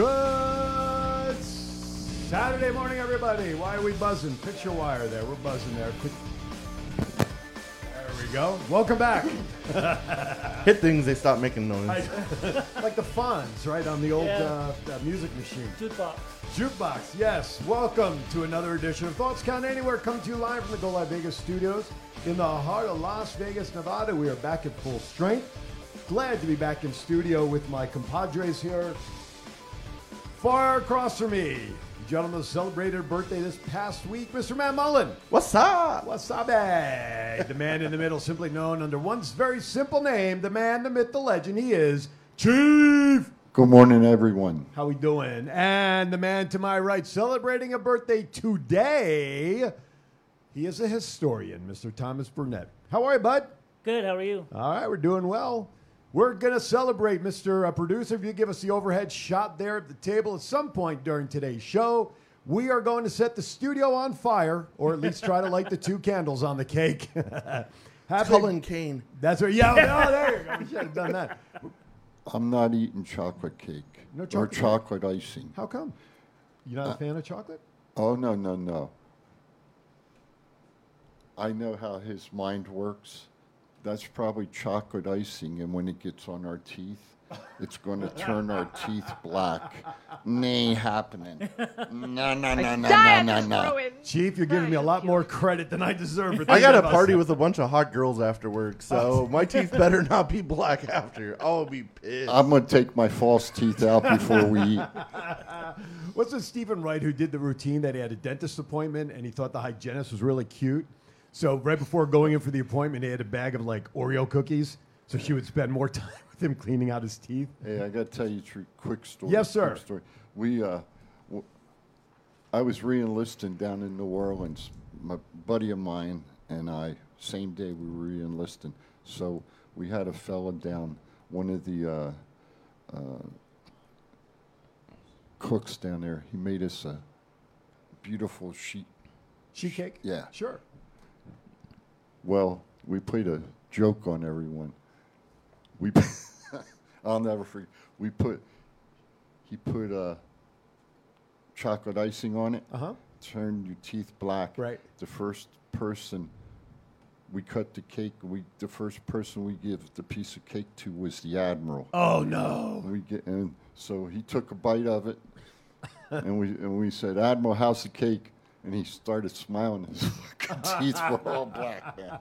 Good Saturday morning, everybody. Why are we buzzing? Picture wire there. We're buzzing there. Quick- There we go. Welcome back. hit things, they stop making noise. I- like the Fonz, right, on the old Yeah. uh, uh, music machine. Jukebox. Jukebox, yes. Welcome to another edition of Thoughts Count Anywhere. Come to you live from the Go Live Vegas studios in the heart of Las Vegas, Nevada. We are back at full strength. Glad to be back in studio with my compadres here. Far across from me, the gentleman who celebrated birthday this past week, Mr. Matt Mullen. What's up? Wasabi, the man in the middle, simply known under one very simple name, the man, the myth, the legend. He is Chief. Good morning, everyone. How we doing? And the man to my right celebrating a birthday today. He is a historian, Mr. Thomas Burnett. How are you, bud? Good. How are you? All right, we're doing well. We're going to celebrate, Mr. uh, Producer. If you give us the overhead shot there at the table at some point during today's show, we are going to set the studio on fire, or at least try to light the two candles on the cake. Happy- Cullen Kane. That's right. Yeah, oh, no, there you go. We should have done that. I'm not eating chocolate cake No or chocolate cake. chocolate icing. How come? You're not a fan of chocolate? Oh, no, no, no. I know how his mind works. That's probably chocolate icing, and when it gets on our teeth, it's going to turn our teeth black. Nay, happening. No, no, no, no, no, Diet no, is no. ruined. Chief, you're giving me a lot more credit than I deserve. For I thinking got a about party that. with a bunch of hot girls after work, so my teeth better not be black after. I'll be pissed. I'm going to take my false teeth out before we eat. What's it Stephen Wright who did the routine that he had a dentist appointment and he thought the hygienist was really cute? So right before going in for the appointment, he had a bag of like Oreo cookies, so she would spend more time with him cleaning out his teeth. Hey, I got to tell you a true- quick story. Yes, sir. Quick story. We, uh, w- I was re-enlisting down in New Orleans. My buddy of mine and I, same day we were re-enlisting. So we had a fella down, one of the uh, uh, cooks down there. He made us a beautiful sheet. She cake. Yeah. sure. Well, we played a joke on everyone. We, I'll never forget. We put, he put uh, chocolate icing on it. Uh huh. Turned your teeth black. Right. The first person we cut the cake, we the first person we give the piece of cake to was the admiral. Oh no. We get and so he took a bite of it, and we and we said, Admiral, how's the cake? And he started smiling. His fucking teeth were all black, man.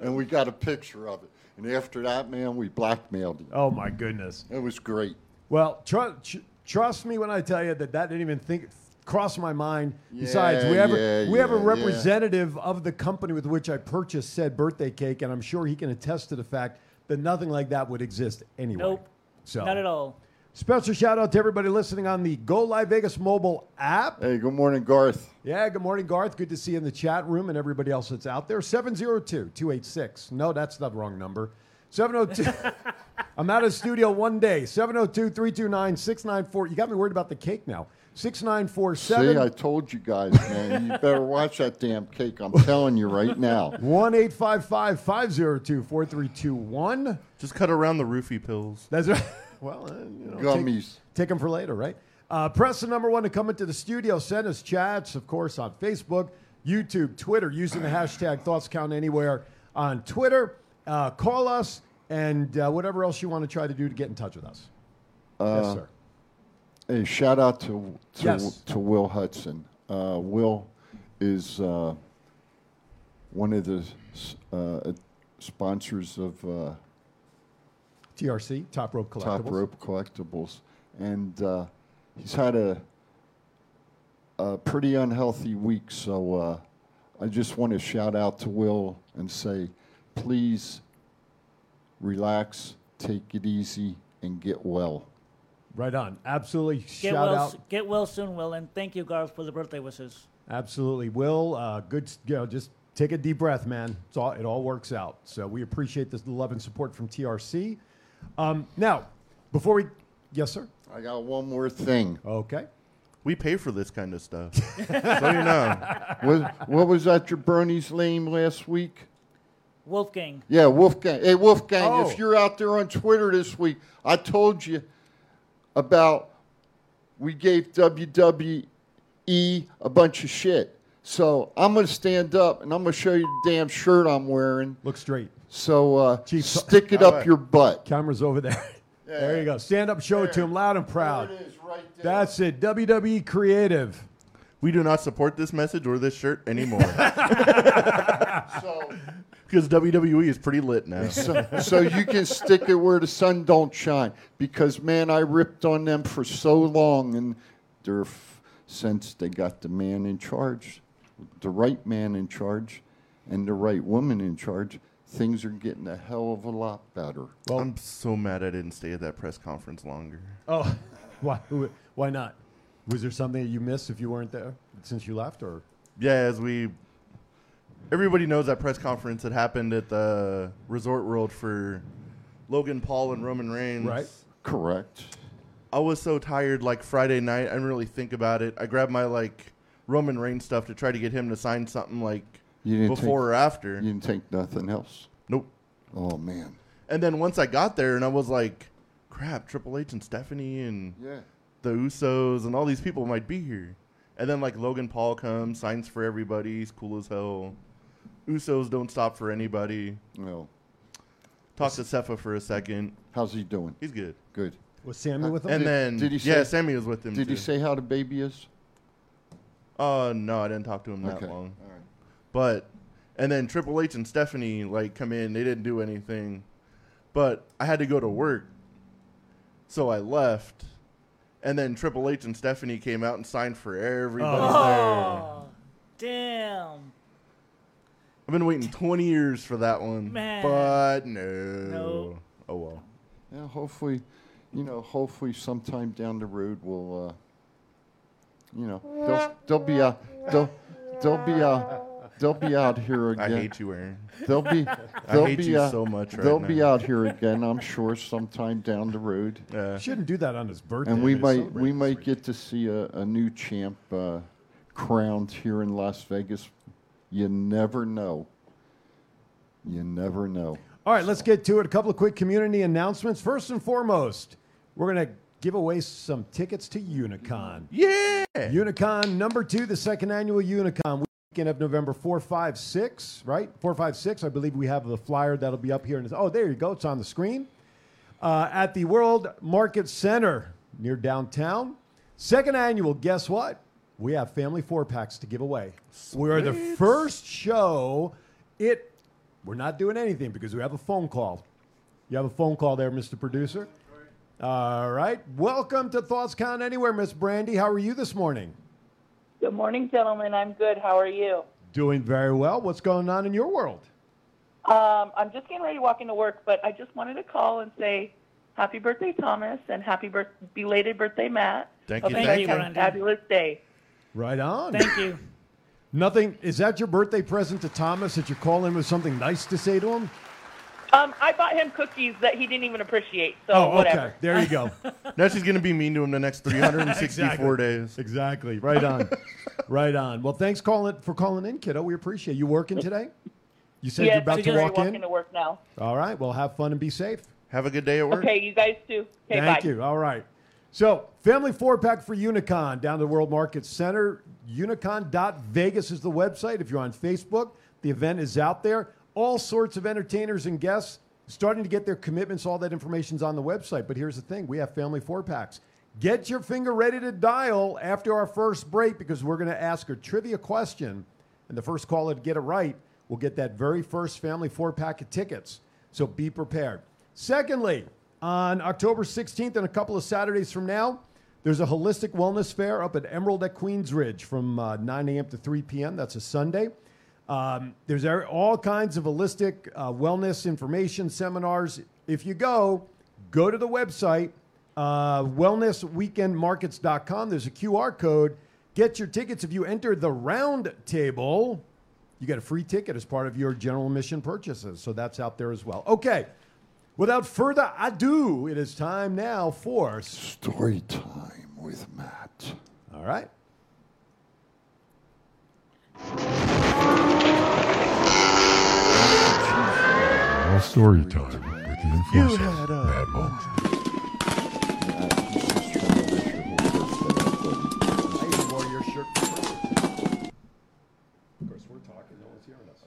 And we got a picture of it. And after that, man, we blackmailed him. Oh my goodness. It was great. Well, tr- tr- trust me when I tell you that that didn't even think cross my mind. Besides, we Yeah, have a, yeah, we have a yeah, yeah. representative of the company with which I purchased said birthday cake, and I'm sure he can attest to the fact that nothing like that would exist anyway. Nope. So Not at all. Special shout out to everybody listening on the Go Live Vegas mobile app. Hey, good morning, Garth. Yeah, good morning, Garth. Good to see you in the chat room and everybody else that's out there. 702 286. No, that's the wrong number. 702. I'm out of studio one day. 702 329 694. You got me worried about the cake now. See, I 6947 told you guys, man. You better watch that damn cake. I'm telling you right now. 1 855 502 4321. Just cut around the roofie pills. That's right. Well, uh, you know, Gummies. Take them for later, right? Uh, press the number one to come into the studio. Send us chats, of course, on Facebook, YouTube, Twitter, using the hashtag Thoughts Count Anywhere on Twitter. Uh, call us and uh, whatever else you want to try to do to get in touch with us. yes, sir. Uh, Hey, shout out to to, Yes. to Will Hudson. Uh, Will is uh, one of the s- uh, sponsors of uh, TRC, Top Rope Collectibles. Top Rope Collectibles, and uh, he's had a a pretty unhealthy week. So uh, I just want to shout out to Will and say, please relax, take it easy, and get well. Right on. Absolutely. Shout Get well. out. s- Get well soon, Will, and thank you, Garth, for the birthday wishes. Absolutely. Will, uh, good, you know, just take a deep breath, man. It's all, it all works out. So we appreciate this love and support from TRC. Um, now, before we, yes, sir. I got one more thing. Okay. We pay for this kind of stuff. so you know. what, what was that jabroni's name last week? Wolfgang. Yeah, Wolfgang. Hey, Wolfgang, Oh. if you're out there on Twitter this week, I told you about we gave WWE a bunch of shit. So I'm going to stand up and I'm going to show you the damn shirt I'm wearing. Look straight. So uh, Chief, so- stick it All up right. your butt. Camera's over there. There you go. Stand up, show it to him loud and proud. That's it. E WWE Creative. We do not support this message or this shirt anymore. so, Because WWE is pretty lit now. so, so you can stick it where the sun don't shine. Because man, I ripped on them for so long, and they're f- since they got the man in charge, the right man in charge, and the right woman in charge, things are getting a hell of a lot better. I'm so mad I didn't stay at that press conference longer. Oh, why? who- Why not? Was there something that you missed if you weren't there since you left, or Yeah, as we. Everybody knows that press conference that happened at the Resort World for Logan Paul and Roman Reigns. Right. Correct. I was so tired like Friday night, I didn't really think about it. I grabbed my like Roman Reigns stuff to try to get him to sign something like You didn't before or after. You didn't take nothing else. Nope. Oh man. And then once I got there and I was like, crap, Triple H and Stephanie and Yeah. the Usos and all these people might be here. And then like Logan Paul comes, signs for everybody, he's cool as hell. Usos don't stop for anybody. Well, Talk to Sepha for a second. how's he doing? He's good. Good. was Sammy with them? And Did- then did he yeah, say- Sammy was with him. Did too. he say how the baby is? Uh no, I didn't talk to him that Okay. long. All right. But and then Triple H and Stephanie like come in, they didn't do anything. But I had to go to work. So I left. And then Triple H and Stephanie came out and signed for everybody there. Oh, damn. I've been waiting 20 years for that one. Man. But no. No. Oh well. Yeah, hopefully, you know, hopefully sometime down the road we'll, uh, you know, they'll, they'll be out, they'll, they'll be out, they'll be out here I again. hate you, Aaron. They'll be, they'll hate be you out, so much right they'll be now. out here again, I'm sure, sometime down the road, Uh, Shouldn't do that on his birthday. and we They might, celebrate we his might birthday. get to see a, a new champ uh, crowned here in Las Vegas. You never know. You never know. All right, let's get to it. A couple of quick community announcements. First and foremost, we're going to give away some tickets to Unicon. yeah. Unicon number two, the second annual Unicon weekend of November 4, 5, 6, right? 4, 5, 6. I believe we have the flyer that'll be up here. And oh, there you go. It's on the screen. Uh, at the World Market Center near downtown. Second annual, guess what? We have family four packs to give away. We are the first show. It, we're not doing anything because we have a phone call. You have a phone call there, Mr. Producer. All right. Welcome to Thoughts Count Anywhere, Miss Brandy. How are you this morning? Good morning, gentlemen. I'm good. How are you? Doing very well. What's going on in your world? Um, I'm just getting ready to walk into work, but I just wanted to call and say happy birthday, Thomas, and happy birth- belated birthday, Matt. Thank Hope you, you thank guys you, have a Brandon. Fabulous day. Right on. Thank you. Nothing. Is that your birthday present to Thomas that you call in with something nice to say to him? Um, I bought him cookies that he didn't even appreciate, so whatever. Oh, There you go. Now she's going to be mean to him the next 364 days. exactly. Right on. right on. Well, thanks calling for calling in, kiddo. We appreciate you working today. You said yes, you're about I'm to getting ready walk in. into work now. All right. Well, have fun and be safe. Have a good day at work. Okay, you guys too. Okay, bye. Thank you. All right. So, family four pack for Unicon down to the World Market Center. Unicon.Vegas is the website. If you're on Facebook, the event is out there. All sorts of entertainers and guests starting to get their commitments. All that information's on the website. But here's the thing we have family four packs. Get your finger ready to dial after our first break because we're going to ask a trivia question. And the first caller to get it right will get that very first family four pack of tickets. So be prepared. Secondly, on October 16th and a couple of Saturdays from now, there's a holistic wellness fair up at Emerald at Queens Ridge from uh, 9 a.m. to 3 p.m. That's a Sunday. Um, there's er- all kinds of holistic uh, wellness information seminars. If you go, go to the website, uh, wellnessweekendmarkets.com. There's a QR code. Get your tickets if you enter the round table. You get a free ticket as part of your general admission purchases. So that's out there as well. Okay. Without further ado, it is time now for. s- Story time with Matt. All right. Now story time with the enforcer, Matt Mullen. Matt, he's just trying to wish your whole birthday.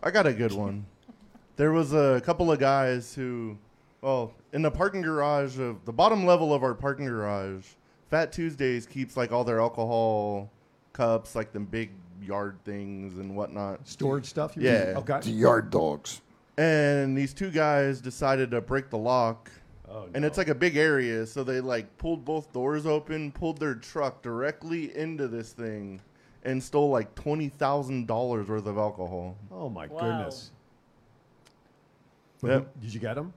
I got a good one. There was a couple of guys who, well, in the parking garage of the bottom level of our parking garage, Fat Tuesdays keeps like all their alcohol cups, like the big yard things and whatnot. Storage stuff. You Yeah. mean? Okay. The yard dogs. And these two guys decided to break the lock. Oh, And it's like a big area, so they like pulled both doors open, pulled their truck directly into this thing, and stole like twenty thousand dollars worth of alcohol. Oh my Wow. goodness. But Yep. who- Did you get them?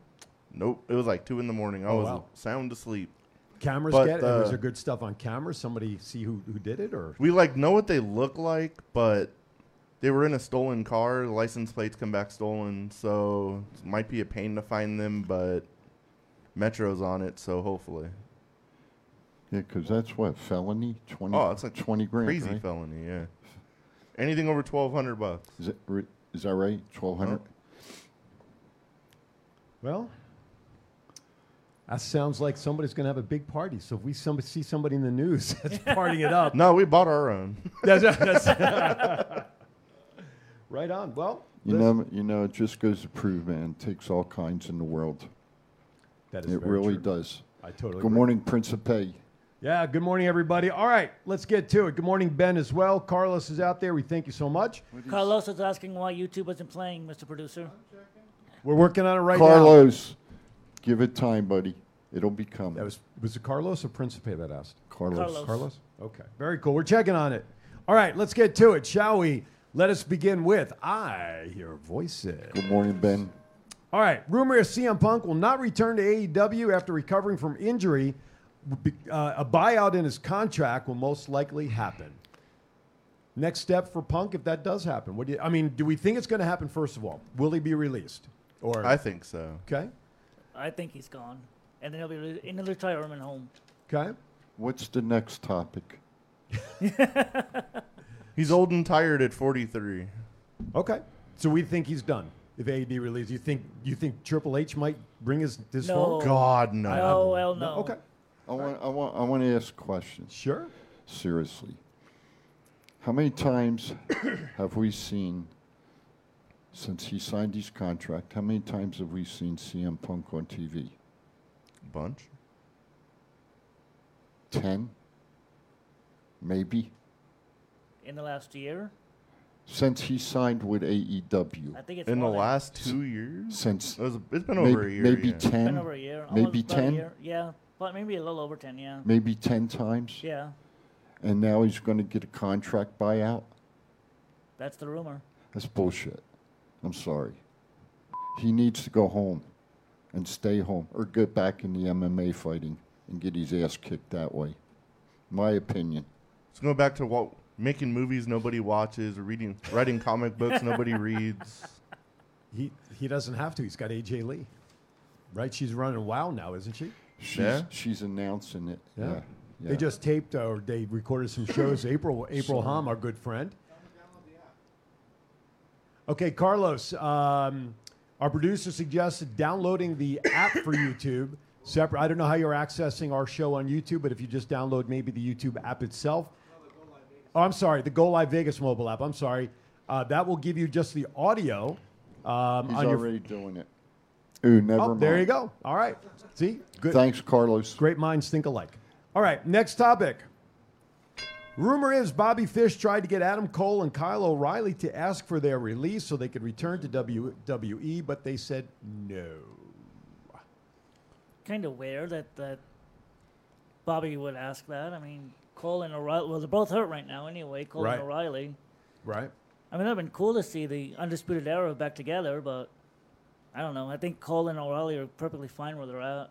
Nope, it was like two in the morning. I Oh, was wow. sound asleep. Cameras But, get it. uh, was there good stuff on camera? Somebody see who, who did it or? We like know what they look like, but they were in a stolen car. License plates come back stolen, so it might be a pain to find them. But Metro's on it, so hopefully. Yeah, because that's what felony twenty. Oh, it's like twenty grand. Crazy right? felony, yeah. Anything over twelve hundred bucks. Is, it, re- is that right? Twelve hundred. Well, that sounds like somebody's going to have a big party. So if we some, see somebody in the news that's partying it up, No, we bought our own. that's, that's- right on. Well, You listen- know, you know, it just goes to prove, man. It takes all kinds in the world. that is It very really true. does. I totally. Good agree. morning, Principe. Yeah, good morning, everybody. All right, let's get to it. Good morning, Ben, as well. Carlos is out there. We thank you so much. Carlos is asking why YouTube wasn't playing, Mr. Producer. We're working on it right now. Carlos, give it time, buddy. It'll be coming. That was was it Carlos or Principe that asked? Carlos. Carlos. Carlos? Okay. Very cool. We're checking on it. All right, let's get to it, shall we? Let us begin with I Hear Voices. Good morning, Ben. All right, rumor is CM Punk will not return to AEW after recovering from injury. Be- uh, a buyout in his contract will most likely happen. Next step for Punk if that does happen. What do you, I mean, do we think it's going to happen first of all? Will he be released? Or I think so. okay? I think he's gone. And then he'll be re- in the retirement home. Okay. What's the next topic? He's old and tired at forty three. Okay. So we think he's done. If AED releases, you think you think Triple H might bring his this No. phone? God no. No, hell no. Okay. I want, I want, I want to ask questions. Sure. seriously. How many times have we seen, since he signed his contract, how many times have we seen CM Punk on TV? Bunch. 10? Maybe? In the last year, Since he signed with AEW? I think it's In the more than- last two years? Since It was, it's been maybe, over a year. maybe yeah. Been 10? over a year. maybe almost about a 10? year. Yeah, but maybe a little over 10, yeah. Maybe 10 times? Yeah, And now he's going to get a contract buyout? that's the rumor. That's bullshit. I'm sorry. He needs to go home and stay home or get back in the MMA fighting and get his ass kicked that way. My opinion. Let's go back to what, making movies nobody watches, reading, writing comic books nobody reads. He he doesn't have to. He's got AJ Lee. Right? She's running WoW now, isn't she? She's, Yeah? she's announcing it. Yeah. yeah. They just taped uh, or they recorded some shows. April April Hom, our good friend. Okay, Carlos. Um, our producer suggested downloading the app for YouTube. Separate. I don't know how you're accessing our show on YouTube, but if you just download maybe the YouTube app itself. Oh, I'm sorry, the Go Live Vegas mobile app. I'm sorry. Uh, that will give you just the audio um, He's on your. already doing it. Ooh, never Oh, mind. there you go. All right. See, good. Thanks, Carlos. Great minds think alike. All right, next topic. Rumor is Bobby Fish tried to get Adam Cole and Kyle O'Reilly to ask for their release so they could return to WWE, but they said no. Kind of weird that, that Bobby would ask that. I mean, Cole and O'Reilly, well, they're both hurt right now anyway, Cole Right. and O'Reilly. Right? I mean, it would have been cool to see the Undisputed Era back together, but I don't know. I think Cole and O'Reilly are perfectly fine where they're at.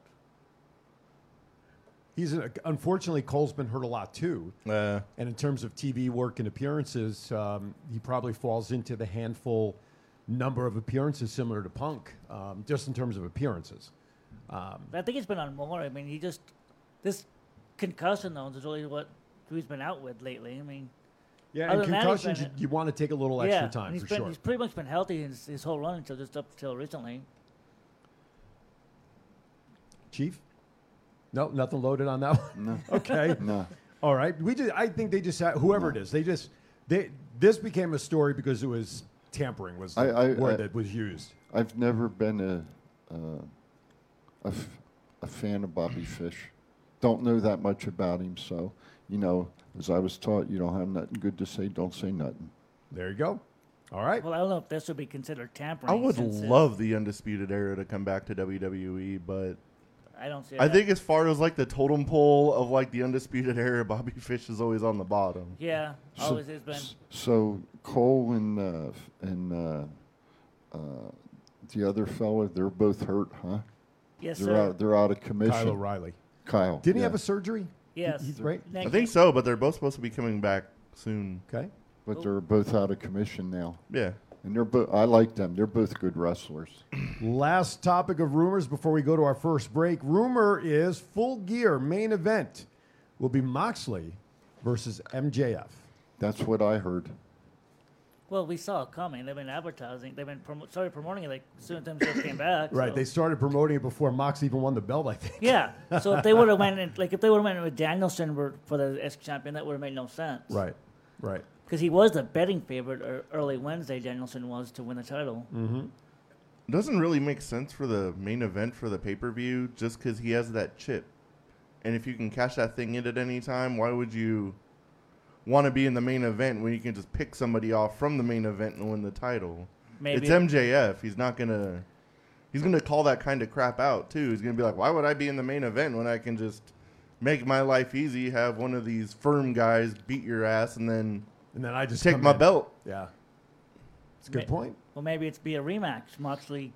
He's unfortunately Cole's been hurt a lot too, Uh, and in terms of TV work and appearances, um, he probably falls into the handful number of appearances similar to Punk, um, just in terms of appearances. Um, I think he's been on more. I mean, he just this concussion though is really what he's been out with lately. I mean, Yeah, and Other than that, he's concussions, you, been- you want to take a little yeah, extra and time he's for been sure. he's pretty much been healthy his, his whole run until just up till recently. Chief? No, nothing loaded on that one. okay. No. All right. We just I think they just had whoever it is, they just they this became a story because it was Tampering was the I- I- word I- that was used. I've never been a, uh, a, f- a fan of Bobby Fish. Don't know that much about him, so you know, as I was taught, you don't have nothing good to say, don't say nothing. There you go. All right. Well, I don't know if this would be considered tampering. I would since it- love the Undisputed Era to come back to WWE, but I don't see. I that. think as far as like the totem pole of like the Undisputed Era, Bobby Fish is always on the bottom. Yeah, So- always has been. S- So Cole and uh, f- and uh, uh, the other fella, they're both hurt, huh? Yes, They're sir. out, they're out of Kyle commission. O'Reilly. Kyle, Didn't he yeah. have a surgery? He- Yes. He's right. I think so, but they're both supposed to be coming back soon. Okay. but they're both out of commission now. Yeah. And they're both. I like them. They're both good wrestlers. Last topic of rumors before we go to our first break. Rumor is full gear main event will be Moxley versus MJF. That's what I heard. Well, we saw it coming. They've been advertising. They've been promo- started promoting it like as soon as MJF came back. Right. so- They started promoting it before Mox even won the belt, I think. Yeah. So if they would have went in, like if they would have went with Danielson for for the S champion, that would have made no sense. Right. Right. Because he was the betting favorite or early Wednesday. Danielson was to win the title. Mm-hmm. Doesn't really make sense for the main event for the pay per view just because he has that chip. And if you can cash that thing in at any time, why would you want to be in the main event when you can just pick somebody off from the main event and win the title? Maybe It's MJF. He's not gonna. He's gonna call that kind of crap out too. He's gonna be like, "Why would I be in the main event when I can just make my life easy? Have one of these firm guys beat your ass and then And then I just take come my in. belt." Yeah. It's a good Ma- point. Well, maybe it's be a rematch. Moxley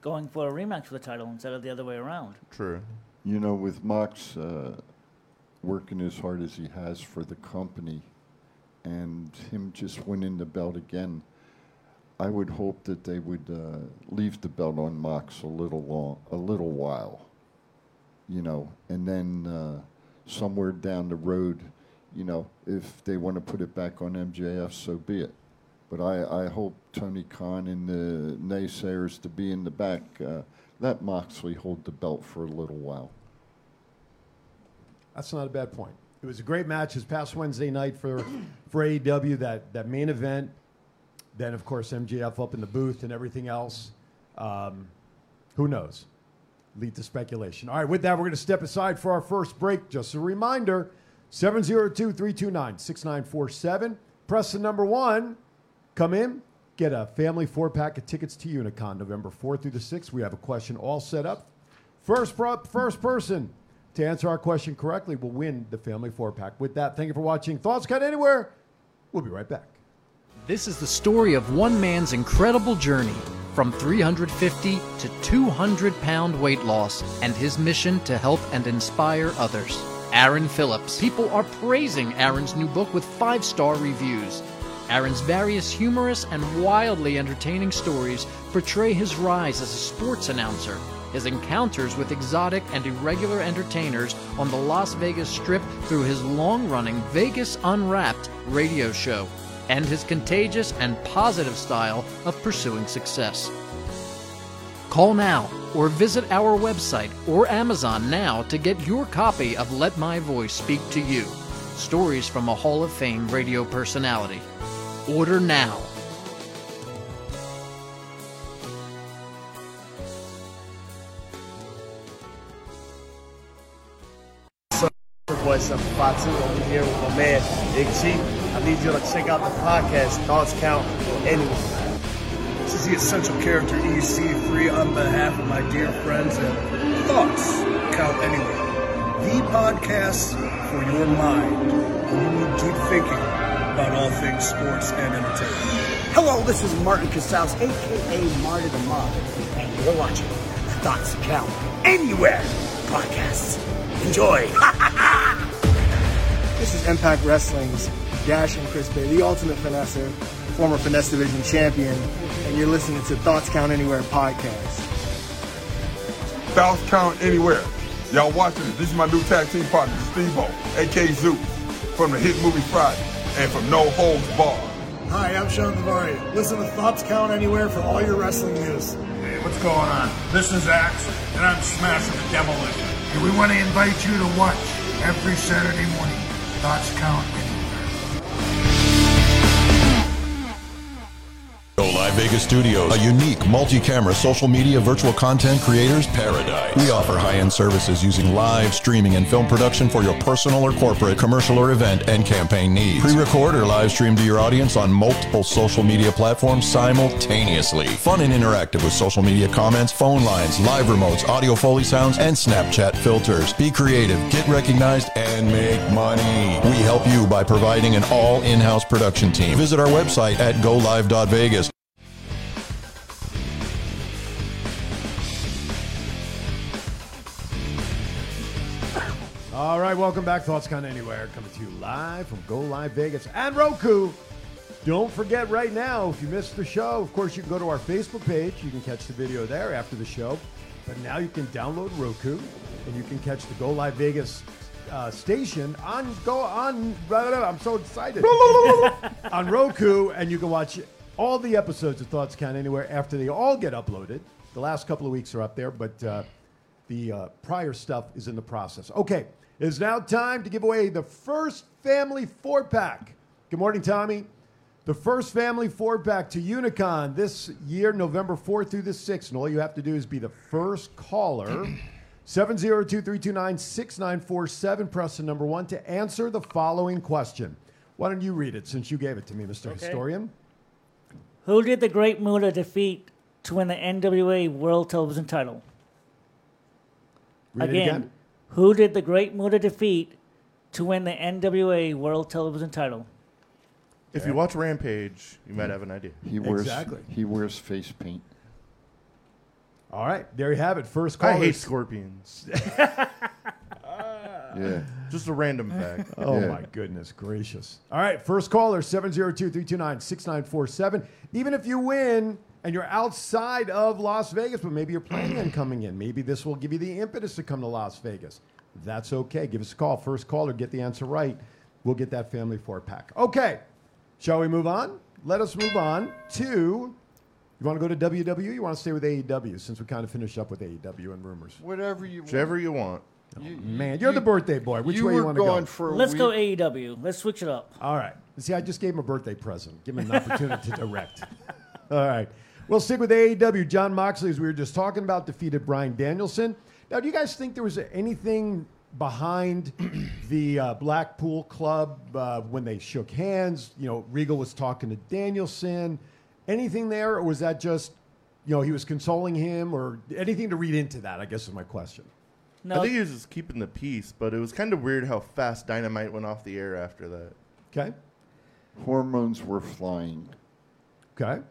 going for a rematch for the title instead of the other way around. True. You know, with Mox uh, working as hard as he has for the company and him just winning the belt again, I would hope that they would uh, leave the belt on Mox a little long, a little while, you know, and then uh, somewhere down the road, you know, if they want to put it back on MJF, so be it. But I, I hope Tony Khan and the naysayers to be in the back uh, let Moxley hold the belt for a little while. That's not a bad point. It was a great match this past Wednesday night for, for AEW, that, that main event. Then, of course, MJF up in the booth and everything else. Um, who knows? Lead to speculation. All right, with that, we're going to step aside for our first break. Just a reminder 702 329 6947. Press the number one. Come in, get a family four pack of tickets to Unicon November 4th through the 6th. We have a question all set up. First, pro- first person to answer our question correctly will win the family four pack. With that, thank you for watching Thoughts Cut Anywhere. We'll be right back. This is the story of one man's incredible journey from 350 to 200 pound weight loss and his mission to help and inspire others. Aaron Phillips. People are praising Aaron's new book with five star reviews. Aaron's various humorous and wildly entertaining stories portray his rise as a sports announcer, his encounters with exotic and irregular entertainers on the Las Vegas Strip through his long running Vegas Unwrapped radio show and his contagious and positive style of pursuing success. Call now or visit our website or Amazon now to get your copy of Let My Voice Speak to You Stories from a Hall of Fame radio personality. Order now. Your boy 752 over here with my man Big G. I need you to check out the podcast Thoughts Count Anywhere. This is the Essential Character EC3 on behalf of my dear friends at Thoughts Count Anywhere, the podcast for your mind when you need deep thinking about all things sports and entertainment. Hello, this is Martin Casals, aka Marty the Mob, and you're watching the Thoughts Count Anywhere podcast. Enjoy. This is Impact Wrestling's Dash and Chris Bay, the ultimate finesser, former finesse division champion, and you're listening to Thoughts Count Anywhere podcast. South Count anywhere. Y'all watching this. This is my new tag team partner, Steve O, aka Zoo, from the hit movie Friday and from No Holds Bar. Hi, I'm Sean Devaria. Listen to Thoughts Count Anywhere for all your wrestling news. Hey, what's going on? This is Axe, and I'm smashing the demolition. And we want to invite you to watch every Saturday morning. Thoughts Count Anywhere. Vegas Studios, a unique multi-camera social media virtual content creators paradise. We offer high-end services using live streaming and film production for your personal or corporate, commercial or event and campaign needs. Pre-record or live stream to your audience on multiple social media platforms simultaneously. Fun and interactive with social media comments, phone lines, live remotes, audio foley sounds, and Snapchat filters. Be creative, get recognized, and make money. We help you by providing an all in house production team. Visit our website at golive.vegas. All right, welcome back. Thoughts Con Anywhere coming to you live from Go Live Vegas and Roku. Don't forget right now, if you missed the show, of course, you can go to our Facebook page. You can catch the video there after the show. But now you can download Roku and you can catch the Go Live Vegas uh, station on Go on. blah, blah, blah, I'm so excited on Roku, and you can watch all the episodes of Thoughts Count Anywhere after they all get uploaded. The last couple of weeks are up there, but uh, the uh, prior stuff is in the process. Okay, it is now time to give away the first family four pack. Good morning, Tommy. The first family four pack to Unicon this year, November 4th through the 6th. And all you have to do is be the first caller, 702 329 6947, press the number one to answer the following question. Why don't you read it since you gave it to me, Mr. Okay. Historian? Who did the Great Muda defeat to win the NWA World Television title? Read it again. who did the Great Muda defeat to win the NWA World Television title? If you watch Rampage, you might have an idea. He wears he wears face paint. All right, there you have it. First I caller. hate scorpions. Yeah. Just a random fact. Oh my goodness gracious. All right, first caller 702-329-6947. Even if you win and you're outside of Las Vegas, but maybe you're planning on coming in, maybe this will give you the impetus to come to Las Vegas. That's okay. Give us a call. First caller, get the answer right. We'll get that family four pack. Okay. Shall we move on? Let us move on to you want to go to WWE? You want to stay with AEW since we kind of finished up with AEW and rumors. Oh, Whatever you Whichever you want. Man, you're the birthday boy. Which you way were you want to go? gone for a Let's go AEW. Let's switch it up. All right. See, I just gave him a birthday present. Give him an opportunity to direct. All right. We'll stick with AEW. John Moxley, as we were just talking about, defeated Brian Danielson. Now, do you guys think there was anything behind the uh, Blackpool Club uh, when they shook hands? You know, Regal was talking to Danielson. Anything there, or was that just, you know, he was consoling him, or anything to read into that? I guess is my question. I think he was just keeping the peace, but it was kind of weird how fast Dynamite went off the air after that. Okay. Hormones were flying. Okay.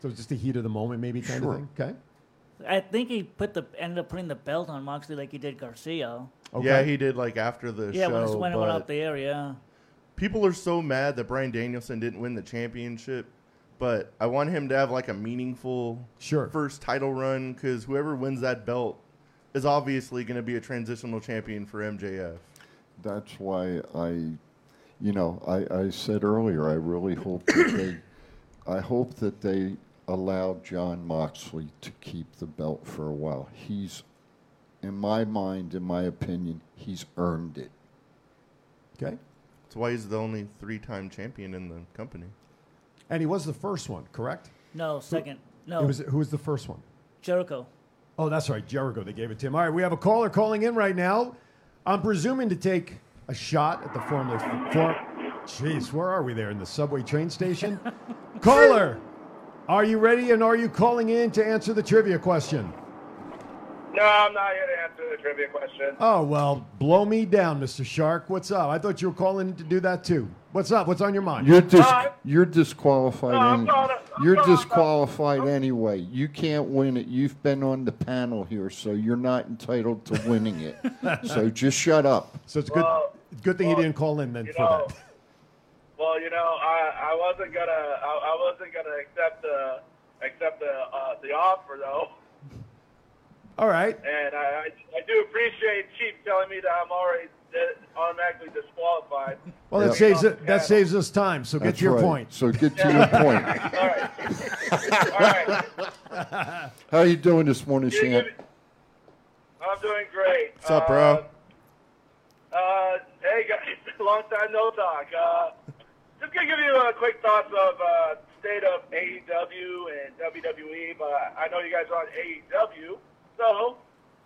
So it's just the heat of the moment, maybe kind Sure. of thing. Okay. I think he put the ended up putting the belt on Moxley like he did Garcia. Yeah, he did like after the yeah, show. when it's- when it but- went up the air, yeah. people are so mad that Brian Danielson didn't win the championship, but I want him to have like a meaningful Sure. first title run because whoever wins that belt is obviously going to be a transitional champion for MJF. That's why I, you know, I, I said earlier, I really hope that they, I hope that they allow John Moxley to keep the belt for a while. He's, in my mind, in my opinion, he's earned it. Okay. That's why he's the only three-time champion in the company. And he was the first one, correct? No, second. No, It was, who was the first one? Jericho. Oh, that's right, Jericho. They gave it to him. All right, we have a caller calling in right now. I'm presuming to take a shot at the formerly. For, jeez, where are we there in the subway train station? caller, are you ready and are you calling in to answer the trivia question? No, I'm not here to answer the trivia question. Oh, well, blow me down, Mr. Shark. What's up? I thought you were calling to do that too. What's up? What's on your mind? You're dis- you're disqualified. No, I'm any- not a- I'm you're not a- disqualified anyway. You can't win it. You've been on the panel here, so you're not entitled to winning it. so just shut up. So it's good. good thing he didn't call in then you for know, that. Well, you know, I, I wasn't gonna I, I wasn't gonna accept the accept the uh, the offer though, All right. and I, I I do appreciate Chief telling me that I'm already di- automatically disqualified. Well, that saves it. That saves us time. So get That's to your right. point. So get to your point. How you doing this morning, Shan? I'm doing great. What's up, bro? Uh, hey guys, long time no talk. Uh, just gonna give you a quick thoughts of uh, state of AEW and WWE, but I know you guys are on AEW. So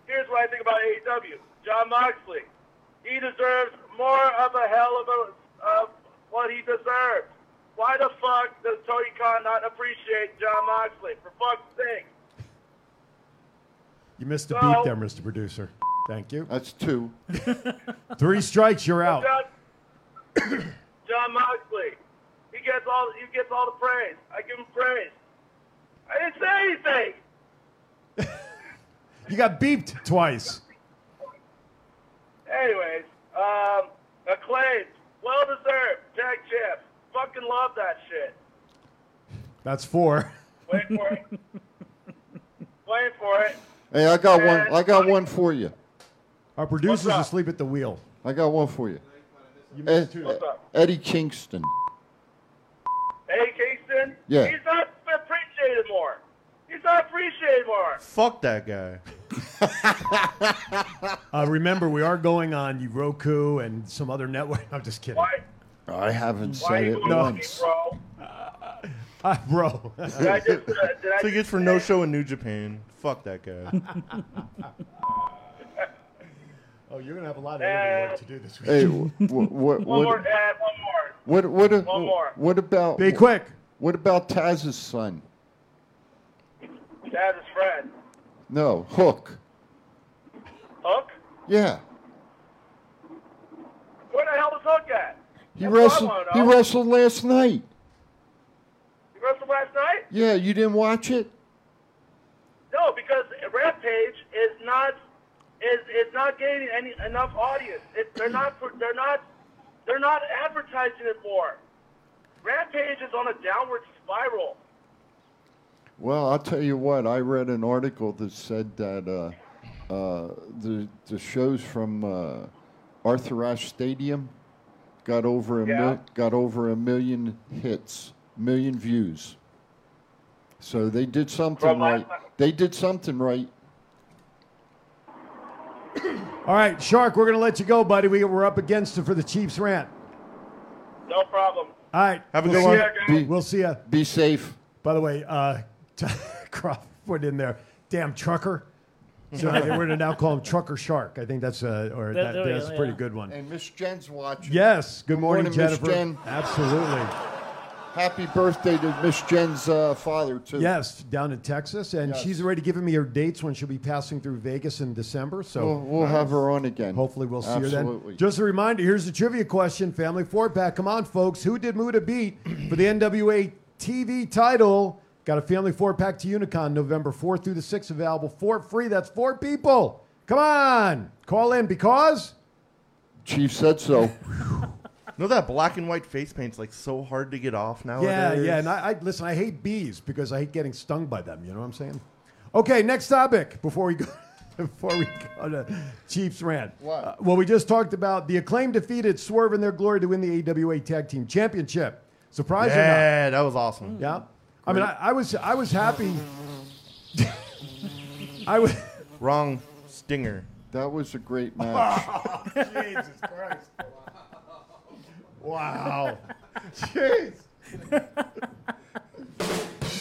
here's what I think about AEW. John Moxley, he deserves more of a hell of a of what he deserves. Why the fuck does Tony Khan not appreciate John Moxley? For fuck's sake. You missed a So- beat there, Mr. Producer. Thank you. That's two. Three strikes, you're out. John, John Moxley. He gets all he gets all the praise. I give him praise. I didn't say anything. You got beeped twice. Anyways, um, acclaimed, well deserved, tag champ. Fucking love that shit. That's four. Wait for it. Wait for it. Hey, I got one. And- I got one for you. Our producers asleep at the wheel. I got one for you. Ed- What's up? Eddie Kingston. Hey, Kingston. Yeah. He's not appreciated more. He's not appreciated more. Fuck that guy. Uh, remember, we are going on Roku and some other network. I'm just kidding. I haven't Why said you it going on once. Bro. Ah, bro. uh, uh, so he gets for no show in New Japan. Fuck that guy. oh, you're gonna have a lot of Uh, editing work to do this week. Hey, what what One more, what Dad, what what, a- One more. what about Be quick. What about Taz's son? That's his friend. No, Hook. Hook? Yeah, Where the hell is Hook at? he That's what I wrestled. wanna He know. wrestled last night. He wrestled last night? Yeah, you didn't watch it. No, because Rampage is not is is not gaining any enough audience. It, they're not they're not they're not advertising it more. Rampage is on a downward spiral. Well, I'll tell you what. I read an article that said that uh, uh, the the shows from uh, Arthur Ashe Stadium got over a Yeah. mil- got over a million hits, million views. So they did something From right. last They did something right. All right, Shark, we're gonna let you go, buddy. We, we're up against it for the Chiefs rant. No problem. All right. Have a we'll good see one. ya. we'll see ya. Be safe. By the way, uh, Crawford in there. Damn trucker. So we're gonna now call him Trucker Shark. I think that's a or There- that, there we that's go, a pretty yeah. good one. And Miss Jen's watching. Yes. Good morning, morning, Miss Jennifer. Jen. Absolutely. Happy birthday to Miss Jen's uh, father too. Yes, down in Texas, and Yes. she's already given me her dates when she'll be passing through Vegas in December. So We'll- we'll have her on again. Hopefully, we'll see her Absolutely. then. Just a reminder: here's the trivia question, family four pack. Come on, folks, who did Muda beat for the NWA TV title? Got a family four pack to Unicon November 4th through the 6th available for free. That's four people. Come on, call in because. Chief said so. know that black and white face paint's like so hard to get off nowadays. Yeah, yeah. And I, I listen. I hate bees because I hate getting stung by them. You know what I'm saying? Okay, next topic before we go. Before we go to Chiefs rant, What? Uh, well, we just talked about the acclaim defeated Swerve in their glory to win the AWA Tag Team Championship. Surprise or Yeah, that was not? awesome. Yeah. I mean, I, I was I was happy. I was. Wrong stinger. That was a great match. Oh, Jesus Christ! Wow. Jeez.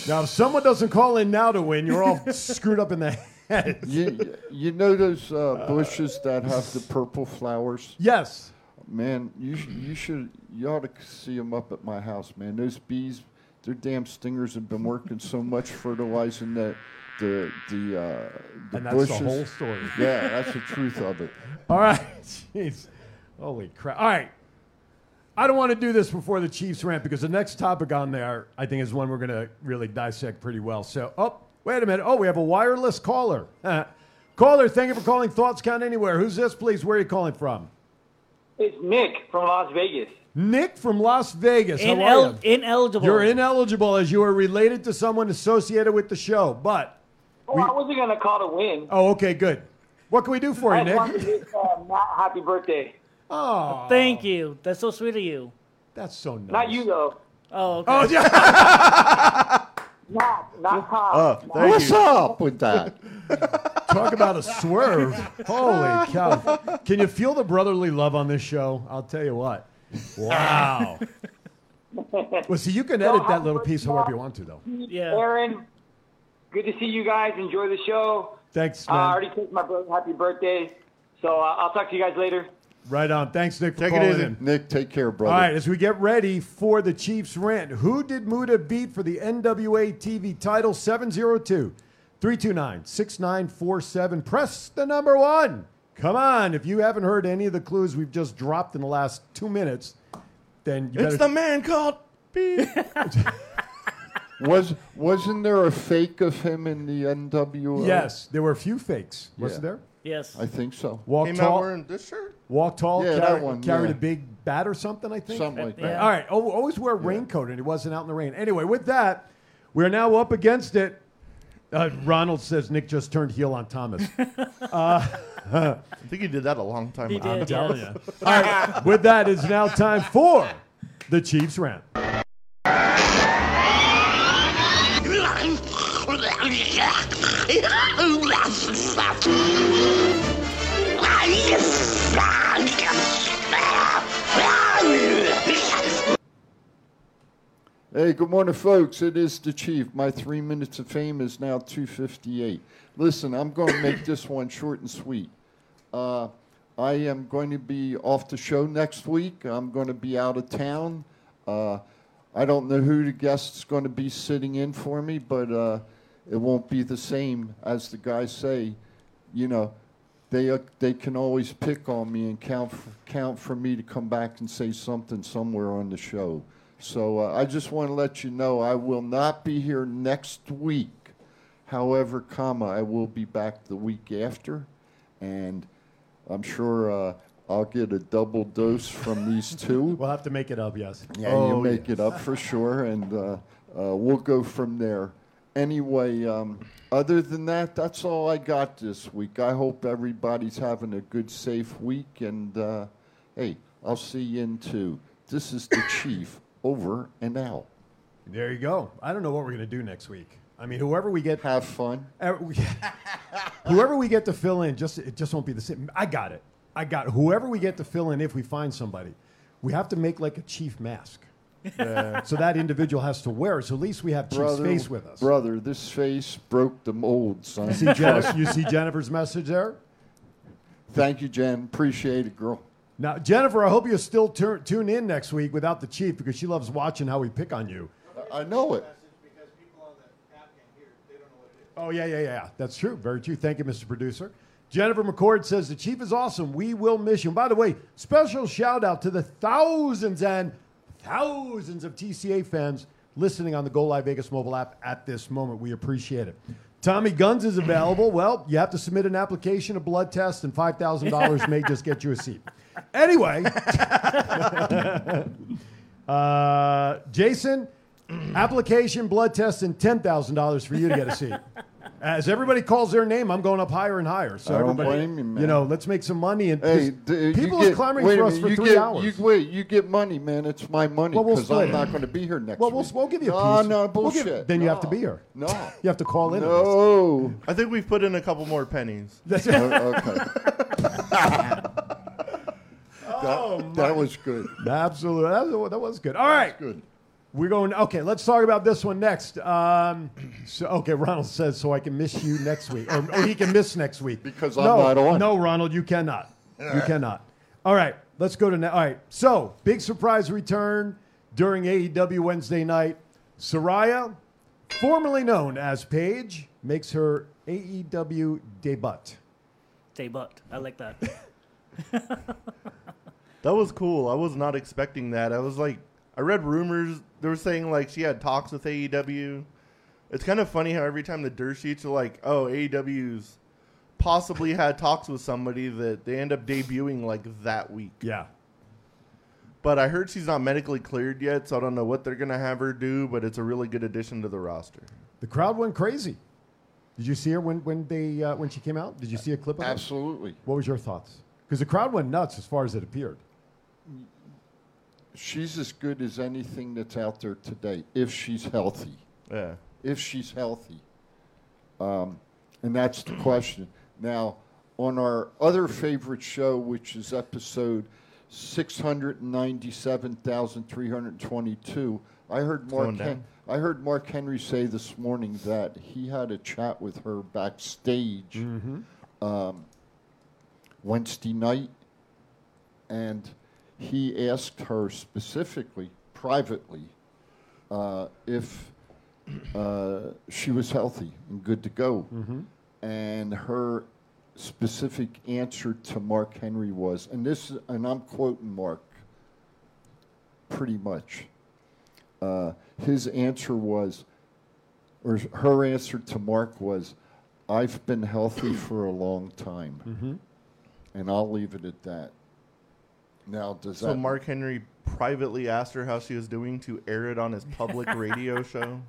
Now, if someone doesn't call in now to win, you're all screwed up in the head. you, you know those uh, bushes that have the purple flowers? Yes. Man, you sh- you should you ought to see them up at my house, man. Those bees, their damn stingers have been working so much fertilizing that the the uh, the And that's the bushes. whole story. Yeah, that's the truth of it. All right. Jeez. Holy crap. All right. I don't want to do this before the Chiefs rant because the next topic on there, I think, is one we're going to really dissect pretty well. So, oh, wait a minute. Oh, we have a wireless caller. caller, thank you for calling Thoughts Count Anywhere. Who's this, please? Where are you calling from? It's Nick from Las Vegas. Nick from Las Vegas. How are Inel- you? ineligible. You're ineligible as you are related to someone associated with the show. But, Oh, I wasn't gonna call to win. oh, okay, good. What can we do for Oh, I you, just wanted Nick? to wish uh, Matt happy birthday. Oh, Thank you. That's so sweet of you. That's so nice. Not you though. Oh, okay. Oh, yeah. Not not Tom. Uh, Oh, thank Oh, What's you. up with that? Talk about a swerve. Holy cow. Can you feel the brotherly love on this show? I'll tell you what. Wow. Well, see, you can No, edit happy that little birthday, piece however you want to, though. Yeah. Aaron, good to see you guys. Enjoy the show. Thanks, Uh, man. I already kissed my brother. Happy birthday. So uh, I'll talk to you guys later. Right on. Thanks, Nick, for Take it calling easy. in. Nick, take care, brother. All right, as we get ready for the Chiefs rant, who did Muda beat for the NWA TV title? 702 329 6947. Press the number one. Come on. If you haven't heard any of the clues we've just dropped in the last two minutes, then you better. It's the man called Pete. Was wasn't there a fake of him in the NWO? yes, there were a few fakes, wasn't Yeah. there? Yes. I think so. Walk Came out tall. wearing this shirt? Walk tall, Yeah, that carry- one, carried yeah. a big bat or something, I think. Something like that. All right, al- always wear a raincoat, and it wasn't out in the rain. Anyway, with that, we're now up against it. Uh, Ronald says Nick just turned heel on Thomas. uh, I think he did that a long time He ago. did, yes. All right, with that, it's now time for the Chiefs rant. Hey, good morning, folks. It is the Chief. My three minutes of fame is now 258. Listen, I'm going to make this one short and sweet. Uh, I am going to be off the show next week. I'm going to be out of town. Uh, I don't know who the guest is going to be sitting in for me, but uh, it won't be the same as the guys say. You know, they uh, they can always pick on me and count for, count for me to come back and say something somewhere on the show. So uh, I just want to let you know I will not be here next week. However, comma I will be back the week after, and I'm sure uh, I'll get a double dose from these two. We'll have to make it up, Oh, yes. Yeah, you make it up for sure, and uh, uh, we'll go from there. Anyway, um, other than that, that's all I got this week. I hope everybody's having a good, safe week, and uh, hey, I'll see you in two. This is the Chief, over and out. There you go. I don't know what we're going to do next week. I mean, whoever we get. Have fun. whoever we get to fill in, just it just won't be the same. I got it. I got it. Whoever we get to fill in, if we find somebody, we have to make like a chief mask. so that individual has to wear it. So at least we have chief's face with us. Brother, this face broke the mold, son. You see, Jennifer, you see Jennifer's message there? Thank you, Jen. Appreciate it, girl. Now, Jennifer, I hope you still tur- tune in next week without the chief because she loves watching how we pick on you. I know it. Oh, yeah, yeah, yeah. That's true. Very true. Thank you, Mr. Producer. Jennifer McCord says, The Chief is awesome. We will miss you. And by the way, special shout out to the thousands and thousands of TCA fans listening on the Go Live Vegas mobile app at this moment. We appreciate it. Tommy Guns is available. Well, you have to submit an application, a blood test, and $5,000 may just get you a seat. Anyway, uh, Jason, application, blood test, and ten thousand dollars for you to get a seat. As everybody calls their name, I'm going up higher and higher. So I don't everybody, blame you, man. know, let's make some money. And Hey, d- because Uh, you people get, are clamoring wait for a us minute, for you three get, hours. You, wait, you get money, man. It's my money Well, we'll because split I'm it. not going to be here next well, week. we'll, we'll give you a Ah, No, piece. no, We'll give- bullshit. then you have to be here. No. you have to call in. No. I think we've put in a couple more pennies. That's that, that was good. Absolutely. Oh, That was, that was good. All right. Good. We're going. Okay, let's talk about this one next. Um, so, okay, Ronald says, so I can miss you next week. Or, or he can miss next week. Because I'm not on. No, Ronald, you cannot. You cannot. All right, let's go to now. All right, so big surprise return during AEW Wednesday night. Soraya, formerly known as Paige, makes her AEW debut. Day butt. I like that. That was cool. I was not expecting that. I was like, I read rumors. They were saying like she had talks with AEW. It's kind of funny how every time the dirt sheets are like, oh, AEW's possibly had talks with somebody that they end up debuting like that week. Yeah. But I heard she's not medically cleared yet, so I don't know what they're gonna have her do. But it's a really good addition to the roster. The crowd went crazy. Did you see her when, when, they, uh, when she came out? Did you see a clip of it? Absolutely. What was your thoughts? Because the crowd went nuts as far as it appeared. She's as good as anything that's out there today if she's healthy. Yeah. If she's healthy. Um, and that's the question. Now, on our other favorite show, which is episode 697,322. I heard Mark going down. Hen- I heard Mark Henry say this morning that he had a chat with her backstage Mm-hmm. um, Wednesday night, and he asked her specifically, privately, uh, if uh, she was healthy and good to go. And her specific answer to Mark Henry was, and this, and I'm quoting Mark pretty much. Uh, his answer was, or her answer to Mark was, I've been healthy for a long time. Mm-hmm. And I'll leave it at that. Now, does So that. Mark Henry privately asked her how she was doing to air it on his public radio show.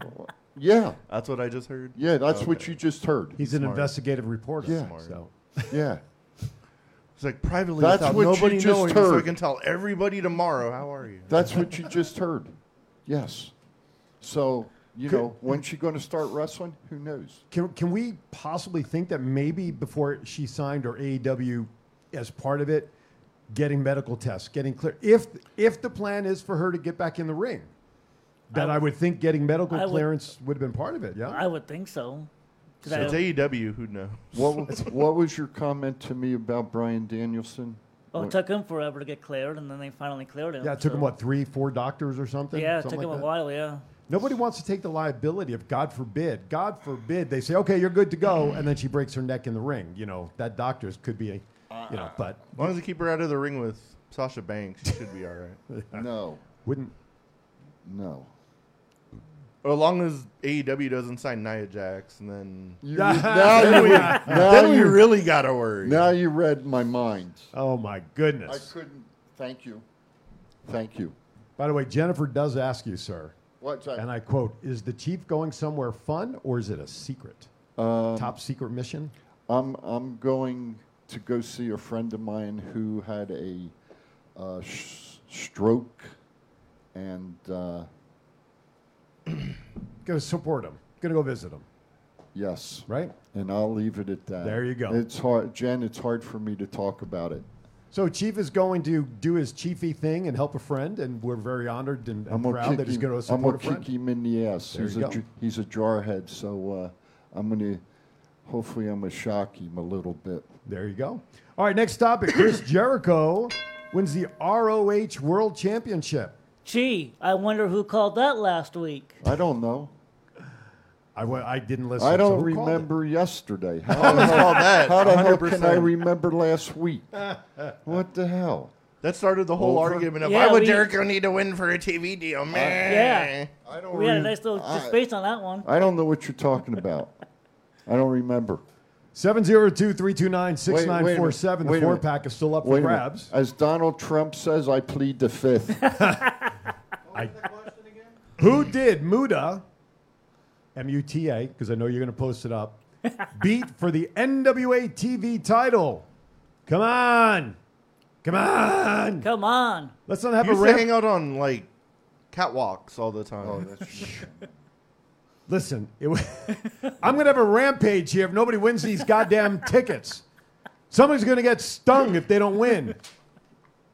Yeah. That's what I just heard. Yeah, that's Okay. what you just heard. He's an investigative reporter. Yeah. So. Yeah. It's like privately That's without what you nobody just knowing, so I heard. can tell everybody tomorrow. How are you? That's what you just heard. Yes. So, you know, when's she going to start wrestling? Who knows? Can, can we possibly think that maybe before she signed or AEW as part of it, getting medical tests, getting clear? If, if the plan is for her to get back in the ring, that I, would think getting medical I would- clearance would have been part of it, yeah? I would think so. 'Cause I don't- AEW. Who knows? What, wa- what was your comment to me about Brian Danielson? Well, oh, it What- took him forever to get cleared, and then they finally cleared him. Yeah, it took him so- what three, four doctors or something. Yeah, it Something took him like a that? while. Yeah. Nobody wants to take the liability if God forbid, God forbid, they say, okay, you're good to go, and then she breaks her neck in the ring. You know that doctors could be, a, you know, but As long as they keep her out of the ring with Sasha Banks, she should be all right. no, wouldn't. No. Or as long as AEW doesn't sign Nia Jax, and then You re- now you re- now then we you- really gotta worry. Now you read my mind. Oh my goodness! I couldn't. Thank you. Thank you. By the way, Jennifer does ask you, sir, What's that? and I quote: "Is the chief going somewhere fun, or is it a secret, top secret mission?" Um, I'm I'm going to go see a friend of mine who had a uh, sh- stroke, and uh, Go support him. Gonna go visit him. yes, right. And I'll leave it at that. There you go. It's hard, Jen. It's hard for me to talk about it. So Chief is going to do his chiefy thing and help a friend, and we're very honored and, and I'm gonna proud kick that he's him- going to I'm support gonna a friend. kick him in the ass. There he's you a go. j- he's a jarhead, so uh, I'm gonna. Hopefully, I'm gonna shock him a little bit. There you go. All right, next topic. Chris Jericho wins the ROH World Championship. Gee, I wonder who called that last week. I don't know. I, wa- I didn't listen. I so don't who called it? remember yesterday. How Oh, the it's hell- called that, How the hell can I 100%. remember last week? What the hell? That started the whole Over? argument of Yeah, why would we- Jericho need to win for a TV deal, man? yeah. I we had a rem- nice little I- space on that one. I don't know what you're talking about. I don't remember. 702 329 Wait, wait a 6947. minute. The Wait a four minute. pack is still up Wait for a minute. grabs. As Donald Trump says, I plead the fifth. Who did Muda, M U T A, because I know you're going to post it up, beat for the NWA TV title? Come on. Come on. Come on. Let's not have you a used to rant. hang out on like catwalks all the time. Oh, Listen, it wa- I'm going to have a rampage here if nobody wins these goddamn tickets. Somebody's going to get stung if they don't win.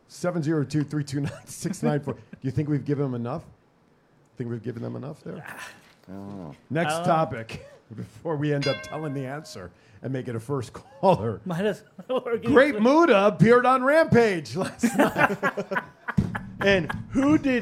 702 329 694. Do you think we've given them enough? Think we've given them enough there? Next Uh. topic before we end up telling the answer and make it a first caller. Might as well. we're getting Great clear. Muda appeared on Rampage last night. and who did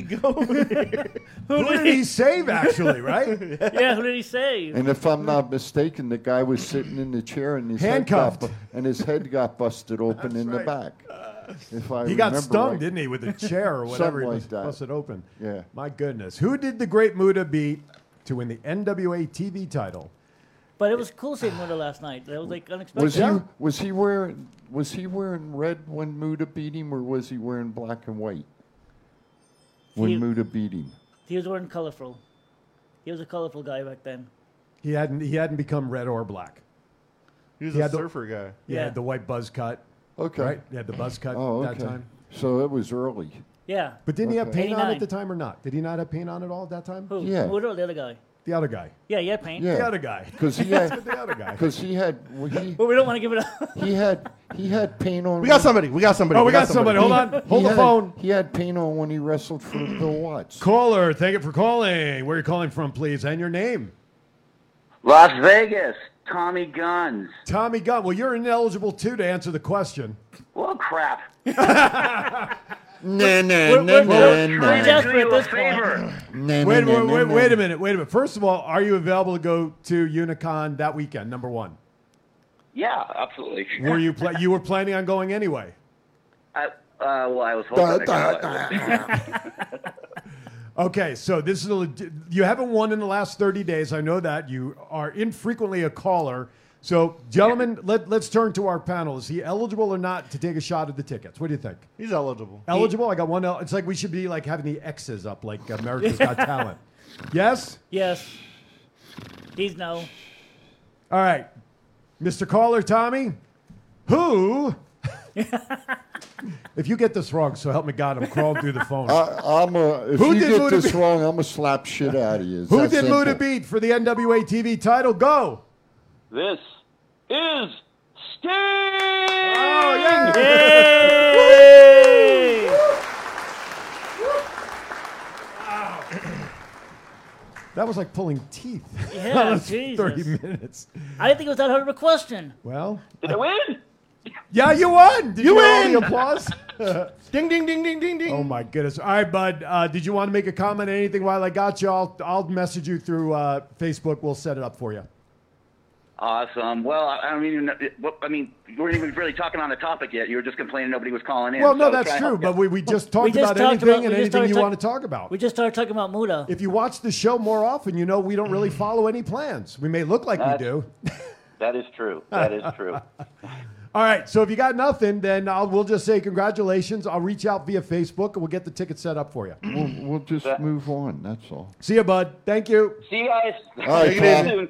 go with? Who did he save, actually, right? Yeah, who did he save? and if I'm not mistaken, the guy was sitting in the chair and his Handcuffed. head got, bu- and his head got busted open in the back. Uh, If I he got remember stung, right. didn't he, with a chair or whatever? Something he like was that. busted open. Yeah. My goodness. Who did the Great Muda beat to win the NWA TV title? But it was cool seeing Muda last night. That was like unexpected. Was he was he wearing was he wearing red when Muda beat him, or was he wearing black and white when He- Muda beat him? He was wearing colorful. He was a colorful guy back then. He hadn't he hadn't become red or black. He was He a had the- surfer guy. He Yeah. had the white buzz cut. Okay. Right? He had the buzz cut Oh, okay. that time. So it was early. Yeah. But didn't he have Okay. paint on at 89. the time or not? Did he not have paint on at all at that time? Who? Yeah. Muda or the other guy? The other guy. Yeah, yeah, Payne. The other guy. Because he Let's had get the other guy. Because he had well, he, But we don't want to give it up. he had he had pain on. We got somebody. We got somebody. Oh, we got somebody. Hold He- on. he Hold the had- phone. He had pain on when he wrestled for Bill Watts. Caller, thank you for calling. Where are you calling from, please? And your name? Las Vegas, Tommy Guns. Tommy Gunn. Well, you're ineligible too to answer the question. Well, crap. No, We're- we're- we're- Trying to we're- do you a favor. Wait, wait, wait, wait a minute. Wait a minute. First of all, are you available to go to Unicon that weekend? Number one. Yeah, absolutely. Were you pla- you were planning on going anyway? I, uh, well, I was hoping. Da, to Okay, so this is a legit, you haven't won in the last 30 days. I know that you are infrequently a caller. So, gentlemen, let, let's turn to our panel. Is he eligible or not to take a shot at the tickets? What do you think? He's eligible. Eligible? I got one. El- it's like we should be like having the X's up, like America's Got Talent. Yes. Yes. He's no. All right, Mr. Caller Tommy, who? if you get this wrong, so help me God, I'm crawling through the phone. I, I'm a, if Who you did get Luda this beat? wrong, I'm gonna slap shit out of you. It's Who that did simple. Luda beat for the NWA TV title? Go. This is Sting. Oh yeah! That was like pulling teeth. Yeah, That was Jesus. Thirty minutes. I didn't think it was that hard of a question. Well, Did I win? yeah, you won. Did You you, all win! The applause. ding, ding, ding, ding, ding, ding. Oh my goodness! All right, bud. Uh, did you want to make a comment? Anything while I got you, I'll I'll message you through uh, Facebook. We'll set it up for you. awesome. Well, I I don't even. know- what- I mean, we weren't even really talking on the topic yet. You were just complaining nobody was calling in. Well, no, so that's try to true. help But we, we just We talked just about talked anything about- and we just anything started you talk- want to talk about. We just started talking about Muda. If you watch the show more often, you know we don't really follow any plans. We may look like we do. That is true. That is true. All right. So if you got nothing, then I'll, we'll just say congratulations. I'll reach out via Facebook and we'll get the ticket set up for you. We'll, we'll just move on. That's all. See you, bud. Thank you. See you guys. All right, Tom.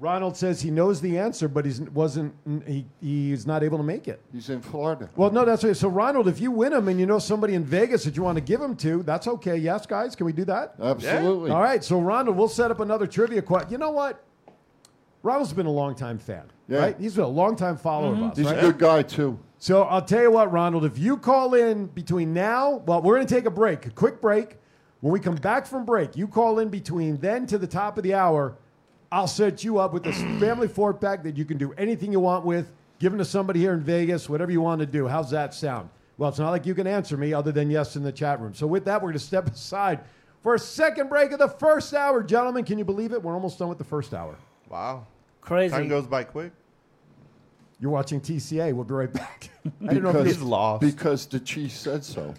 Ronald says he knows the answer, but he's wasn't he, he's not able to make it. He's in Florida. Well, no, that's right. So Ronald, if you win him and you know somebody in Vegas that you want to give him to, that's okay. Yes, guys, can we do that? Absolutely. All right. So Ronald, we'll set up another trivia question. You know what? Ronald's been a long time fan, Yeah. right? He's been a long time follower Mhm. of us. He's a right? good guy too. So I'll tell you what, Ronald, if you call in between now, well, we're going to take a break, a quick break. When we come back from break, you call in between then to the top of the hour. I'll set you up with this family four pack that you can do anything you want with, given to somebody here in Vegas, whatever you want to do. How's that sound? Well, it's not like you can answer me other than yes in the chat room. So with that, we're going to step aside for a second break of the first hour. Gentlemen, can you believe it? We're almost done with the first hour. Wow. Crazy. Time goes by quick. You're watching TCA. We'll be right back. I don't know if Because, you- because the chief said so.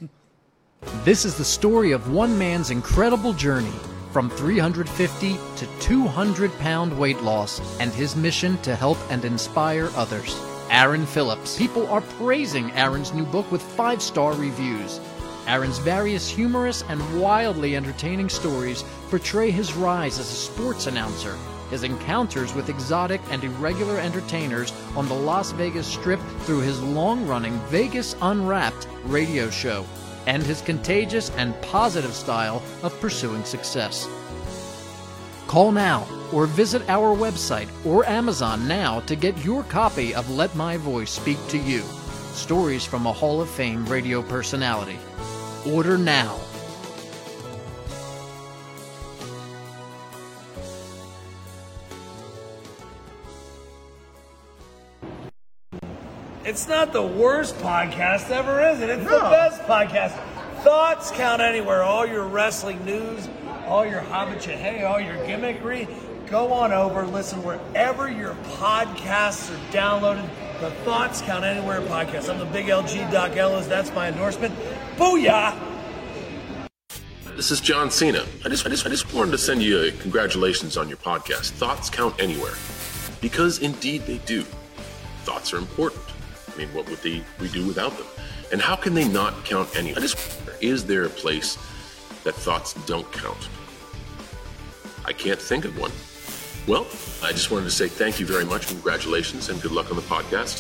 This is the story of one man's incredible journey from 350 to 200 pound weight loss and his mission to help and inspire others. Aaron Phillips. People are praising Aaron's new book with five star reviews. Aaron's various humorous and wildly entertaining stories portray his rise as a sports announcer, his encounters with exotic and irregular entertainers on the Las Vegas Strip through his long running Vegas Unwrapped radio show and his contagious and positive style of pursuing success. Call now or visit our website or Amazon now to get your copy of Let My Voice Speak to You Stories from a Hall of Fame radio personality. Order now. It's not the worst podcast ever, is it? It's the best podcast. Thoughts count anywhere. All your wrestling news, all your hobbitcha, all your gimmickry. Go on over, listen wherever your podcasts are downloaded. The Thoughts Count Anywhere podcast. I'm the big LG Doc Ellis. That's my endorsement. Booyah! This is John Cena. I just, I just, I just wanted to send you a congratulations on your podcast. Thoughts count anywhere, because indeed they do. Thoughts are important. I mean, what would they we do without them? And how can they not count anywhere? I just wonder, is there a place that thoughts don't count? I can't think of one. Well, I just wanted to say thank you very much, congratulations, and good luck on the podcast.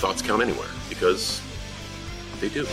Thoughts count anywhere because they do.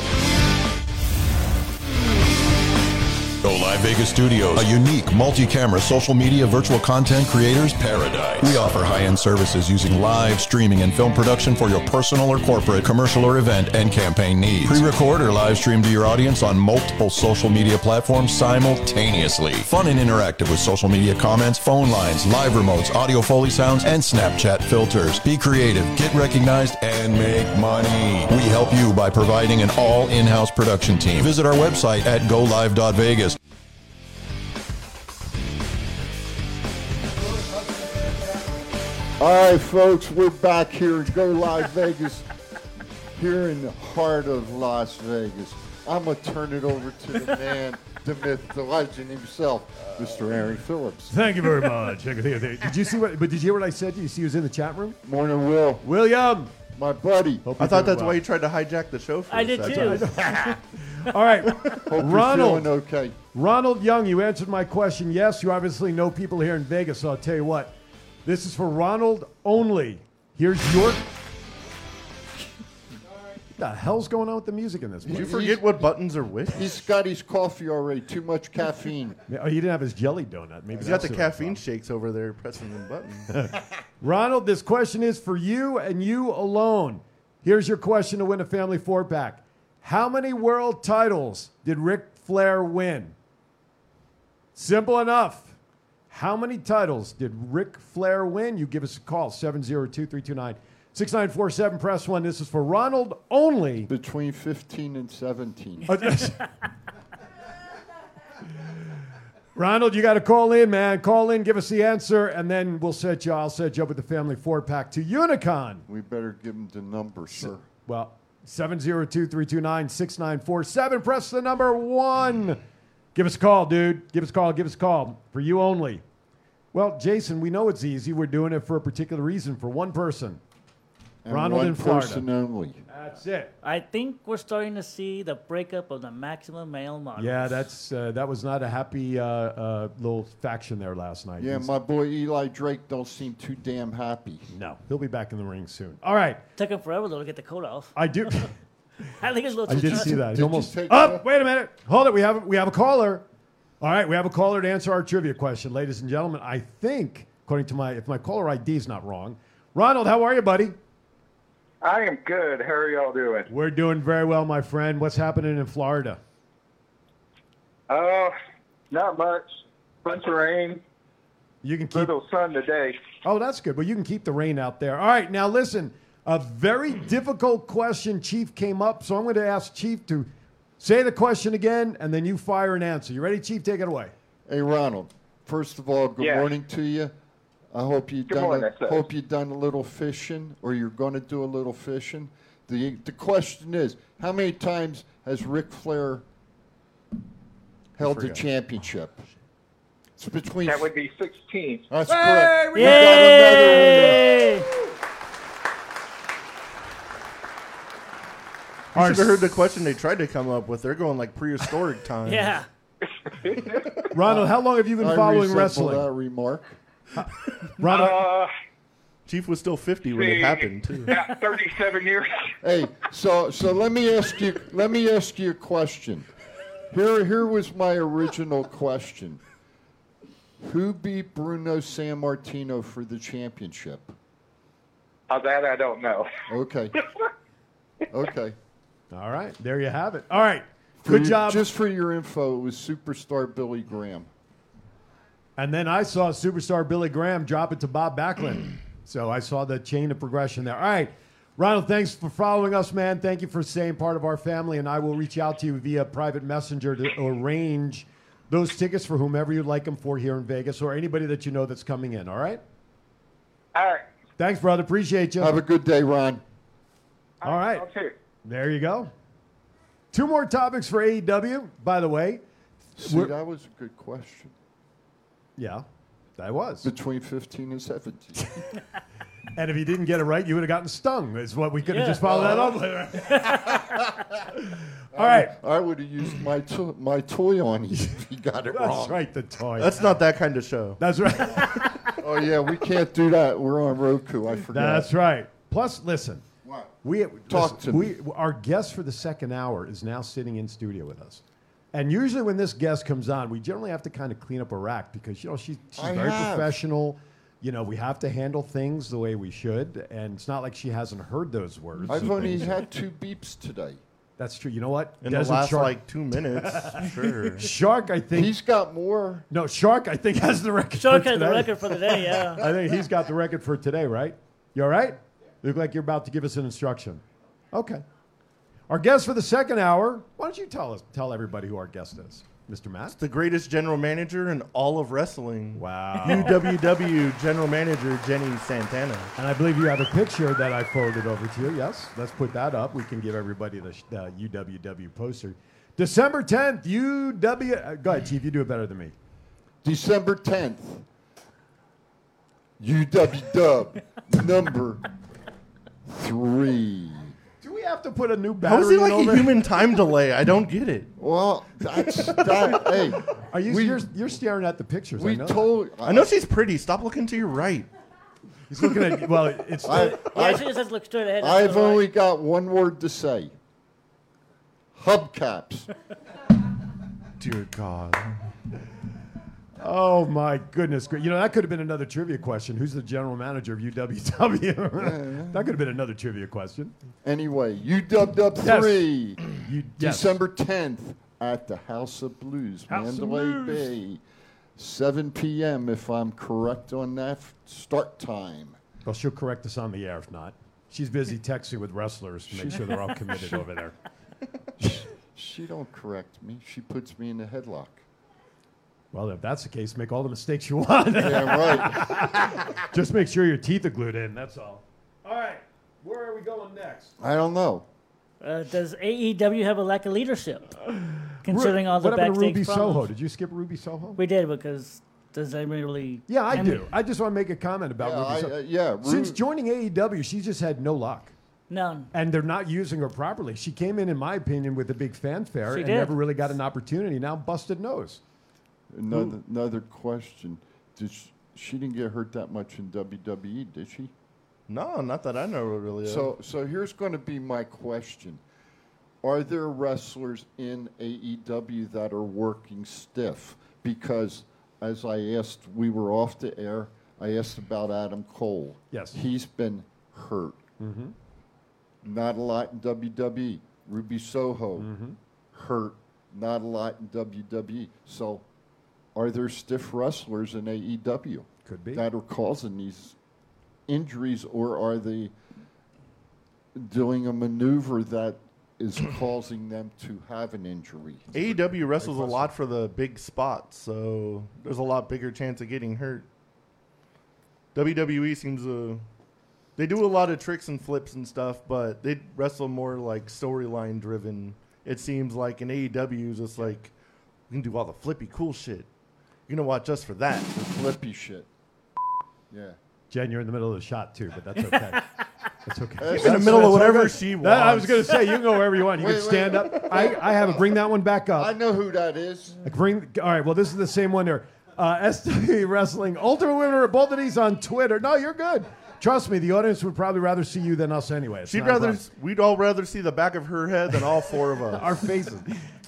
Go Live Vegas Studios, a unique multi camera social media virtual content creators paradise. We offer high end services using live streaming and film production for your personal or corporate, commercial or event, and campaign needs. Pre record or live stream to your audience on multiple social media platforms simultaneously. Fun and interactive with social media comments, phone lines, live remotes, audio Foley sounds, and Snapchat filters. Be creative, get recognized, and make money. We help you by providing an all in house production team. Visit our website at golive.vegas. All right, folks, we're back here at Go Live Vegas, here in the heart of Las Vegas. I'm going to turn it over to the man, the myth, the legend himself, Mr. Aaron Phillips. Thank you very much. did you see what? But did you hear what I said? Did you see who's in the chat room? Morning, Will. William, my buddy. I thought that's why you tried to hijack the show. For I a did second. too. All right, Ronald. Ronald Young, you answered my question. Yes, you obviously know people here in Vegas. So I'll tell you what. This is for Ronald only. Here's your. What the hell's going on with the music in this? Did place? you forget what buttons are with? He's got his coffee already. Too much caffeine. Oh, he didn't have his jelly donut. Maybe He's got that's the what it was. caffeine shakes over there pressing the button. Ronald, this question is for you and you alone. Here's your question to win a family four pack. How many world titles did Ric Flair win? Simple enough. How many titles did Ric Flair win? You give us a call 702 329 6947. Press one. This is for Ronald only. Uh, Between 15 and 17. Ronald, you got to call in, man. Call in, give us the answer, and then we'll set you. I'll set you up with the family four pack to Unicon. We better give him the number, sir. Well, 702 329 6947. Press the number one. Give us a call, dude. Give us a call. Give us a call for you only. Well, Jason, we know it's easy. We're doing it for a particular reason, for one person. And Ronald one in Florida. person only. That's it. I think we're starting to see the breakup of the maximum male model. Yeah, that's uh, that was not a happy uh, uh, little faction there last night. Yeah, He's- my boy Eli Drake don't seem too damn happy. No. He'll be back in the ring soon. All right. Took him forever though to get the coat off. I do. I think it's a little. I too did much. see that. He almost up. Wait a minute. Hold it. We have we have a caller. All right, we have a caller to answer our trivia question, ladies and gentlemen. I think, according to my if my caller ID is not wrong, Ronald, how are you, buddy? I am good. How are y'all doing? We're doing very well, my friend. What's happening in Florida? Oh, not much. Bunch of rain. You can keep little sun today. Oh, that's good. Well, you can keep the rain out there. All right, now listen. A very difficult question, Chief, came up, so I'm going to ask Chief to say the question again, and then you fire an answer. You ready, Chief? Take it away. Hey, Ronald. First of all, good Yeah. morning to you. I hope you Good done morning, a, sir. hope you done a little fishing, or you're going to do a little fishing. the The question is, how many times has Ric Flair held the forgot. championship? It's between. That would be 16. That's Hey, correct. we We got another winner. I should have heard the question they tried to come up with. They're going like prehistoric times. Ronald, how long have you been I following resemble wrestling? that remark. Ronald, Chief was still 50 when it see. happened, too. Yeah, 37 years. hey, so so let me ask you let me ask you a question. Here here was my original question. Who beat Bruno San Martino for the championship? Uh, that I don't know. Okay. Okay. All right. There you have it. All right. For Good you- job. Just for your info, it was superstar Billy Graham. And then I saw superstar Billy Graham drop it to Bob Backlund. so I saw the chain of progression there. All right. Ronald, thanks for following us, man. Thank you for staying part of our family. And I will reach out to you via private messenger to arrange those tickets for whomever you'd like them for here in Vegas or anybody that you know that's coming in. All right. All right. Thanks, brother. Appreciate you. Have a good day, Ron. All right. There you go. Two more topics for AEW, by the way. See, We're- that was a good question. yeah, that was. Between 15 and 17. And if you didn't get it right, you would have gotten stung, is what we could have Yeah. just followed that up with. All right. I would have used my to- my toy on you if you got it That's wrong. right, the toy. That's not that kind of show. That's right. oh yeah, we can't do that. We're on Roku. I forgot. That's right. Plus, listen. What? We Talk listen, to we, Our guest for the second hour is now sitting in studio with us. And usually when this guest comes on, we generally have to kind of clean up a rack because you know she, she's I very have. professional. You know, we have to handle things the way we should, and it's not like she hasn't heard those words. I've and only things. had two beeps today. That's true. You know what? In the last, like, two minutes, sure. Shark, I think he's got more. No, Shark, I think has the record. Shark for has the today. record for the day, yeah. I think he's got the record for today, right? You all right? You look like you're about to give us an instruction. Okay. Our guest for the second hour. Why don't you tell us? Tell everybody who our guest is, Mr. Matt. The greatest general manager in all of wrestling. Wow. UWW general manager Jenny Santana. And I believe you have a picture that I forwarded over to you. Yes, let's put that up. We can give everybody the sh- uh, UWW poster. December 10th, UW. uh, Go ahead, Chief. You do it better than me. December 10th, UW Dub number three. Do we have to put a new battery How is it like in a over? human time delay? I don't get it. Well, that's that. hey, Are you, you're, you're staring at the pictures. I we know told- uh, I know she's pretty. Stop looking to your right. He's looking at well. It's I- Yeah, she just says look straight ahead. that's I've all right. only got one word to say hubcaps. Dear God. Oh my goodness! gra- You know that could have been another trivia question. Who's the general manager of UWW? that could have been another trivia question. Anyway, UWW Yes. 3, You- yes. December 10th at the House of Blues, House of Mandalay Blues. Bay. 7 p.m., if I'm correct on that f- start time. Well, she'll correct us on the air if not. She's busy texting with wrestlers to make sure they're all committed over there. She don't correct me. She puts me in a headlock. Well, if that's the case, make all the mistakes you want. Yeah, right. Just make sure your teeth are glued in. That's all. All right, where are we going next? I don't know. Uh, does AEW have a lack of leadership? Considering all the what happened to backstage Ruby problems. Soho? Did you skip Ruby Soho? We did because does anybody really? Yeah, I mean, do. I just want to make a comment about Yeah, I- Ruby. Soho. uh, yeah, Since Ru- joining AEW, she's just had no luck. None. And they're not using her properly. She came in, in my opinion, with a big fanfare She and did. never really got an opportunity. Now busted nose. Another, Hmm. another question. Did she, she didn't get hurt that much in WWE, did she? No, not that I know really. of. So, so here's going to be my question: Are there wrestlers in AEW that are working stiff? Because as I asked, we were off the air. I asked about Adam Cole. Yes. he's been hurt. Mhm. Not a lot in WWE. Ruby Soho Mm-hmm. hurt. Not a lot in WWE. So, are there stiff wrestlers in AEW? Could be. that are causing these injuries, or are they doing a maneuver that is causing them to have an injury? AEW wrestles a lot for the big spots, so there's a lot bigger chance of getting hurt. WWE seems to they do a lot of tricks and flips and stuff, but they wrestle more like storyline driven. It seems like in AEW is just like we can do all the flippy cool shit. You're gonna watch us for that. The flippy shit. Yeah. Jen, you're in the middle of the shot too, but that's okay. That's okay. She's in the middle of whatever she That- I was wants. going to say, you can go wherever you want. You Wait, can wait, stand wait. up. I, I have a bring that one back up. I know who that is. Like, Bring all right. Well, this is the same one there. Uh, SW Wrestling Ultimate Winner. Both of these on Twitter. No, you're good. Trust me, the audience would probably rather see you than us anyway. It's She'd not a rather problem. we'd all rather see the back of her head than all four of us. Our faces.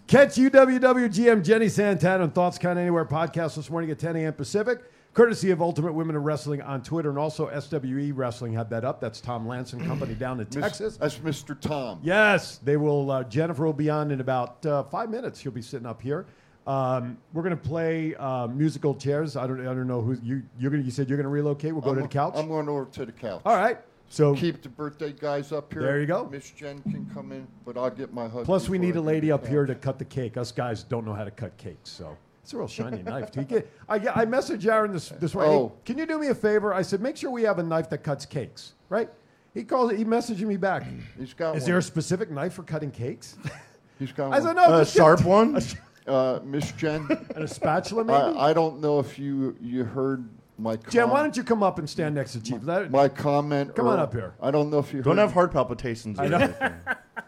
Catch UWWGM Jenny Santana and Thoughts Count Anywhere podcast this morning at 10 a.m. Pacific, courtesy of Ultimate Women of Wrestling on Twitter and also SWE Wrestling had that up. That's Tom Lanson Company down in Texas. That's Mr. Tom. Yes, they will. Uh, Jennifer will be on in about uh, five minutes. She'll be sitting up here. Um, we're gonna play uh, musical chairs. I don't. I don't know who you. You're gonna. You said you're gonna relocate. We'll go to the couch. I'm going over to the couch. All right. So keep the birthday guys up here. There you go. Miss Jen can come in, but I'll get my hug. Plus, we before need I a get lady the up couch. here to cut the cake. Us guys don't know how to cut cakes, so it's a real shiny knife. Do you get? I I messaged Aaron this this morning. Oh. "Hey, can you do me a favor? I said, make sure we have a knife that cuts cakes, right? He called. He messaged me back. He's got Is one. there a specific knife for cutting cakes? He's got I said, Uh, one. no, A just get- sharp one? Uh, Miss Jen. And a spatula, maybe? I, I don't know if you you heard my. Com- Jen, why don't you come up and stand next to Chief? Let- My comment. Come on earl- up here. I don't know if you Don't heard- have heart palpitations. or I know.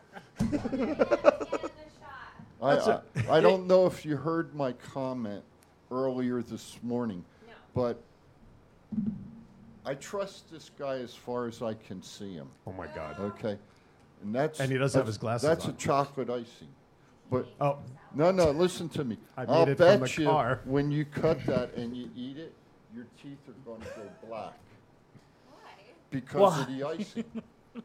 anything. I, That's a- I, I don't know if you heard my comment earlier this morning, but I trust this guy as far as I can see him. Oh my God. Okay, and that's And he does have his glasses That's on. a chocolate icing. But no, no, listen to me. Oh. I made I'll it bet from the you car. when you cut that and you eat it, your teeth are going to go black. Because of Why? the icing.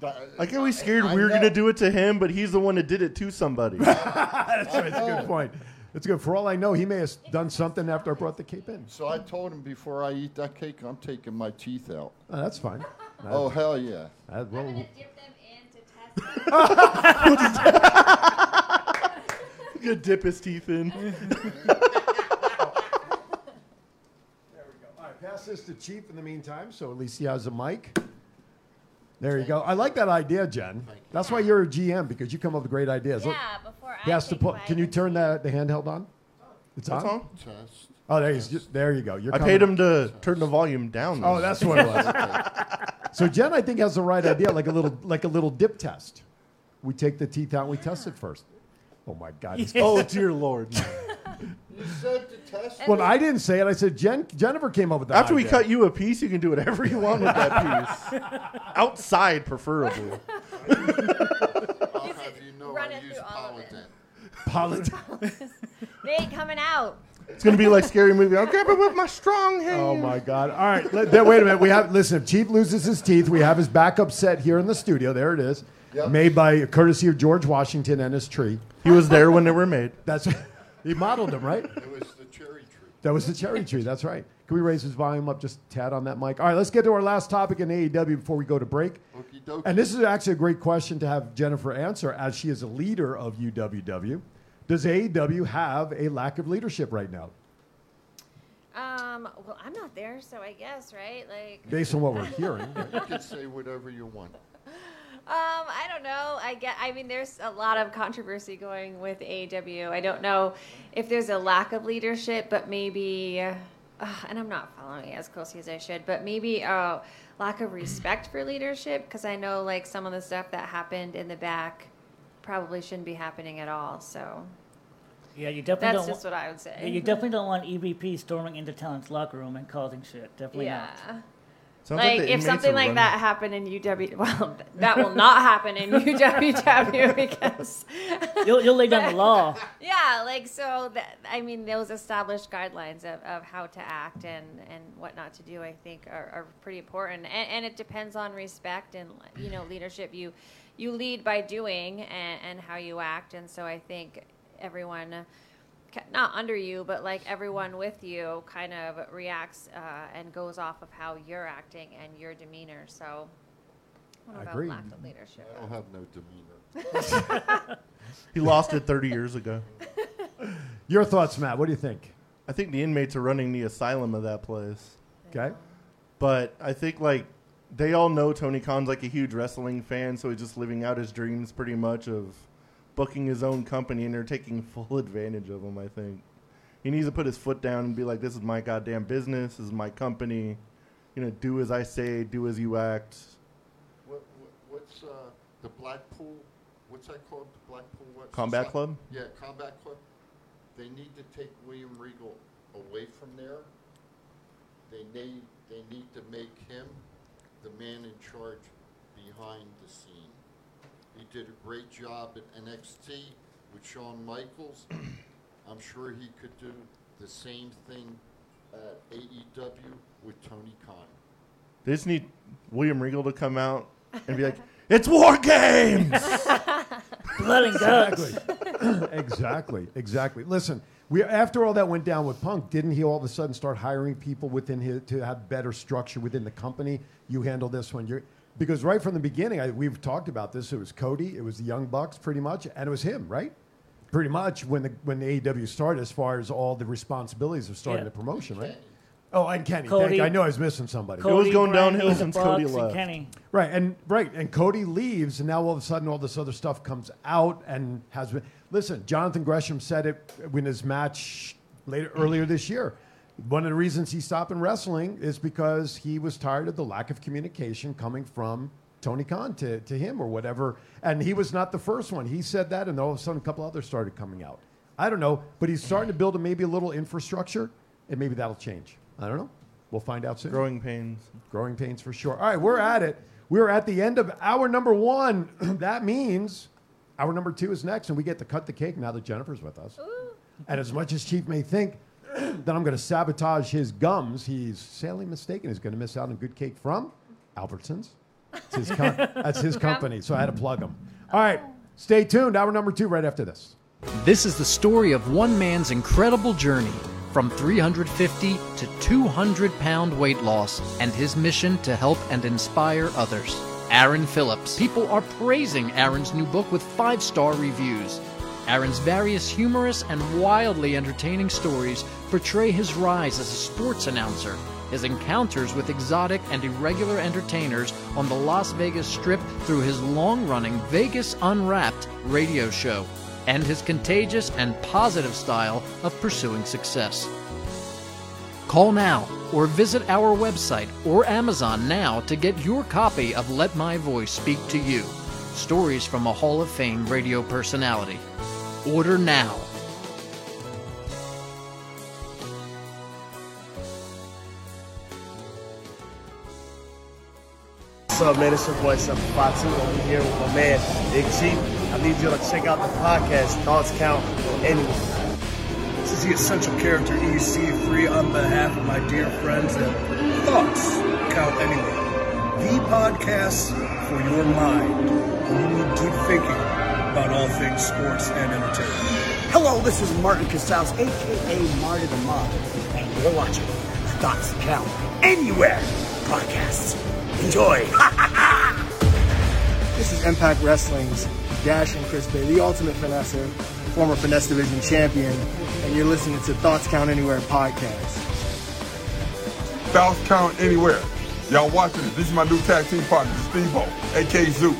That- Like, are we scared I we were know. going to do it to him, but he's the one that did it to somebody? That's right. That's a good point. That's good. For all I know, Oh, he may have done something after I brought the cape in. So I told him before I eat that cake, I'm taking my teeth out. Oh, that's fine. oh hell yeah! Gonna dip his teeth in. All right, pass this to Chief in the meantime, so at least he has a mic. There you go. I like that idea, Jen. That's why you're a GM because you come up with great ideas. Look, Yeah, before I he has to take put. my- Can you turn the, the handheld on? It's That's on. on. Test. Oh, there he's. Just, there you go. You're I coming. paid him to turn the volume down. Oh, that's what it was. so Jen, I think has the right idea, like a little, like a little dip test. We take the teeth out. and We test it first. Oh my God! he's- Oh, dear Lord. You said to test. well, I didn't say it. I said Jen. Jennifer came up with that. After we idea. cut you a piece, you can do whatever you want with that piece. Outside, preferably. I'll have you know I use Politan. Polit- They ain't coming out. It's gonna be like scary movie. I'll grab it with my strong hand. Oh my God! All right, let, there- wait a minute. We have listen. If Chief loses his teeth, we have his backup set here in the studio. There it is, Yep. made by courtesy of George Washington and his tree. He was there when they were made. That's he modeled them, right? It was the cherry tree. That was the cherry tree. That's right. Can we raise his volume up just a tad on that mic? All right, let's get to our last topic in AEW before we go to break. Okey-dokey. And this is actually a great question to have Jennifer answer, as she is a leader of UWW. Does AEW have a lack of leadership right now, Um, well, I'm not there, so I guess, right? Like, based on what we're hearing? You can say whatever you want. um, I don't know. I get. I mean, there's a lot of controversy going with AEW. I don't know if there's a lack of leadership, but maybe. Uh, and I'm not following it as closely as I should, but maybe uh, lack of respect for leadership because I know like some of the stuff that happened in the back probably shouldn't be happening at all. So Yeah, you definitely That's don't. just what I would say. Yeah, you definitely don't want EVP storming into talent's locker room and causing shit. Definitely yeah. not. like if something like that happened in UW, well, that will not happen in UWW because you'll you'll lay down the law. yeah, like so. That, I mean, those established guidelines of, of how to act and, and what not to do, I think, are, are pretty important. And, and it depends on respect and you know leadership. You you lead by doing and, and how you act, and so I think everyone. uh, ca- Not under you, but like everyone with you kind of reacts uh, and goes off of how you're acting and your demeanor. So, what I about agree. lack of leadership? I don't have no demeanor. He lost it 30 years ago. Your thoughts, Matt? What do you think? I think the inmates are running the asylum of that place. Okay. But I think like they all know Tony Khan's like a huge wrestling fan, so he's just living out his dreams pretty much of booking his own company, and they're taking full advantage of him. I think he needs to put his foot down and be like, "This is my goddamn business. This is my company. You know, do as I say, do as you act." What, what, what's uh, the Blackpool? What's that called? The Blackpool what? Combat Soci- Club? Yeah, Combat Club. They need to take William Regal away from there. They need they need to make him the man in charge behind the scene. He did a great job at NXT with Shawn Michaels. I'm sure he could do the same thing at AEW with Tony Khan. They just need William Regal to come out and be like, "It's war games." Blood and guts. Exactly. exactly. Exactly. Listen, we after all that went down with Punk, didn't he all of a sudden start hiring people within his to have better structure within the company? You handle this one. You're because right from the beginning, I, we've talked about this. It was Cody, it was the Young Bucks, pretty much, and it was him, right? Pretty much when the when the AEW started, as far as all the responsibilities of starting Yeah. the promotion, right? Oh, and Kenny. Thank Cody- you. I know I was missing somebody. Cody, It was going Brandy, downhill the since Cody Bucks, and left. Kenny. Right, and right, and Cody leaves, and now all of a sudden all this other stuff comes out and has been. Listen, Jonathan Gresham said it in his match later earlier this year. One of the reasons he stopped in wrestling is because he was tired of the lack of communication coming from Tony Khan to, to him or whatever. And he was not the first one. He said that, and all of a sudden a couple others started coming out. I don't know, but he's starting to build a, maybe a little infrastructure, and maybe that'll change. I don't know. We'll find out soon. Growing pains. Growing pains for sure. All right, we're at it. We're at the end of hour number one. that means Hour number two is next, and we get to cut the cake now that Jennifer's with us. And as much as Chief may think that I'm going to sabotage his gums, he's sadly mistaken. He's going to miss out on good cake from Albertsons. That's his, com- that's his company, so I had to plug him. All right, stay tuned. Hour number two right after this. This is the story of one man's incredible journey from 350 to 200 pound weight loss and his mission to help and inspire others. Aaron Phillips. People are praising Aaron's new book with five star reviews. Aaron's various humorous and wildly entertaining stories portray his rise as a sports announcer, his encounters with exotic and irregular entertainers on the Las Vegas Strip through his long running Vegas Unwrapped radio show, and his contagious and positive style of pursuing success. Call now or visit our website or Amazon now to get your copy of Let My Voice Speak to You Stories from a Hall of Fame radio personality. Order now. What's up, man? It's your boy, Seven Fox. over here with my man, Big Chief. I need you to check out the podcast, Thoughts Count Anywhere. This is the Essential Character EC3 on behalf of my dear friends at Thoughts Count Anywhere, the podcast for your mind when you need deep thinking about all things sports and entertainment. Hello, this is Martin Casals, aka Marty the Mob, and you're watching the Thoughts Count Anywhere podcast. Enjoy. This is Impact Wrestling's Dash and Chris Bay, the ultimate finesser, former finesse division champion, and you're listening to Thoughts Count Anywhere podcast. Bounce count anywhere. Y'all watching this. This is my new tag team partner, Stevo, aka Zeus,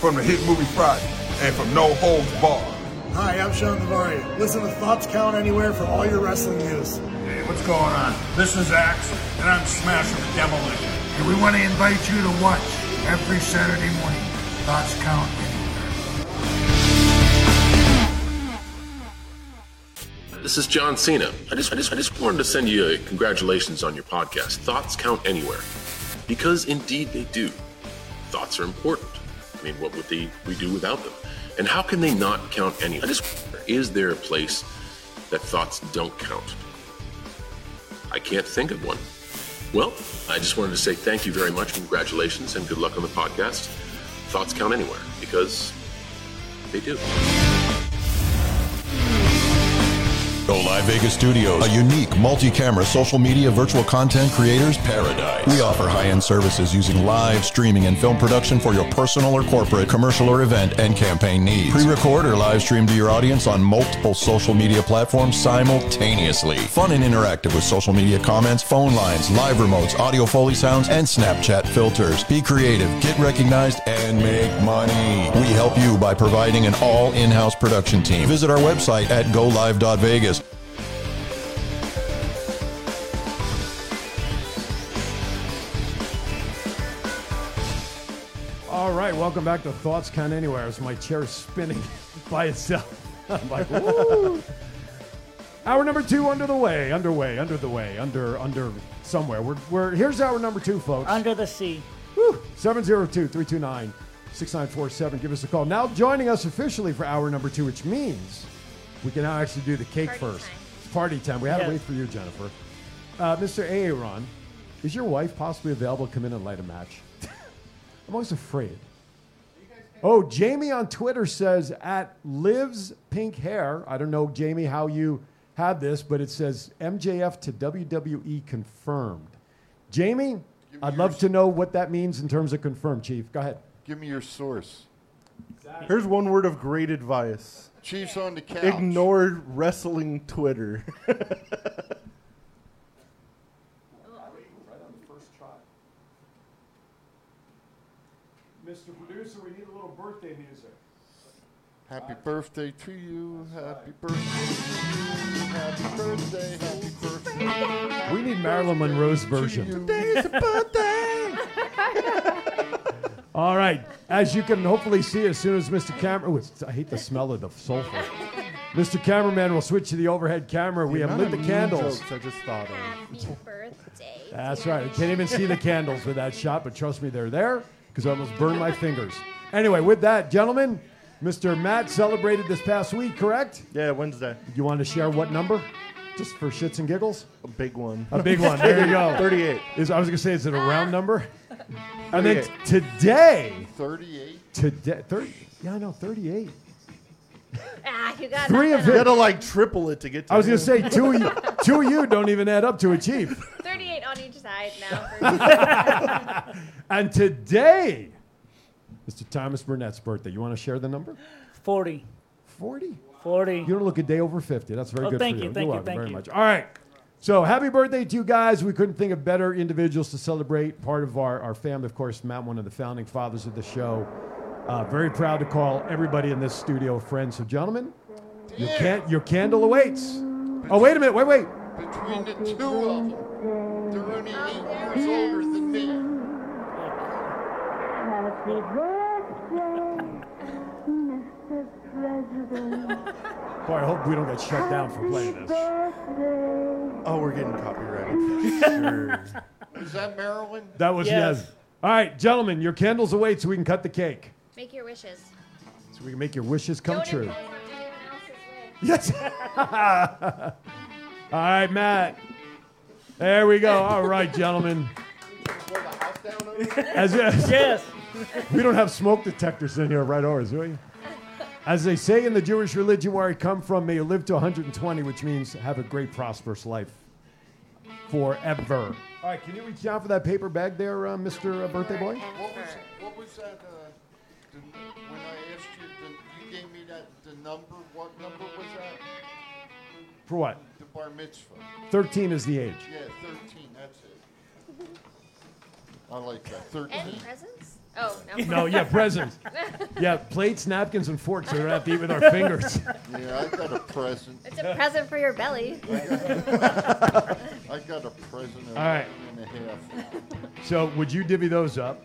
from the hit movie Friday and from No Holds Bar. Hi, I'm Sean Devari. Listen to Thoughts Count Anywhere for all your wrestling news. Hey, what's going on? This is Axe, and I'm smashing the demolition. And we want to invite you to watch every Saturday morning. Thoughts count. This is John Cena. I just, I just, I just wanted to send you a congratulations on your podcast. Thoughts count anywhere, because indeed they do. Thoughts are important. I mean, what would they we do without them? And how can they not count anywhere? I just wonder, is there a place that thoughts don't count? I can't think of one. Well, I just wanted to say thank you very much, congratulations, and good luck on the podcast. Thoughts count anywhere because they do. Go Live Vegas Studios, a unique multi-camera social media virtual content creators paradise. We offer high-end services using live streaming and film production for your personal or corporate, commercial or event and campaign needs. Pre-record or live stream to your audience on multiple social media platforms simultaneously. Fun and interactive with social media comments, phone lines, live remotes, audio foley sounds, and Snapchat filters. Be creative, get recognized, and make money. We help you by providing an all in-house production team. Visit our website at golive.vegas. All right, welcome back to Thoughts Count Anywhere. As my chair's spinning by itself, I'm like, woo. hour number two under the way, underway, under the way, under under somewhere. We're, we're here's hour number two, folks. Under the sea. 702-329-6947. Give us a call. Now joining us officially for hour number two, which means we can now actually do the cake Party first. It's party time. We had Yeah. to wait for you, Jennifer. Uh, Mr. Aaron, is your wife possibly available to come in and light a match? I'm always afraid. Oh, Jamie on Twitter says at lives pink hair. I don't know, Jamie, how you had this, but it says MJF to WWE confirmed. Jamie, I'd love to know what that means in terms of confirmed, Chief. Go ahead. Give me your source. Here's one word of great advice. Chiefs on the couch. Ignore wrestling Twitter. Mr. Producer, we need a little birthday music. Happy birthday to you. Happy birthday. Happy birthday. Happy birthday. We need Marilyn Monroe's version. Today is a birthday. All right. As you can hopefully see, as soon as Mr. Camera, Ooh, it's- I hate the smell of the sulfur. Mr. Cameraman will switch to the overhead camera. We have amount lit of the mean candles. jokes I just thought of. That's right. I can't even see the candles with that shot, but trust me, they're there because I almost burned my fingers. Anyway, with that, gentlemen, Mr. Matt celebrated this past week, correct? Yeah, Wednesday. You want to share what number? Just for shits and giggles? A big one. A big one. There you go. 38. Is, I was going to say, is it a round number? And then 38. today. 38? Today. 30, yeah, I know, 38. Ah, you got Three of nothing him. on- triple it to get to I was going to him. say, two of, you, two of you don't even add up to a chief. 38 on each side now. for- And today, Mr. Thomas Burnett's birthday. You want to share the number? 40. 40? 40. You don't look a day over 50. That's very Oh, good thank for you, you. thank You're you, welcome thank very you. much. All right. So happy birthday to you guys. We couldn't think of better individuals to celebrate. Part of our, our family, of course, Matt, one of the founding fathers of the show. Uh, very proud to call everybody in this studio a friend. So, gentlemen, your, can- your candle awaits. Oh, wait a minute. Wait, wait. Between the two of them, they're only eight years older than me. Happy birthday, Mr. President. Boy, I hope we don't get shut down for playing this. Birthday. Oh, we're getting copyrighted. for sure. Was that Marilyn? That was yes. All right, gentlemen, your candles await so we can cut the cake. Make your wishes. So we can make your wishes come Don't true. impose on anyone else's wish. Yes. All right, Matt. There we go. All right, gentlemen. As, as- Yes. We don't have smoke detectors in here, right, ours, do we? As they say in the Jewish religion where I come from, may you live to 120, which means have a great, prosperous life forever. All right, can you reach out for that paper bag there, uh, Mr. uh, Birthday Boy? What was, what was that, uh, the, when I asked you, the, you gave me that, the number, what number was that? For what? The bar mitzvah. 13 is the age. Yeah, 13, that's it. I like that, 13. And presents? Oh, no. No, yeah, presents. Yeah, plates, napkins, and forks. So we don't have to eat with our fingers. Yeah, I got a present. It's a present for your belly. I got a present of All right. and a half. So, would you divvy those up?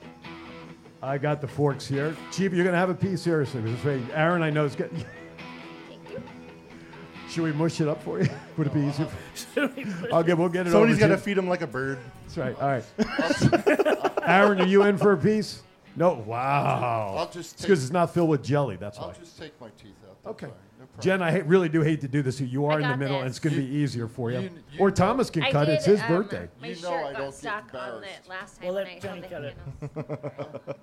I got the forks here. Chief, you're going to have a piece here. So this way, Aaron, I know it's good. Should we mush it up for you? Would it be easier? I'll get, we'll get it Somebody's over gotta to feed him like a bird. That's right. All right. Aaron, are you in for a piece? No. Wow. I'll just It's take- because it's not filled with jelly. That's why. I'll just take my teeth out. that's Okay. fine, no problem. Jen, I hate, really do hate to do this. You are in the got middle, and this. it's going to be easier for you. you- or Thomas can I cut. did, it's his um, birthday. My You know shirt I got don't get stuck on embarrassed. it last time We'll when let I Johnny held the cut it. candle.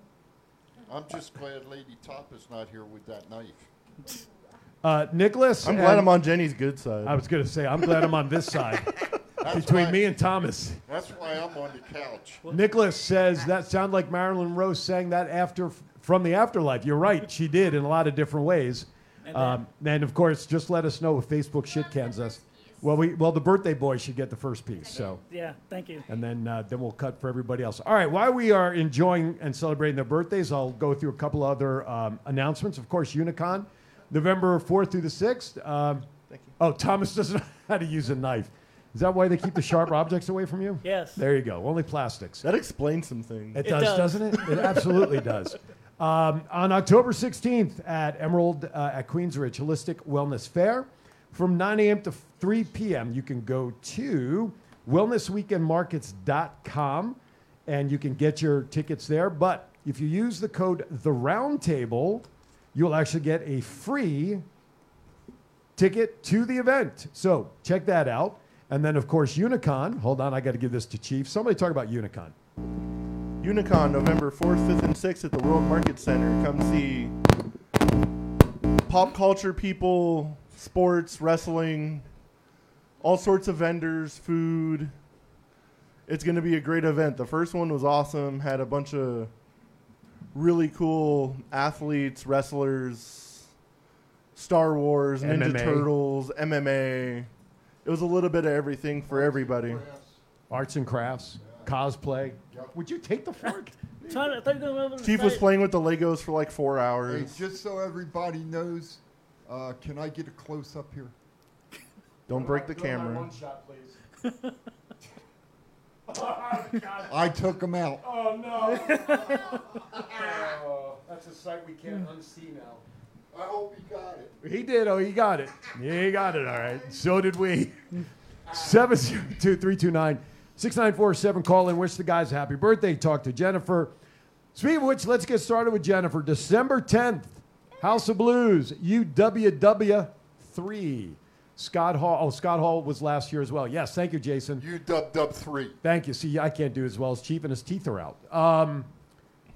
I'm just glad Lady Top is not here with that knife. Uh, Nicholas. I'm glad and- I'm on Jenny's good side. I was going to say, I'm glad I'm on this side. Between me and Thomas. That's why I'm on the couch. Nicholas says that sound like Marilyn Monroe sang that after from the afterlife. You're right, she did in a lot of different ways. And then- Um, and of course, just let us know if Facebook shit cans us. Well, we well the birthday boy should get the first piece. So Yeah, thank you. and then uh, then we'll cut for everybody else. All right, while we are enjoying and celebrating their birthdays, I'll go through a couple other um, announcements. Of course, Unicon, November fourth through the sixth. Um, Thank you. Oh, Thomas doesn't know how to use a knife. Is that why they keep the sharp objects away from you? Yes. There you go. Only plastics. That explains some things. It, does, doesn't it? It absolutely does. Um, on October 16th at Emerald uh, at Queensridge Holistic Wellness Fair, from 9 a.m. to 3 p.m., you can go to wellnessweekendmarkets.com and you can get your tickets there. But if you use the code The Roundtable, you'll actually get a free ticket to the event. So check that out. And then, of course, Unicon. Hold on, I got to give this to Chief. Somebody talk about Unicon. Unicon, November 4th, 5th, and 6th at the World Market Center. Come see pop culture people, sports, wrestling, all sorts of vendors, food. It's going to be a great event. The first one was awesome, had a bunch of really cool athletes, wrestlers, Star Wars, Ninja MMA. Turtles, MMA. It was a little bit of everything for everybody. Arts and crafts, cosplay. Would you take the fork? Trying to- I thought you were gonna move Chief was aside. playing with the Legos for like four Hey, hours. just so everybody knows, uh, can I get a close up here? Don't break the camera. Oh, I took him out. Oh no! that's a sight we can't unsee now. I hope he got it. He did. Oh, he got it. Yeah, he got it. All right. So did we. 702-329-6947. Call in. Wish the guys a happy birthday. Talk to Jennifer. Speaking of which, let's get started with Jennifer. December 10th House of Blues, UWW3. Scott Hall. Oh, Scott Hall was last year as well. Yes, thank you, Jason. UWW3. Thank you. See, I can't do as well as Chief, and his teeth are out. Um,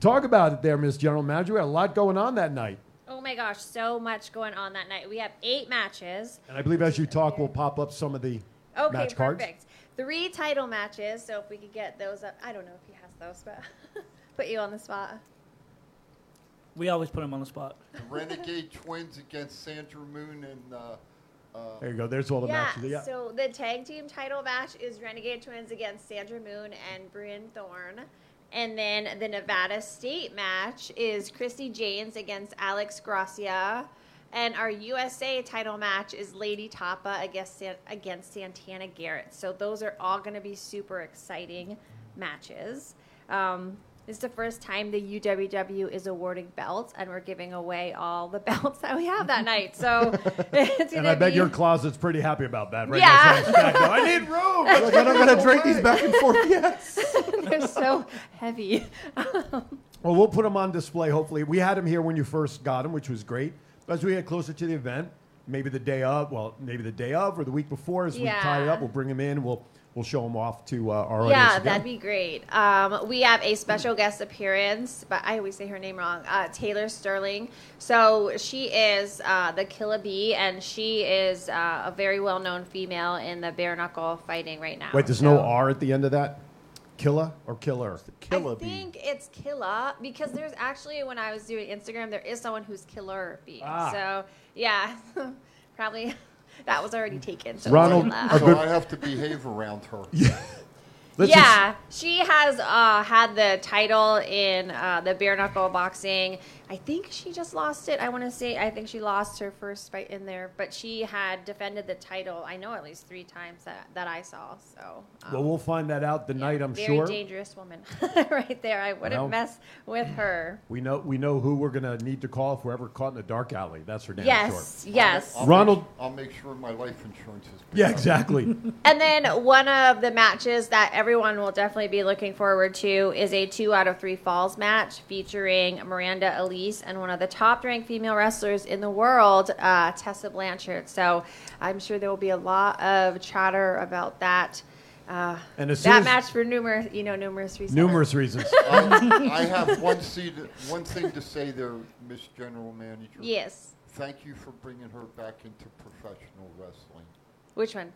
talk about it there, Miss General Manager. We had a lot going on that night. Oh my gosh, so much going on that night. We have eight matches. And I believe as you talk, we'll pop up some of the Okay, match perfect. cards. Three title matches. So if we could get those up, I don't know if he has those, but put you on the spot. We always put him on the spot. The Renegade Twins against Sandra Moon and. Uh, uh, There you go. There's all the yeah, matches. Yeah. So the tag team title match is Renegade Twins against Sandra Moon and Brian Thorne. And then the Nevada State match is Christy Janes against Alex Gracia. And our USA title match is Lady Tapa against, San- against Santana Garrett. So those are all going to be super exciting matches. Um, this is the first time the UWW is awarding belts, and we're giving away all the belts that we have that night. So it's and gonna I bet be- your closet's pretty happy about that, right? Yeah. That's how it's back. I need room. Like, I'm going to drink these back and forth. Yes. They're so heavy. Well, we'll put them on display, hopefully. We had them here when you first got them, which was great. But as we get closer to the event, maybe the day of, well, maybe the day of or the week before, as we tie it Yeah. up, we'll bring them in. We'll, we'll show them off to uh, our audience. yeah, again. that'd be great. Um, we have a special guest appearance, but I always say her name wrong. Uh, Taylor Sterling. So she is uh, the Killer Bee, and she is uh, a very well-known female in the bare knuckle fighting right now. Wait, there's no R at the end of that? Killa or killer? I think it's Killa because there's actually when I was doing Instagram, there is someone who's Killer Bee. Ah. So yeah, probably that was already taken. So it's Ronald, Killa. our so good- I have to behave around her. Let's yeah, she has uh, had the title in uh, the bare knuckle boxing. I think she just lost it. I want to say I think she lost her first fight in there, but she had defended the title. I know at least three times that, that I saw. So um, Well, we'll find that out the night, I'm very sure. dangerous woman, right there. I wouldn't Well. mess with her. We know we know who we're gonna need to call if we're ever caught in a dark alley. That's her damn Yes, sure. yes. Ronald. I'll make sure my life insurance is. Yeah, exactly. And then one of the matches that everyone will definitely be looking forward to is a two out of three falls match featuring Miranda Elise and one of the top ranked female wrestlers in the world, uh, Tessa Blanchard. So I'm sure there will be a lot of chatter about that. Uh, And as soon that as- match for numerous, you know, numerous reasons. Numerous reasons. I, Um, I have one seed, one thing to say there, Miss General Manager. Yes. Thank you for bringing her back into professional wrestling. Which one?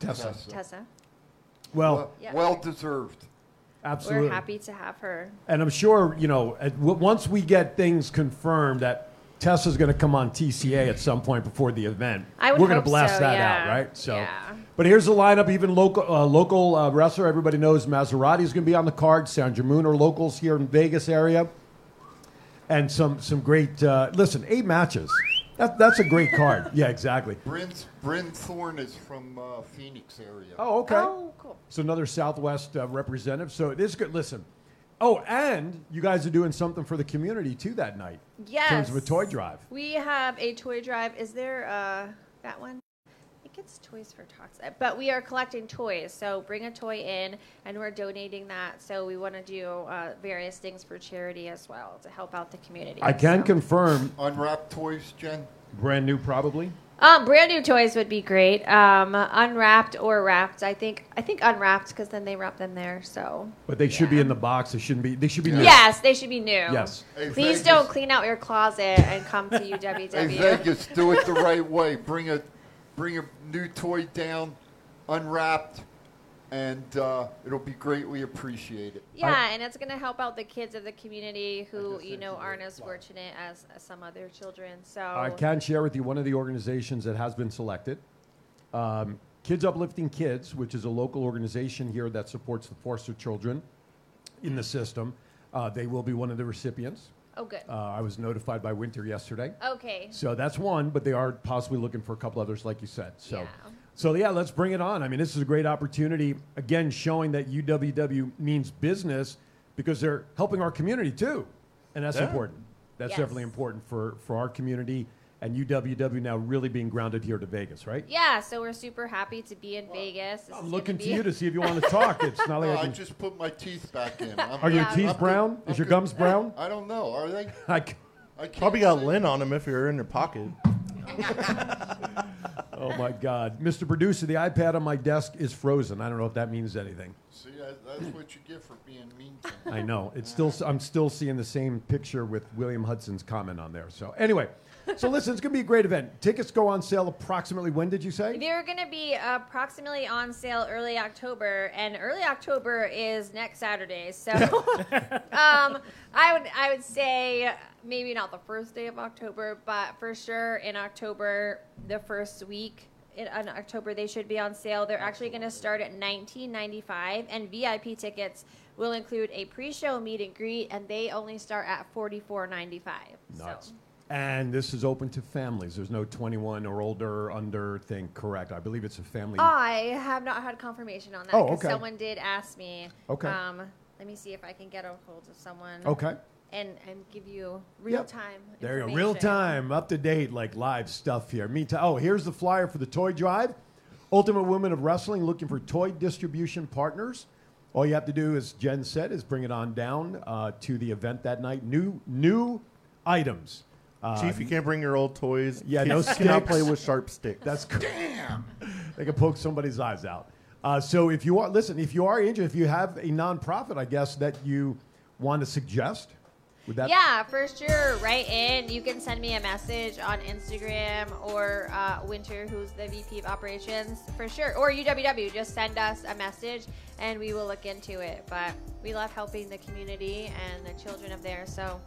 Tessa. Tessa. Well- Yeah. well deserved. Absolutely. We're happy to have her. And I'm sure you know at, w- once we get things confirmed that Tessa's gonna come on TCA at some point before the event. I would we're gonna hope blast so, that out, yeah. right? So. Yeah. But here's the lineup. Even local uh, local uh, wrestler, everybody knows Maserati's going to be on the card. Sandra Moon are locals here in Vegas area, and some some great. Uh, listen, eight matches. That, that's a great card. Yeah, exactly. Bryn, Bryn Thorne is from uh, Phoenix area. Oh, okay. Oh, cool. So another Southwest uh, representative. So it is good. Listen. Oh, and you guys are doing something for the community too that night. In terms of a Yes. toy drive. We have a toy drive. Is there uh, that one? I think it's Toys for Tots. Uh, But we are collecting toys. So bring a toy in and we're donating that. So we want to do uh, various things for charity as well to help out the community. I can confirm. Unwrapped toys, Jen. Brand new, probably. Um, brand new toys would be great. Um, unwrapped or wrapped. I think I think unwrapped because then they wrap them there. So But they should be in the box. They shouldn't be. They should be. new. yes, they should be new. Yes. Hey, Please Vegas. don't clean out your closet and come to Hey, UWW. Vegas, do it the right way. Bring a, bring a new toy down, unwrapped, and uh, it'll be greatly appreciated. Yeah, and it's going to help out the kids of the community who, you know, aren't as fortunate as as some other children. So, I can share with you one of the organizations that has been selected. Um, Kids Uplifting Kids, which is a local organization here that supports the foster children in the system. Uh, they will be one of the recipients. oh, good. Oh, Uh, I was notified by Winter yesterday. okay. So that's one, but they are possibly looking for a couple others, like you said. So, Yeah. so yeah, let's bring it on. I mean, this is a great opportunity again, showing that UWW means business because they're helping our community too, and that's Yeah. important. That's Yes. definitely important for for our community and UWW now really being grounded here to Vegas, right? yeah, so we're super happy to be in Vegas. This is I'm gonna looking to be- you to see if you want to talk. It's not like No, I I, can. just put my teeth back in. I'm Are your good. teeth I'm good. brown? Is your gums brown? I don't know. Are they? I c- Probably got lint on him if you're in your pocket. Oh my God, Mr. Producer, the iPad on my desk is frozen. I don't know if that means anything. See, that, that's what you get for being mean. to me. I know it's still. I'm still seeing the same picture with William Hudson's comment on there. So anyway, so listen, it's going to be a great event. Tickets go on sale approximately when did you say? They're going to be uh, approximately on sale early October, and early October is next Saturday. So, um, I would I would say maybe not the first day of October, but for sure in October, the first week in, in October they should be on sale. They're actually going to start at 19.95, and VIP tickets will include a pre-show meet and greet, and they only start at 44.95. Nuts. And this is open to families. There's no 21 or older under thing. Correct. I believe it's a family. I have not had confirmation on that Oh, 'cause okay. someone did ask me. Okay. Um, let me see if I can get a hold of someone. Okay. And and give you real time. There you go. information. Real time, up to date, like live stuff here. Me too. Oh, here's the flyer for the toy drive. Ultimate Women of Wrestling looking for toy distribution partners. All you have to do, as Jen said, is bring it on down uh, to the event that night. New new items. Uh, Chief, you can't bring your old toys. Yeah, no Kids cannot sticks. play with sharp sticks. That's damn. They can poke somebody's eyes out. Uh, so if you are listen, if you are injured, if you have a nonprofit, I guess that you want to suggest, would that yeah, for sure. Right in. You can send me a message on Instagram or uh, Winter, who's the VP of Operations, for sure. Or UWW. Just send us a message and we will look into it. But we love helping the community and the children of there. So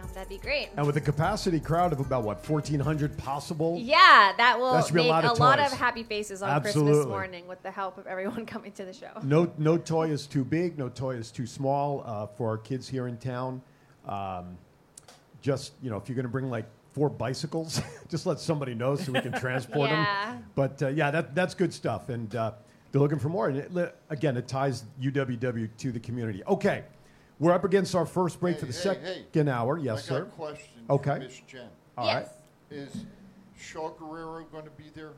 um, that'd be great. And with a capacity crowd of about what, fourteen hundred possible? Yeah, that will That should be a make lot of toys. happy faces on Christmas Absolutely. morning with the help of everyone coming to the show. No, no toy is too big. No toy is too small uh, for our kids here in town. Um, just you know, if you're going to bring like four bicycles, just let somebody know so we can transport Yeah. them. But uh, yeah, that that's good stuff, and uh, they're looking for more. And it, li- again, it ties UWW to the community. Okay, we're up against our first break for the Hey, hey, second hour. Yes, I sir. got a question Okay. for Miss Jen. All right. Is Shaw Guerrero going to be there?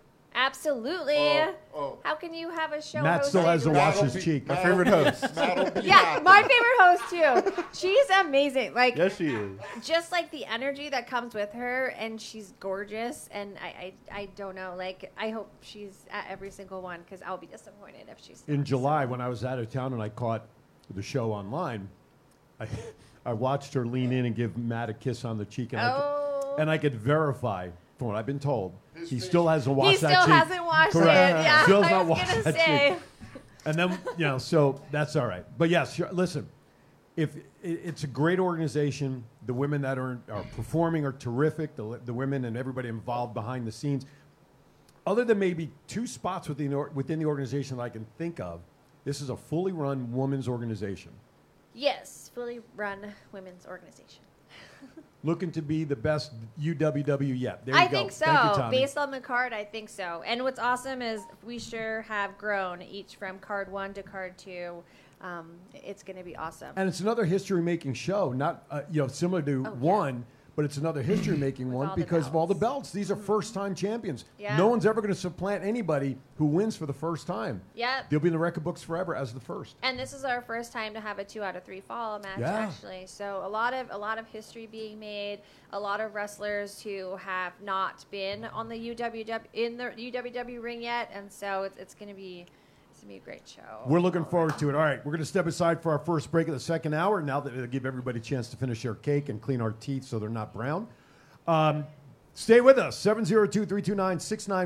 Absolutely. Oh, oh. How can you have a show? Matt still hosted has to wash That'll his be- cheek. My that'll favorite be- host. that'll be yeah, my favorite host too. She's amazing. Like Yes, she is. just like the energy that comes with her, and she's gorgeous. And I, I, I don't know. Like I hope she's at every single one because I'll be disappointed if she's. in July when I was out of town and I caught the show online. I, I watched her lean in and give Matt a kiss on the cheek, and, I, Oh. could, and I could verify from what I've been told he still hasn't washed that still cheek. hasn't washed Correct. it. Yeah, still has I not was washed gonna that say. cheek. And then you know, so that's all right. But yes, sure, listen, if it, it's a great organization, the women that are, are performing are terrific. The, the women and everybody involved behind the scenes other than maybe two spots within the, or- within the organization that I can think of, this is a fully run women's organization Yes, fully run women's organization. looking to be the best UWW yet. There you I go. think so. Thank you, Tommy. Based on the card, I think so. And what's awesome is we sure have grown each from card one to card two. Um, it's going to be awesome. and it's another history making show, not uh, you know similar to one, but it's another history making one Oh, all the Mm-hmm. because of all the belts. These are first time champions. Yeah. No one's ever going to supplant anybody who wins for the first time. Yep. They'll be in the record books forever as the first. And this is our first time to have a two out of three fall match, Yeah. actually. So a lot of a lot of history being made. A lot of wrestlers who have not been on the UWW in the UWW ring yet, and so it's, it's going to be it's going to be a great show. We're looking forward to it. All right, we're going to step aside for our first break of the second hour. Now that it'll give everybody a chance to finish their cake and clean our teeth so they're not brown. Um, stay with us, 702 329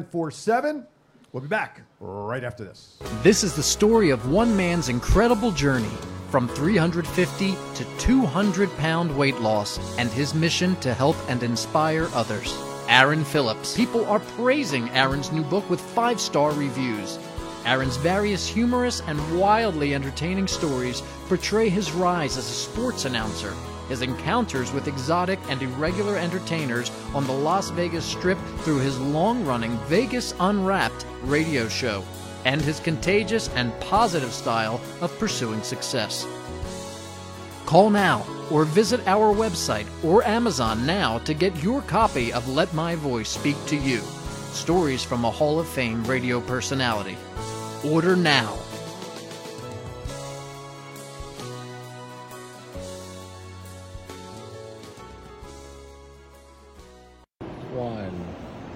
6947. We'll be back right after this. This is the story of one man's incredible journey from 350 to 200 pound weight loss and his mission to help and inspire others. Aaron Phillips. People are praising Aaron's new book with five star reviews. Aaron's various humorous and wildly entertaining stories portray his rise as a sports announcer, his encounters with exotic and irregular entertainers on the Las Vegas Strip through his long running Vegas Unwrapped radio show, and his contagious and positive style of pursuing success. Call now or visit our website or Amazon now to get your copy of Let My Voice Speak to You Stories from a Hall of Fame radio personality. Order now.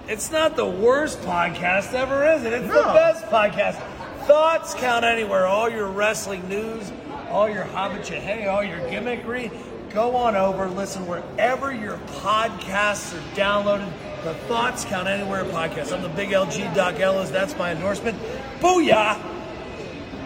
It's not the worst podcast ever, is it? It's the best podcast. Thoughts count anywhere. All your wrestling news, all your hobbit hey, all your gimmickry. Go on over, listen wherever your podcasts are downloaded. The Thoughts Count Anywhere podcast. I'm the big LG Doc Ellis. That's my endorsement. Booyah!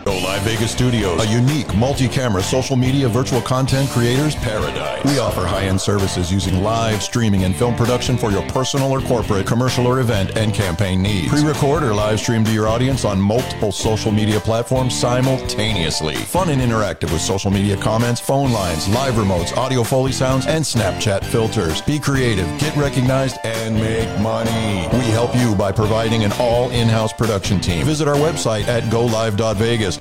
Go Live Vegas Studios, a unique multi-camera social media virtual content creators paradise. We offer high-end services using live streaming and film production for your personal or corporate, commercial or event and campaign needs. Pre-record or live stream to your audience on multiple social media platforms simultaneously. Fun and interactive with social media comments, phone lines, live remotes, audio foley sounds, and Snapchat filters. Be creative, get recognized, and make money. We help you by providing an all-in-house production team. Visit our website at golive.vegas.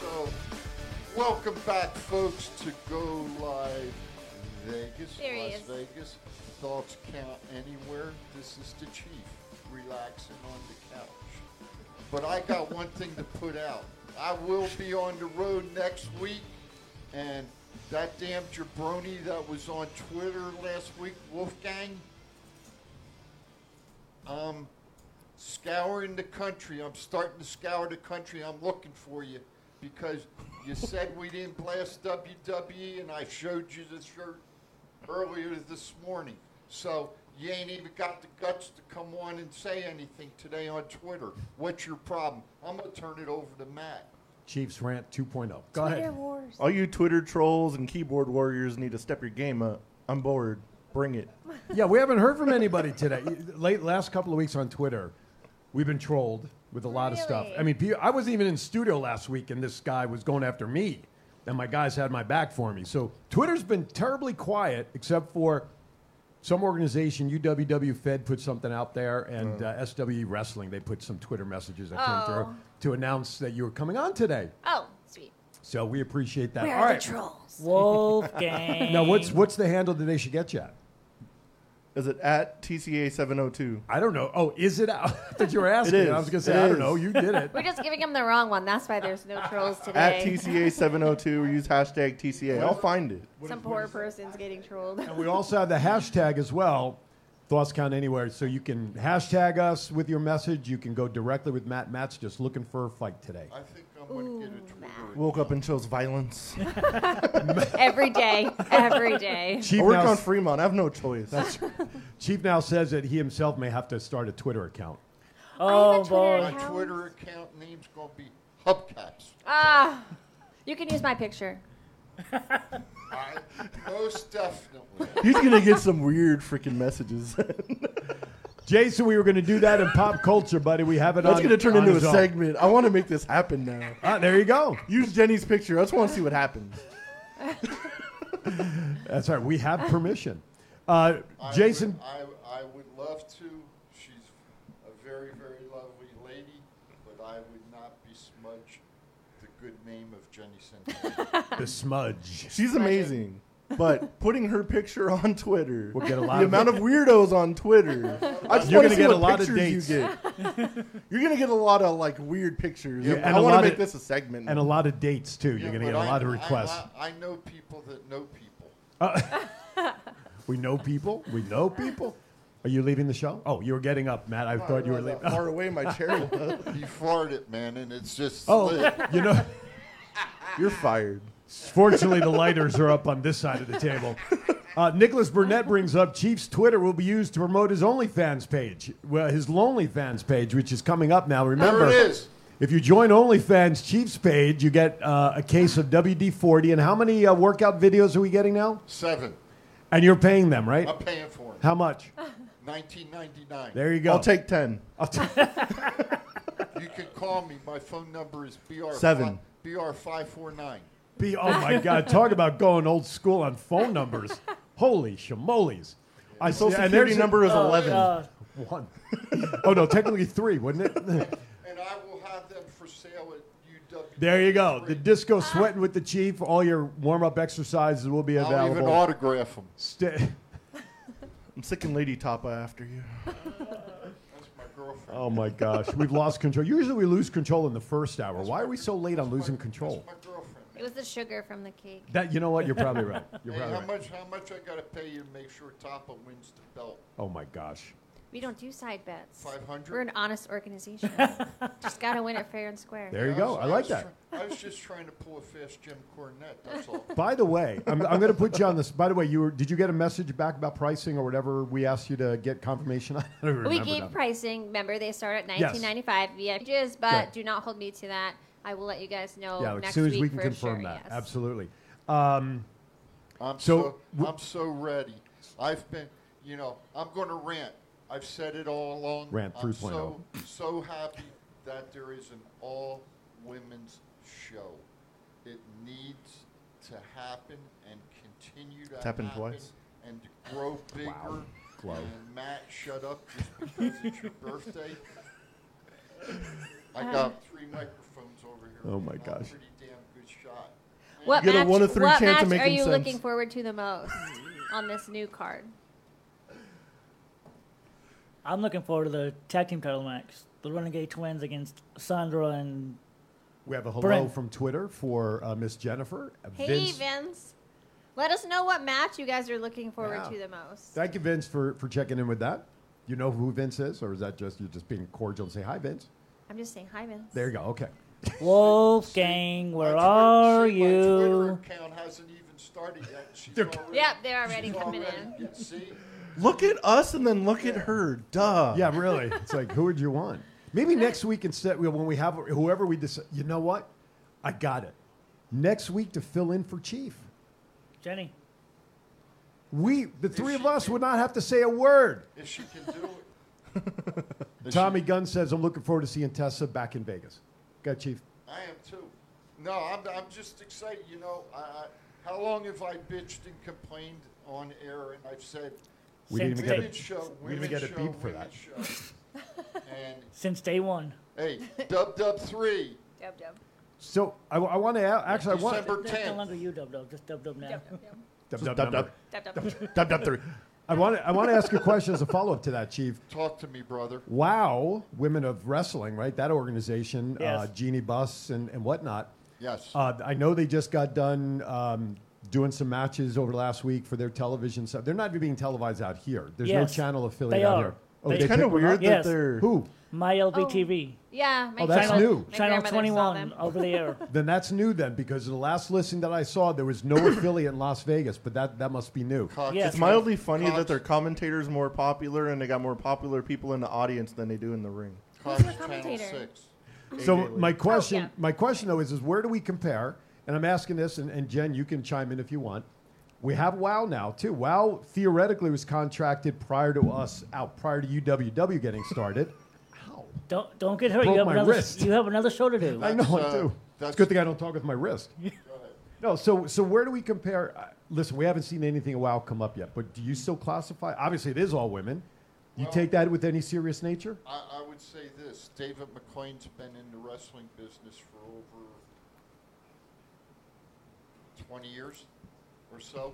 So, welcome back, folks, to Go Live Vegas, There he Las is. Vegas. Thoughts count anywhere. This is the chief relaxing on the couch. But I got one thing to put out. I will be on the road next week, and that damn jabroni that was on Twitter last week, Wolfgang. Um, scouring the country. I'm starting to scour the country. I'm looking for you because you said we didn't blast WWE, and I showed you the shirt earlier this morning. So you ain't even got the guts to come on and say anything today on Twitter. What's your problem? I'm gonna turn it over to Matt. Chiefs rant 2.0. Go ahead. All you Twitter trolls and keyboard warriors need to step your game up. Uh, I'm bored. Bring it. yeah, we haven't heard from anybody today. Late last couple of weeks on Twitter, we've been trolled with a lot of stuff. I mean, pe- I wasn't even in studio last week, and this guy was going after me, and my guys had my back for me. So Twitter's been terribly quiet, except for some organization, UWW Fed, put something out there, and Oh. uh, SWE Wrestling, they put some Twitter messages that came Oh. through to announce that you were coming on today. Oh, sweet. So we appreciate that. Where All are right. the trolls? Wolfgang. now, what's what's the handle that they should get you at? Is it at TCA702? I don't know. Oh, is it out? that you were asking. I was going to say, I don't know. You did it. We're just giving them the wrong one. That's why there's no trolls today. At TCA702 or oh use hashtag TCA. I'll find it. Some poor person's getting trolled. And we also have the hashtag as well. Thoughts count anywhere. So you can hashtag us with your message. You can go directly with Matt. Matt's just looking for a fight today. I think I'm gonna get a Twitter. Woke up and chose violence. every day, every day. Chief I work now- on Fremont. I have no choice. That's- Chief now says that he himself may have to start a Twitter account. Oh, My boy. Twitter account name's gonna be Hubcaps. Ah, you can use my picture. I most definitely. He's going to get some weird freaking messages. Jason, we were going to do that in pop culture, buddy. We have it That's on. going to turn into a segment. segment. I want to make this happen now. Ah, there you go. Use Jenny's picture. I just want to see what happens. That's right. We have permission. Uh, Jason, I would, I, I would love to. She's a very, very lovely lady, but I would not besmudge the good name of Jenny Sinclair. the smudge. She's amazing. But putting her picture on Twitter, We'll get a lot the of- amount of weirdos on Twitter. I just You're gonna want to see get what a lot of dates. pictures you get. You're gonna get a lot of like weird pictures. Yeah, and I a want lot to make of- this a segment. and a lot of dates too. Yeah, You're going to but get a I- lot of I- requests. I, I know people that know people. We know people. We know people. Are you leaving the show? Oh, you were getting up, Matt. I thought you were leaving. far away my chair was. He farted, man, and it's just. Oh, lit. you know. You're fired. Fortunately, the lighters are up on this side of the table. Uh, Nicholas Burnett brings up Chief's Twitter will be used to promote his OnlyFans page, well, his LonelyFans page, which is coming up now. Remember, There it is. if you join OnlyFans Chief's page, you get uh, a case of WD-40. And how many uh, workout videos are we getting now? Seven. And you're paying them, right? I'm paying for them. How much? 1999. There you go. I'll take ten. I'll take You can call me. My phone number is BR Seven. BR five four nine. Be, oh my God! Talk about going old school on phone numbers. Holy shamolies! I Social see- Security there's number is Oh, 11. uh, God. One. Oh no, technically three, wouldn't it? And I will have them for sale at UW. there you go. The disco sweating with the chief. All your warm-up exercises will be available. I'll even autograph them. Stay- I'm sick and Lady Tapa after you. That's my girlfriend. oh my gosh, we've lost control. Usually we lose control in the first hour. Why are we so late on losing control? My girlfriend. It was the sugar from the cake. That you know what? You're probably right. You're Hey, probably how right. much? How much I gotta pay you to make sure Tapa wins the belt? Oh my gosh. We don't do side bets. 500? We're an honest organization. Just gotta win it fair and square. There you go. I like was that. try- I was just trying to pull a fast Jim Cornette. That's all. By the way, I'm, I'm going to put you on this. By the way, you were, did you get a message back about pricing or whatever we asked you to get confirmation? on? I don't we remember gave now. pricing. Remember, they start at Yes. 1995 via pages, but Good. do not hold me to that. I will let you guys know yeah, next as soon as week we can for confirm sure. that. Yes. Absolutely. Um, I'm so, so, I'm so ready. I've been, you know, I'm going to rant. I've said it all along. Rant oh. I'm 3.0. so so happy that there is an all women's show. It needs to happen and continue to It's happened happen twice. and to grow bigger. Glow. And Matt, shut up just because it's your birthday. I Um, got three microphones over here. Oh, my and I'm gosh. Pretty damn good shot. What You get a match, one of three what chance of match are making you sense. looking forward to the most on this new card? I'm looking forward to the tag team title match. The Renegade Twins against Sandra and we have a hello Brent. from Twitter for uh, Miss Jennifer. Uh, Hey, Vince, Vince. Let us know what match you guys are looking forward Yeah. to the most. Thank you, Vince, for, for checking in with that. You know who Vince is, or is that just you just being cordial and say hi, Vince? I'm just saying, hi, Vince. There you go. Okay. Wolfgang, where are you? Count hasn't even started yet. She's They're- already, Yep, they're already she's coming already- in. See, Look at us and then look at her. Duh. Yeah, really. It's like, who would you want? Maybe next week instead, we- when we have whoever we decide, you know what? I got it. Next week to fill in for Chief. Jenny. We, the three of us, would not have to say a word. if she can do it. Tommy Gunn says, I'm looking forward to seeing Tessa back in Vegas. Got Chief. I am too. No, I'm, I'm just excited. You know, I, I, how long have I bitched and complained on air? And I've said, We didn't even get a- women's show, we didn't women's even get a show, beep for women's Show. and Since day one. hey, dub dub three. Dub dub. So I, want to actually, I want That's no longer you, Dub Dub. Just Dub Dub now. Dub, Just dub, dub. dub, dub. Dub, dub. Dub, dub, three. I want to I want to ask you a question as a follow up to that, Chief. Talk to me, brother. Wow, Women of Wrestling, right? That organization, uh, Yes. Jeannie Buss and, and whatnot. Yes. Uh, I know they just got done um, doing some matches over last week for their television. So they're not even being televised out here. There's Yes. no channel affiliate They out are. here. They- It's picked kinda one weird up? that Yes. they're- who? My LBTV. Oh. Yeah. my Oh, that's grandma- new. my Channel grandmother saw 21 them. over the air. Then that's new then, because the last listing that I saw, there was no affiliate in Las Vegas, but that, that must be new. It's mildly funny that their commentators more popular and they got more popular people in the audience than they do in the ring. So my question, my question though is, is where do we compare? And I'm asking this, and, and Jen, you can chime in if you want. We have WoW now too. WoW theoretically was contracted prior to us out, prior to UWW getting started. Don't don't get hurt. Broke You have my another wrist. you have another show to do. I uh, know I do. It's a good thing I don't talk with my wrist. No, so so where do we compare? Uh, listen, we haven't seen anything of WoW come up yet, but do you still classify? Obviously, it is all women. You take that with any serious nature? I, I would say this: David McLean's been in the wrestling business for over twenty years or so.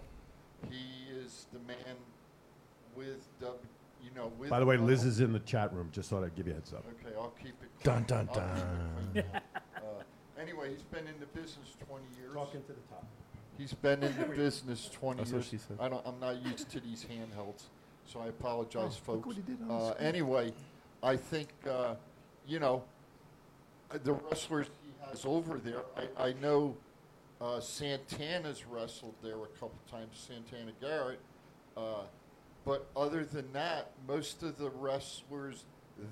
He is the man with W, you know. With By the way, uh, Liz is in the chat room. Just thought I'd give you a heads up. Okay, I'll keep it. Dun, Clean. dun, I'll keep it dun. clean. uh, anyway, he's been in the business twenty years. Talking to the top. He's been in the business twenty That's what years. she said. I don't. I'm not used to these handhelds, so I apologize, Oh, folks. look what he did on the uh, screen. anyway, I think uh, you know uh, the wrestlers he has over there. I, I know uh, Santana's wrestled there a couple times. Santana Garrett, uh, but other than that, most of the wrestlers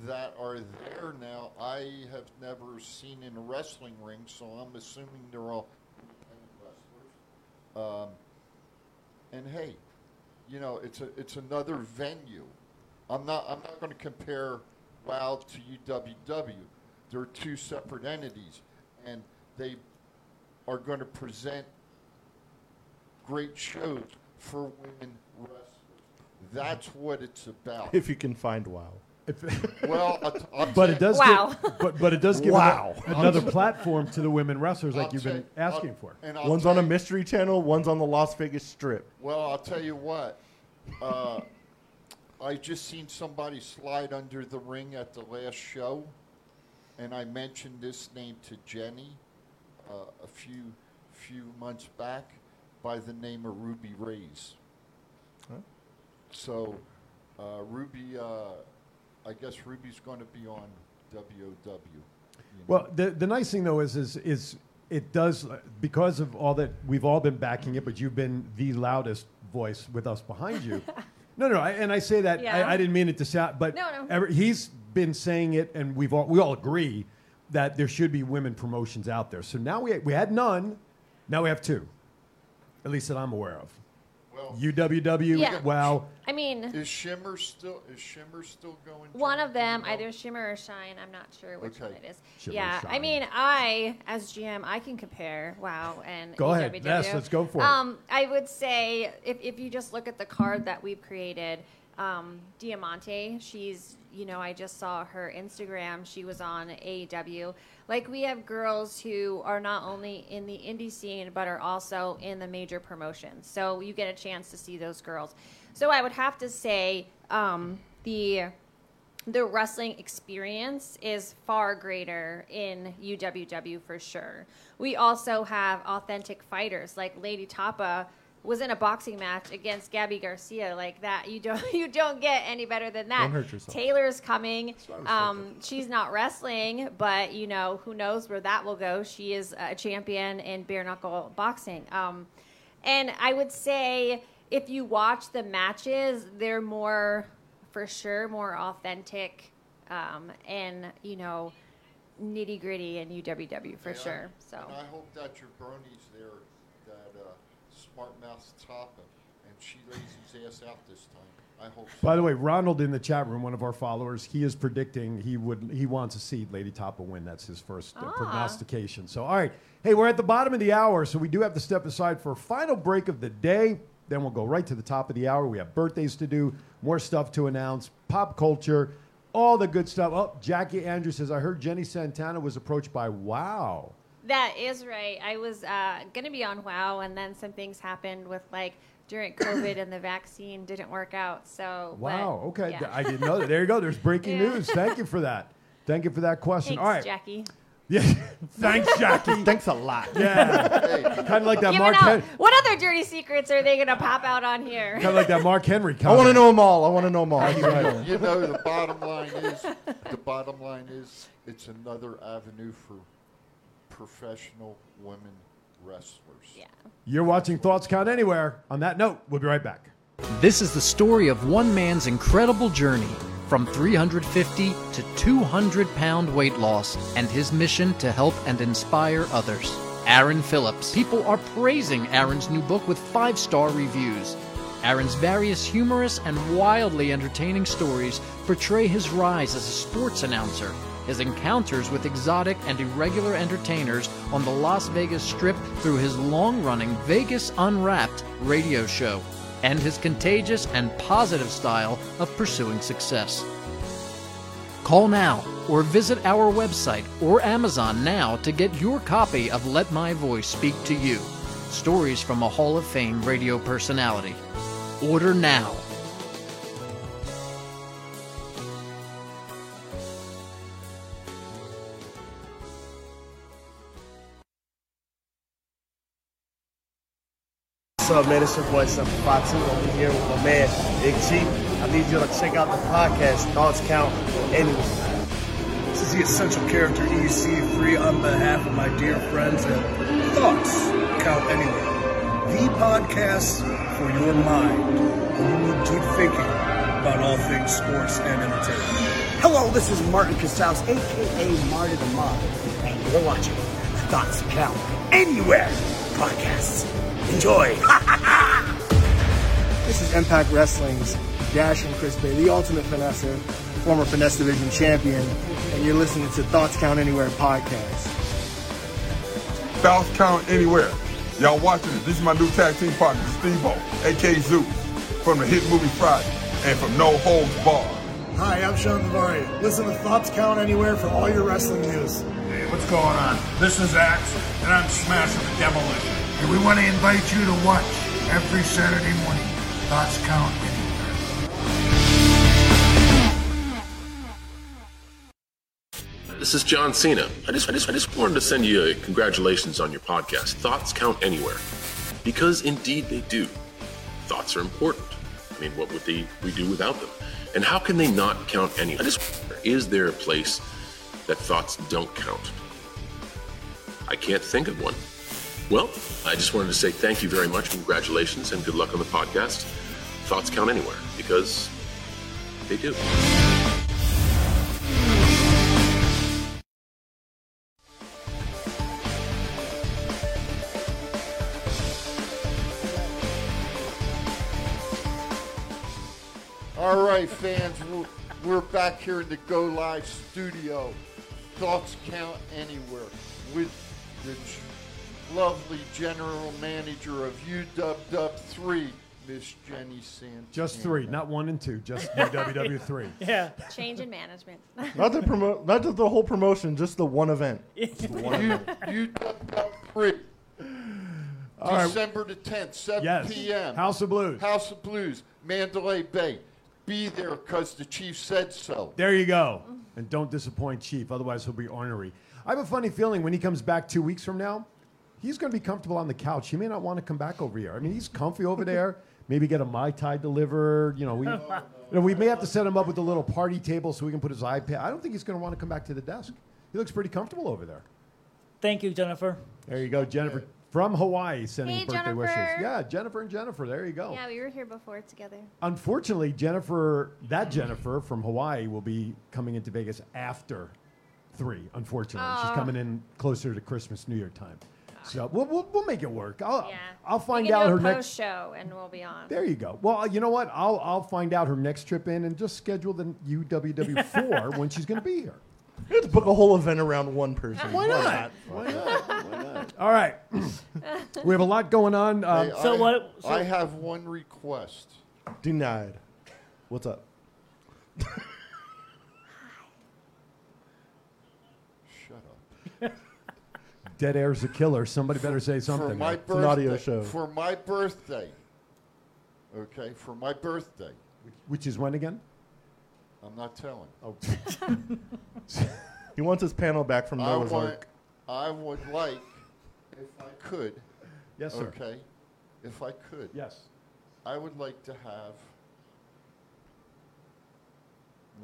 that are there now, I have never seen in a wrestling ring. So I'm assuming they're all independent wrestlers. Um, and hey, you know, it's a it's another venue. I'm not I'm not going to compare WoW to UWW. They're two separate entities, and they are going to present great shows for women wrestlers. That's what it's about. If you can find WoW. well, I'll t- I'll But tell- it does give, but, but it does give Wow. another platform to the women wrestlers like I'll you've been take- I'll- asking for. and I'll One's tell on a you- mystery channel, one's on the Las Vegas Strip. Well, I'll tell you what. Uh, I just seen somebody slide under the ring at the last show, and I mentioned this name to Jenny uh, a few few months back by the name of Ruby Rays. So uh, Ruby, uh, I guess Ruby's going to be on WOW. Well, the, the nice thing though is is is it does because of all that we've all been backing it, but you've been the loudest voice with us behind you. no, no, I, and I say that Yeah. I, I didn't mean it to sound, but No, no. every- he's been saying it, and we've all we all agree that there should be women promotions out there. So now we we had none, now we have two, at least that I'm aware of. UWW, Yeah. wow, I mean, Is Shimmer still is Shimmer still going? One of them, either Shimmer or Shine. I'm not sure which Okay. one it is. Shimmer or yeah, I Shine. mean, I as GM, I can compare. Wow, and Go ahead. EWW. Yes, let's go for it. Um, I would say if if you just look at the card that we've created, um, Diamante. She's you know I just saw her Instagram. She was on AEW. Like we have girls who are not only in the indie scene but are also in the major promotions. So you get a chance to see those girls. So I would have to say um, the the wrestling experience is far greater in UWW for sure. We also have authentic fighters like Lady Tapa was in a boxing match against Gabby Garcia like that. You don't you don't get any better than that. Don't hurt yourself. Taylor's coming. what I was Um, she's not wrestling, but you know who knows where that will go. She is a champion in bare knuckle boxing. Um, and I would say if you watch the matches, they're more, for sure, more authentic um, and, you know, nitty gritty in UWW for And I- sure. So, And I hope that jabroni's there, that uh, smart mouth Tapa, and she lays his ass out this time. I hope. So. By the way, Ronald in the chat room, one of our followers, he is predicting he would he wants to see Lady Tapa win. That's his first uh, Ah. prognostication. So, all right, hey, we're at the bottom of the hour, so we do have to step aside for a final break of the day. Then we'll go right to the top of the hour. We have birthdays to do, more stuff to announce, pop culture, all the good stuff. Oh, Jackie Andrews says I heard Jenny Santana was approached by Wow. That is right. I was uh, going to be on WoW, and then some things happened with like during COVID and the vaccine didn't work out. So, but, Wow. okay. yeah. I didn't know that. There you go. There's breaking Yeah. news. Thank you for that. Thank you for that question. Thanks, all right. Jackie. Yeah. Thanks, Jackie. Thanks a lot. Yeah. kind of like that Giving Mark. out- Hen- what other dirty secrets are they going to pop out on here? kind of like that Mark Henry. I want to know them all. I want to know them all. you know, the bottom line is the bottom line is it's another avenue for professional women wrestlers. Yeah. You're watching Thoughts Count Anywhere. On that note, we'll be right back. This is the story of one man's incredible journey from 350 to 200 pound weight loss and his mission to help and inspire others. Aaron Phillips. People are praising Aaron's new book with five star reviews. Aaron's various humorous and wildly entertaining stories portray his rise as a sports announcer, his encounters with exotic and irregular entertainers on the Las Vegas Strip through his long running Vegas Unwrapped radio show, and his contagious and positive style of pursuing success. Call now or visit our website or Amazon now to get your copy of Let My Voice Speak to You Stories from a Hall of Fame radio personality. Order now. What's up, man? It's your boy, Seven Fox. I'm here with my man, Big G. I need you to check out the podcast, Thoughts Count Anywhere. This is the Essential Character EC3 on behalf of my dear friends at Thoughts Count Anywhere, the podcast for your mind when you need deep thinking about all things sports and entertainment. Hello, this is Martin Casals, aka Marty the Mob, and you're watching the Thoughts Count Anywhere podcast. Enjoy. this is Impact Wrestling's Dash and Chris Bay, the ultimate finesser, former finesse division champion, and you're listening to Thoughts Count Anywhere podcast. Bounce count anywhere. Y'all watching it. This is my new tag team partner, Steve-O, a.k.a. Zeus, from the hit movie Friday and from No Holds Bar. Hi, I'm Sean Vivari. Listen to Thoughts Count Anywhere for all your wrestling news. Hey, what's going on? This is Axe, and I'm smashing the demolition. And we want to invite you to watch every Saturday morning. Thoughts count anywhere. This is John Cena. I just, I just, I just wanted to send you a congratulations on your podcast. Thoughts count anywhere, because indeed they do. Thoughts are important. I mean, what would they we do without them? And how can they not count anywhere? I just wonder, is there a place that thoughts don't count? I can't think of one. Well, I just wanted to say thank you very much, congratulations, and good luck on the podcast. Thoughts count anywhere because they do. All right, fans, we're, we're back here in the Go Live studio. Thoughts count anywhere with the ch- lovely general manager of UWW3, Miss Jenny Santana. Just three, not one and two, just WW3. Yeah. Change in management. Not the promo, not the, the whole promotion, just the one event. Just the one You- event. UWW3. All right. December the 10th, 7 Yes. p.m. House of Blues. House of Blues, Mandalay Bay. Be there because the chief said so. There you go. And don't disappoint Chief, otherwise he'll be ornery. I have a funny feeling when he comes back two weeks from now, he's going to be comfortable on the couch. He may not want to come back over here. I mean, he's comfy over there. Maybe get a mai tai delivered. You know, we, you know, we may have to set him up with a little party table so he can put his iPad. I don't think he's going to want to come back to the desk. He looks pretty comfortable over there. Thank you, Jennifer. There you go, Jennifer from Hawaii sending Hey, birthday wishes. Jennifer. Yeah, Jennifer and Jennifer. There you go. yeah, we were here before together. Unfortunately, Jennifer, that Jennifer from Hawaii will be coming into Vegas after three. Unfortunately, she's Aw. coming in closer to Christmas, New Year time. So we'll, we'll, we'll make it work. I'll, Yeah. Oh, I'll find we out can do a her post next. show and we'll be on. There you go. Well, you know what? I'll, I'll find out her next trip in and just schedule the UWW4 when she's going to be here. You have to book a whole event around one person. Why not? Why not? All right. we have a lot going on. Um, Hey, I, I have one request. Denied. What's up? Shut up. Dead air's a killer. Somebody better say something. For my It's birthday, an audio show. For my birthday. Okay, for my birthday. Which is when again? I'm not telling. Oh. He wants his panel back from I Noah's want, Ark. I would like, if I could. Yes, sir. Okay, if I could. Yes. I would like to have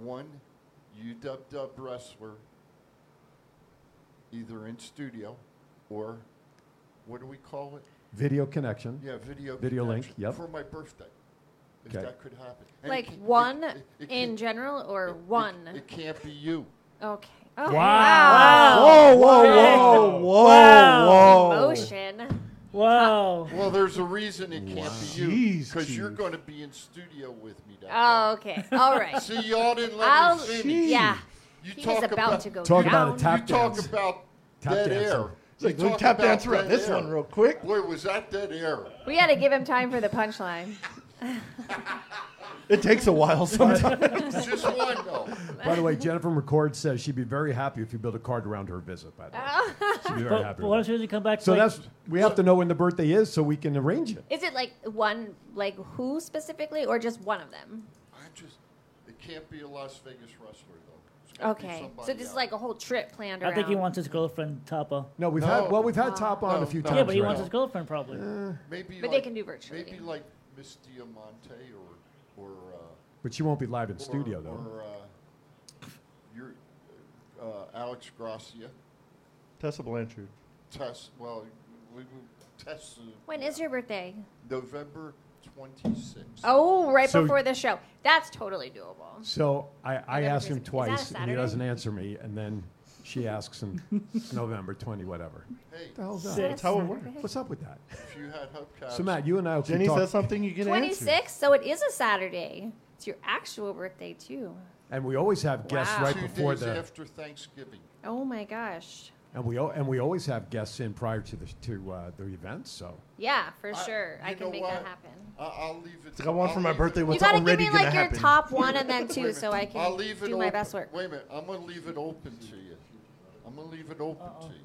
one UWW wrestler either in studio or what do we call it? Video connection. Yeah, video. Video link. connection Yep. For my birthday, if Okay. that could happen. And it Like can't- it- one it- it in can't- general or one? It can't be you. okay. Oh, Whoa, whoa, whoa, whoa, Wow. whoa. Emotion. Wow. Well, there's a reason it can't be you Jeez, because you're Chief. going to be in studio with me. That Oh, okay. All right. See, y'all didn't let I'll, me finish. Yeah. You He talk is about, to go Talk down. about a tap you talk dance. about Tap dead dancing. air. It's like, You we talk tap about dance around dead this air. one real quick. Boy, was that dead air. We got to give him time for the punchline. It takes a while sometimes. Just one, though. By the way, Jennifer McCord says she'd be very happy if you build a card around her visit. By the Oh. way, she'd be very But- happy. with but what that. if she doesn't come back So like- that's we have to know when the birthday is so we can arrange it. Is it like one, like who specifically, or just one of them? I just, it can't be a Las Vegas wrestler, though. It's gotta be Okay. So somebody this is else. like a whole trip planned around. I think he wants his girlfriend Tapa. No, we've had well, we've had Top on a few times. Yeah, but he already. wants his girlfriend probably. Maybe like, But they can do virtually. Maybe like Miss Diamante or, or, uh, But she won't be live in or- studio though. Or, uh, your, uh, Alex Gracia, Tessa Blanchard. Tess, well, we, we, Tess, uh, When is your birthday? November 26th. Oh, right So- before the show. That's totally doable. So I, I asked him Is that a twice and he Saturday? doesn't answer me, and then she asks him November twenty whatever. Hey, The hell's that? Is that That's a how it Saturday? works. What's up with that? If you had hubcaps. So Matt, you and I will keep Uh, Jenny talking. says something, you get an answer. 26, so it is a Saturday. It's your actual birthday, too. and we always have guests Wow. right Two before days the after Thanksgiving. Oh my gosh. and we al- and we always have guests in prior to the to uh, the event. So Yeah, for I- sure. I you can know make what? that happen. I, I'll leave it. like I want I'll for my leave it- birthday what's you gotta give already me gonna like happen. your top one and then Wait a two, minute. so I can I'll leave it do my open- best work. Wait a minute. I'm going to leave it open to you. I'm going to leave it open to you.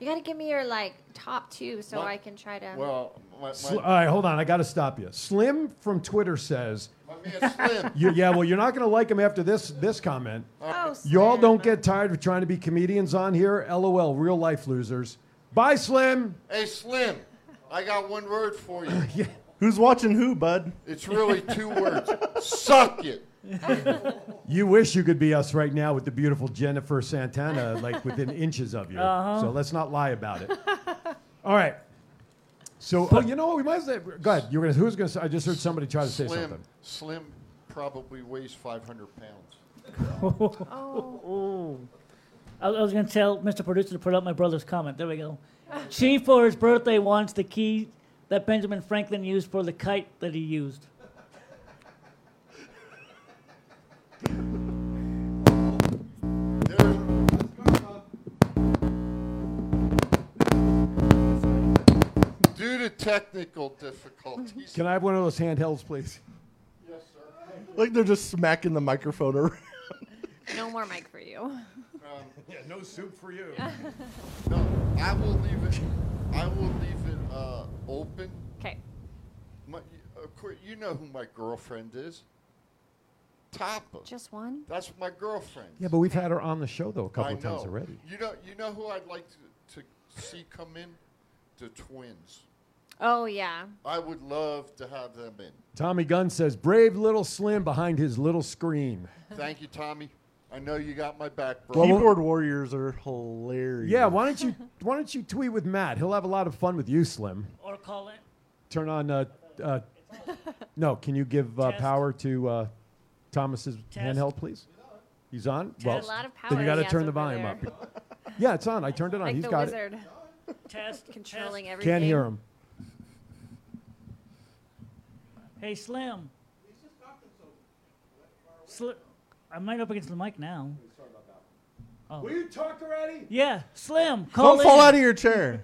You got to give me your like top two so My- I can try to. Well, my, Sl- all right, hold on. I got to stop you. Slim from Twitter says, You- yeah, well, you're not going to like him after this this comment. Oh, Y'all don't get tired of trying to be comedians on here. LOL, real life losers. Bye, Slim. Hey, Slim, I got one word for you. Who's watching who, bud? It's really two words. Suck it. You wish you could be us right now with the beautiful Jennifer Santana, like within inches of you. Uh-huh. So let's not lie about it. All right. So, oh, you know what? We might as well. Go ahead. You're gonna, who's going to say? I just heard somebody try to say Slim, something. Slim probably weighs 500 pounds. Oh. I I was going to tell Mr. Producer to put up my brother's comment. There we go. She, for his birthday, wants the key that Benjamin Franklin used for the kite that he used. Due to technical difficulties. Can I have one of those handhelds, please? Yes, sir. Like they're just smacking the microphone around. No more mic for you. Um, yeah, no soup for you. No, I will leave it. I will leave it uh, open. Okay. My, of course, you know who my girlfriend is. Tapa. Just one. That's my girlfriend. Yeah, but we've had her on the show though a couple I of times know. already. You know, you know who I'd like to, to see come in? The twins. Oh yeah. I would love to have them in. Tommy Gunn says, "Brave little Slim behind his little screen." Thank you, Tommy. I know you got my back, bro. Keyboard warriors are hilarious. Yeah, why don't you why don't you tweet with Matt? He'll have a lot of fun with you, Slim. Or call it. Turn on. Uh, uh, no, can you give uh, power to uh, Thomas's Test. handheld, please? He's on. Test. Well, A lot of then power you gotta he has turn the over volume there. up. Yeah, it's on. I turned it on. like He's the got wizard. Test controlling it. everything. Can't hear him. Hey, Slim. Sli- I'm right up against the mic now. Oh. Will you talk already? Yeah, Slim, call Don't fall in. out of your chair.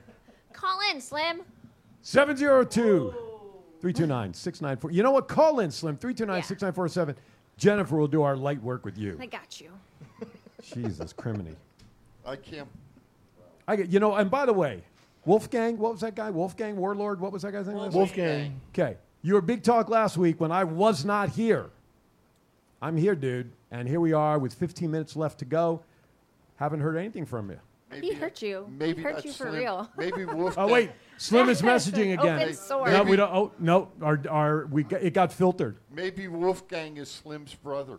Call in, Slim. 702 329 694. You know what? Call in, Slim. 329 6947. Jennifer will do our light work with you. I got you. Jesus, criminy. I can't. I get, you know, and by the way, Wolfgang, what was that guy? Wolfgang Warlord, what was that guy's name? last week? Wolfgang. Okay. You were big talk last week when I was not here. I'm here, dude. And here we are with 15 minutes left to go. Haven't heard anything from you. he hurt you. maybe he hurt not you for Slim. real. Maybe Wolf. Oh wait, Slim is messaging again. Open source. No, we don't. Oh no, our, our we got, it got filtered. Maybe Wolfgang is Slim's brother.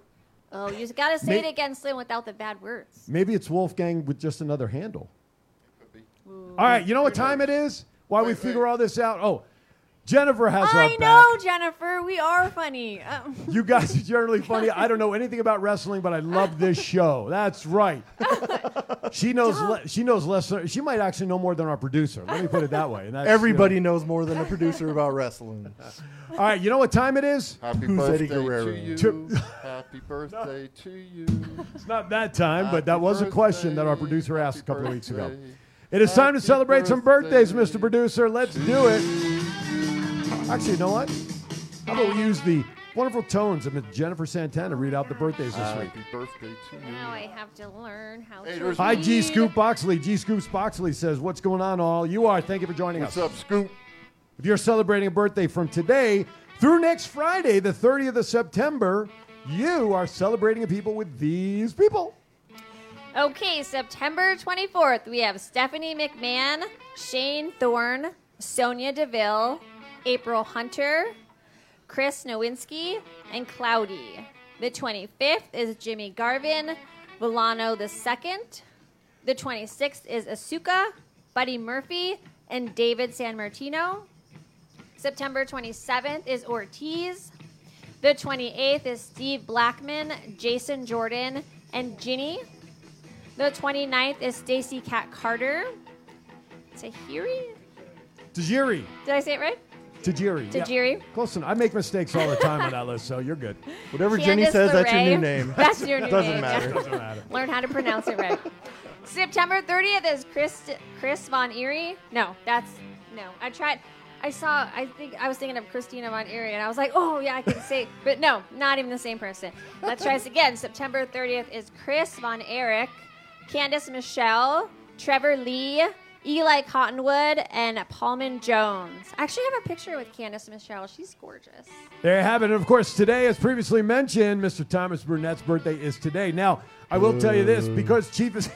Oh, you got to say May- it again, Slim, without the bad words. Maybe it's Wolfgang with just another handle. All right, you know what time it is? Why we figure all this out? Oh, Jennifer has our I back. know, Jennifer. We are funny. Um, You guys are generally funny. I don't know anything about wrestling, but I love this show. That's right. She knows. Le- she knows less. than- She might actually know more than our producer. Let me put it that way. And that's, you know- Everybody knows more than a producer about wrestling. All right, you know what time it is? Happy Who's birthday Eddie Guerrero? to you. To- Happy birthday to you. It's not that time, but that was a question that our producer asked a couple of weeks ago. birthday. It is time to celebrate some birthdays, Mr. Producer. Let's do it. Actually, you know what? How about we use the wonderful tones of Miss Jennifer Santana to read out the birthdays this week? Happy birthday to you. now I have to learn how Hey, to. there's- Hi, G read. Scoop Boxley. G Scoops Boxley says, What's going on, all? You are. Thank you for joining us. What's up, Scoop? If you're celebrating a birthday from today through next Friday, the 30th of September, you are celebrating people with these people. Okay, September 24th, we have Stephanie McMahon, Shane Thorne, Sonia Deville, April Hunter, Chris Nowinski, and Cloudy. The 25th is Jimmy Garvin, Volano II. The 26th is Asuka, Buddy Murphy, and David San Martino. September 27th is Ortiz. The 28th is Steve Blackman, Jason Jordan, and Ginny. The 29th is Stacy Cat Carter. Tahiri? Tajiri. Did I say it right? Tajiri. yeah. Tajiri. Close enough. I make mistakes all the time on that list, so you're good. Whatever Jenny Candace says, that's your LeRae. new name. That's your new Doesn't name, Matter. yeah. Doesn't matter. Learn how to pronounce it right. September 30th is Chris Chris Von Erie. No, that's no. I tried. I saw. I think I was thinking of Christina Von Erie, and I was like, oh yeah, I can say. But no, not even the same person. Let's try this again. September 30th is Chris Von Erich, Candace Michelle, Trevor Lee, Eli Cottonwood and Paulman Jones. I actually have a picture with Candace Michelle. She's gorgeous. There you have it. And of course, today, as previously mentioned, Mr. Thomas Burnett's birthday is today. Now, I will tell you this because Chief is.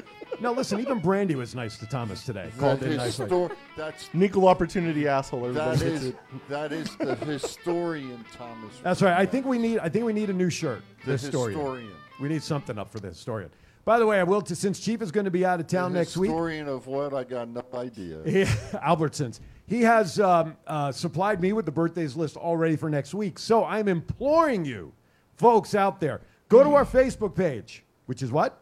now, listen, even Brandy was nice to Thomas today. Called in is nicely. stor- that's- Nickel opportunity asshole. Everybody That gets is it. that is the historian Thomas. That's right. I think we need. I think we need a new shirt. The historian. historian. We need something up for the historian. By the way, I will. T- since Chief is going to be out of town the next week, Historian of what? I got no idea. he, Albertsons. He has um, uh, supplied me with the birthdays list already for next week. So I'm imploring you, folks out there, go to our Facebook page, which is what?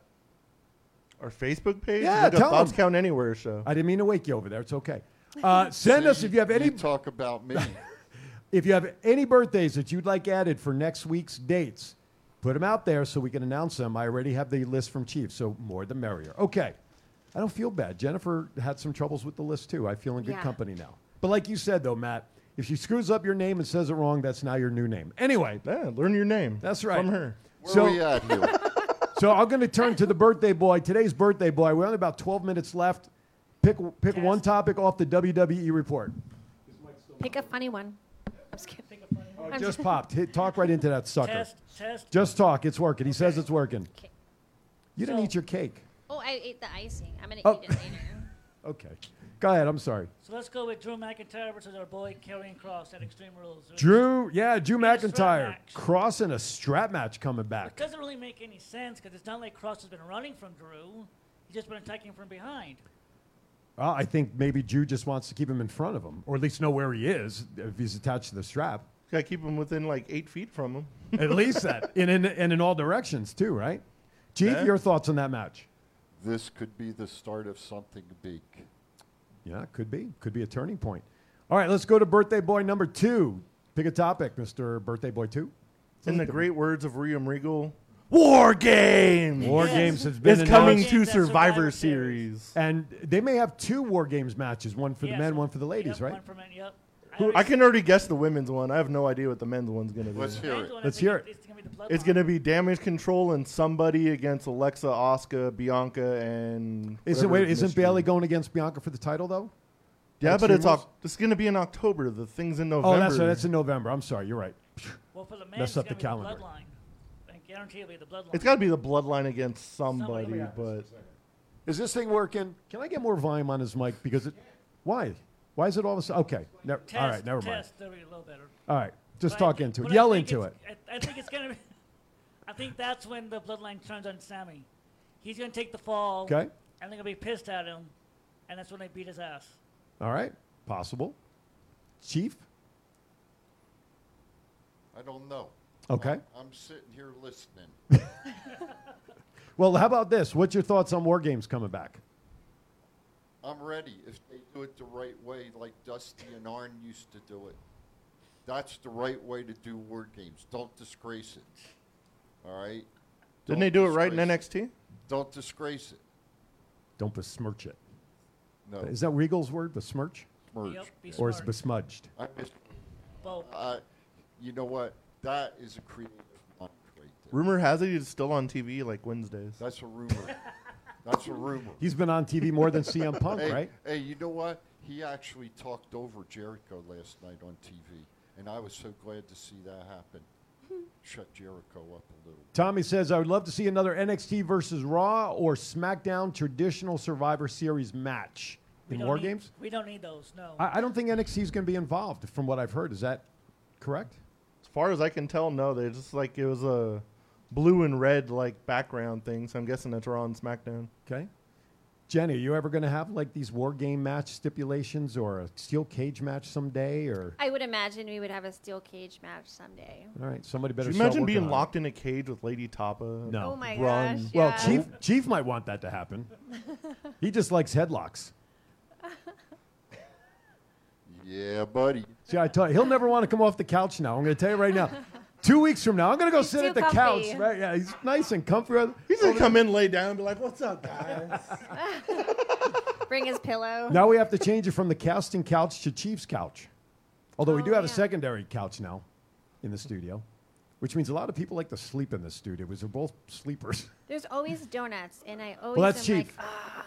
Our Facebook page? Yeah, Look up tell 'em. Thoughts Count Anywhere show. I didn't mean to wake you over there. It's okay. Uh, send us if you have any talk about me. if you have any birthdays that you'd like added for next week's dates, put them out there so we can announce them. I already have the list from Chief, so more the merrier. Okay. I don't feel bad. Jennifer had some troubles with the list too. I feel in good Yeah. company now. But like you said though, Matt, if she screws up your name and says it wrong, that's now your new name. Anyway, learn your name. That's right. from her. Where we at here? so I'm going to turn to the birthday boy. Today's birthday boy. We're only about 12 minutes left. Pick pick one topic off the WWE report. Pick a funny one. I'm just kidding. I'm Oh, Just popped. Hit, talk right into that sucker. Test, test. Just talk. It's working. He says it's working. You didn't eat your cake. Oh, I ate the icing. I'm gonna Oh. eat it later. Okay. Go ahead. I'm sorry. So let's go with Drew McIntyre versus our boy Karrion Cross at Extreme Rules. Drew, yeah, Drew Yeah, strap McIntyre match. crossing a strap match coming It back. doesn't really make any sense because it's not like Cross has been running from Drew. He's just been attacking from behind. Well, I think maybe Drew just wants to keep him in front of him, or at least know where he is if he's attached to the strap. Gotta keep him within like eight feet from him. At least that, and in, and in all directions too, right? Chief, Yeah. your thoughts on that match? This could be the start of something big. Yeah, could be, could be a turning point. All right, let's go to birthday boy number two. Pick a topic, Mister Birthday Boy Two. In the great words of Ream Regal, War Games! War Yes. Games has been It's coming announced. to Games at Survivor Survivor Series. and they may have two War Games matches, one for the men, one for the ladies, right? Who- I can already guess the women's one. I have no idea what the men's one's gonna be. Let's hear Men's it. one, I Let's think hear it- it. it's gonna be the It's gonna be damage control and somebody against Alexa, Oscar, Bianca, and Is it, whatever wait, isn't mystery- Bailey going against Bianca for the title though? Yeah, but it's Extreme Rules? oc- it's gonna be in October. The thing's in November. Oh, that's right. That's in November. I'm sorry. You're right. Well, for the men, Messed it's up the gonna be calendar. the bloodline. I guarantee it'll be the bloodline. It's got to be the bloodline against somebody, Somebody. but Is this thing working? Can I get more volume on his mic? Because it, why? Why is it all of a sudden? Okay. Never, Test, all right. Never mind. test, There we go, a little better. All right. Just But I talk think- into but it. I Yell think into it. it's- I, I think it's gonna. Be, I think that's when the bloodline turns on Sammy. He's gonna take the fall. 'Kay. And they're gonna be pissed at him, and that's when they beat his ass. All right. Possible. Chief. I don't know. Okay. I'm, I'm sitting here listening. Well, how about this? What's your thoughts on War Games coming back? I'm ready if they do it the right way, like Dusty and Arn used to do it. That's the right way to do word games. Don't disgrace it. All right. didn't Don't they do it right in disgrace NXT? Don't disgrace it. Don't besmirch it. No. Is that Regal's word? Besmirch? Besmirch, Yep, yeah. Or is besmirch. besmudged? I miss. Both. Uh, you know what? That is a creative mind right there. Rumor has it he's still on TV like Wednesdays. That's a rumor. That's a rumor. He's been on TV more than CM Punk, hey, right? Hey, you know what? He actually talked over Jericho last night on TV, and I was so glad to see that happen. Shut Jericho up a little. Tommy says, I would love to see another NXT versus Raw or SmackDown traditional Survivor Series match We in don't War need- Games. We don't need those. No. I, I don't think NXT is going to be involved, from what I've heard. Is that correct? As far as I can tell, no. They just like it was a blue and red like background thing. So I'm guessing that's Raw and SmackDown. Okay. Jenny, are you ever going to have like these War Game match stipulations or a steel cage match someday? Or I would imagine we would have a steel cage match someday. all right, somebody Could better. you start imagine working being on it. locked in a cage with Lady Tapa? No. Oh my Run. gosh. Well, yeah. Chief Chief might want that to happen. he just likes headlocks. Yeah, buddy. See, I tell you, he'll never want to come off the couch now. I'm going to tell you right now. Two weeks from now, I'm going to go sit too at the comfy. couch. Right? Yeah, he's nice and comfy. He's gonna come in, lay down, and be like, "What's up, guys?" Bring his pillow. Now we have to change it from the casting couch to Chief's couch. Although we do Oh, have a secondary couch now in the studio, which means a lot of people like to sleep in the studio because they're both sleepers. There's always donuts, and I always Well, that's am cheap. like, oh,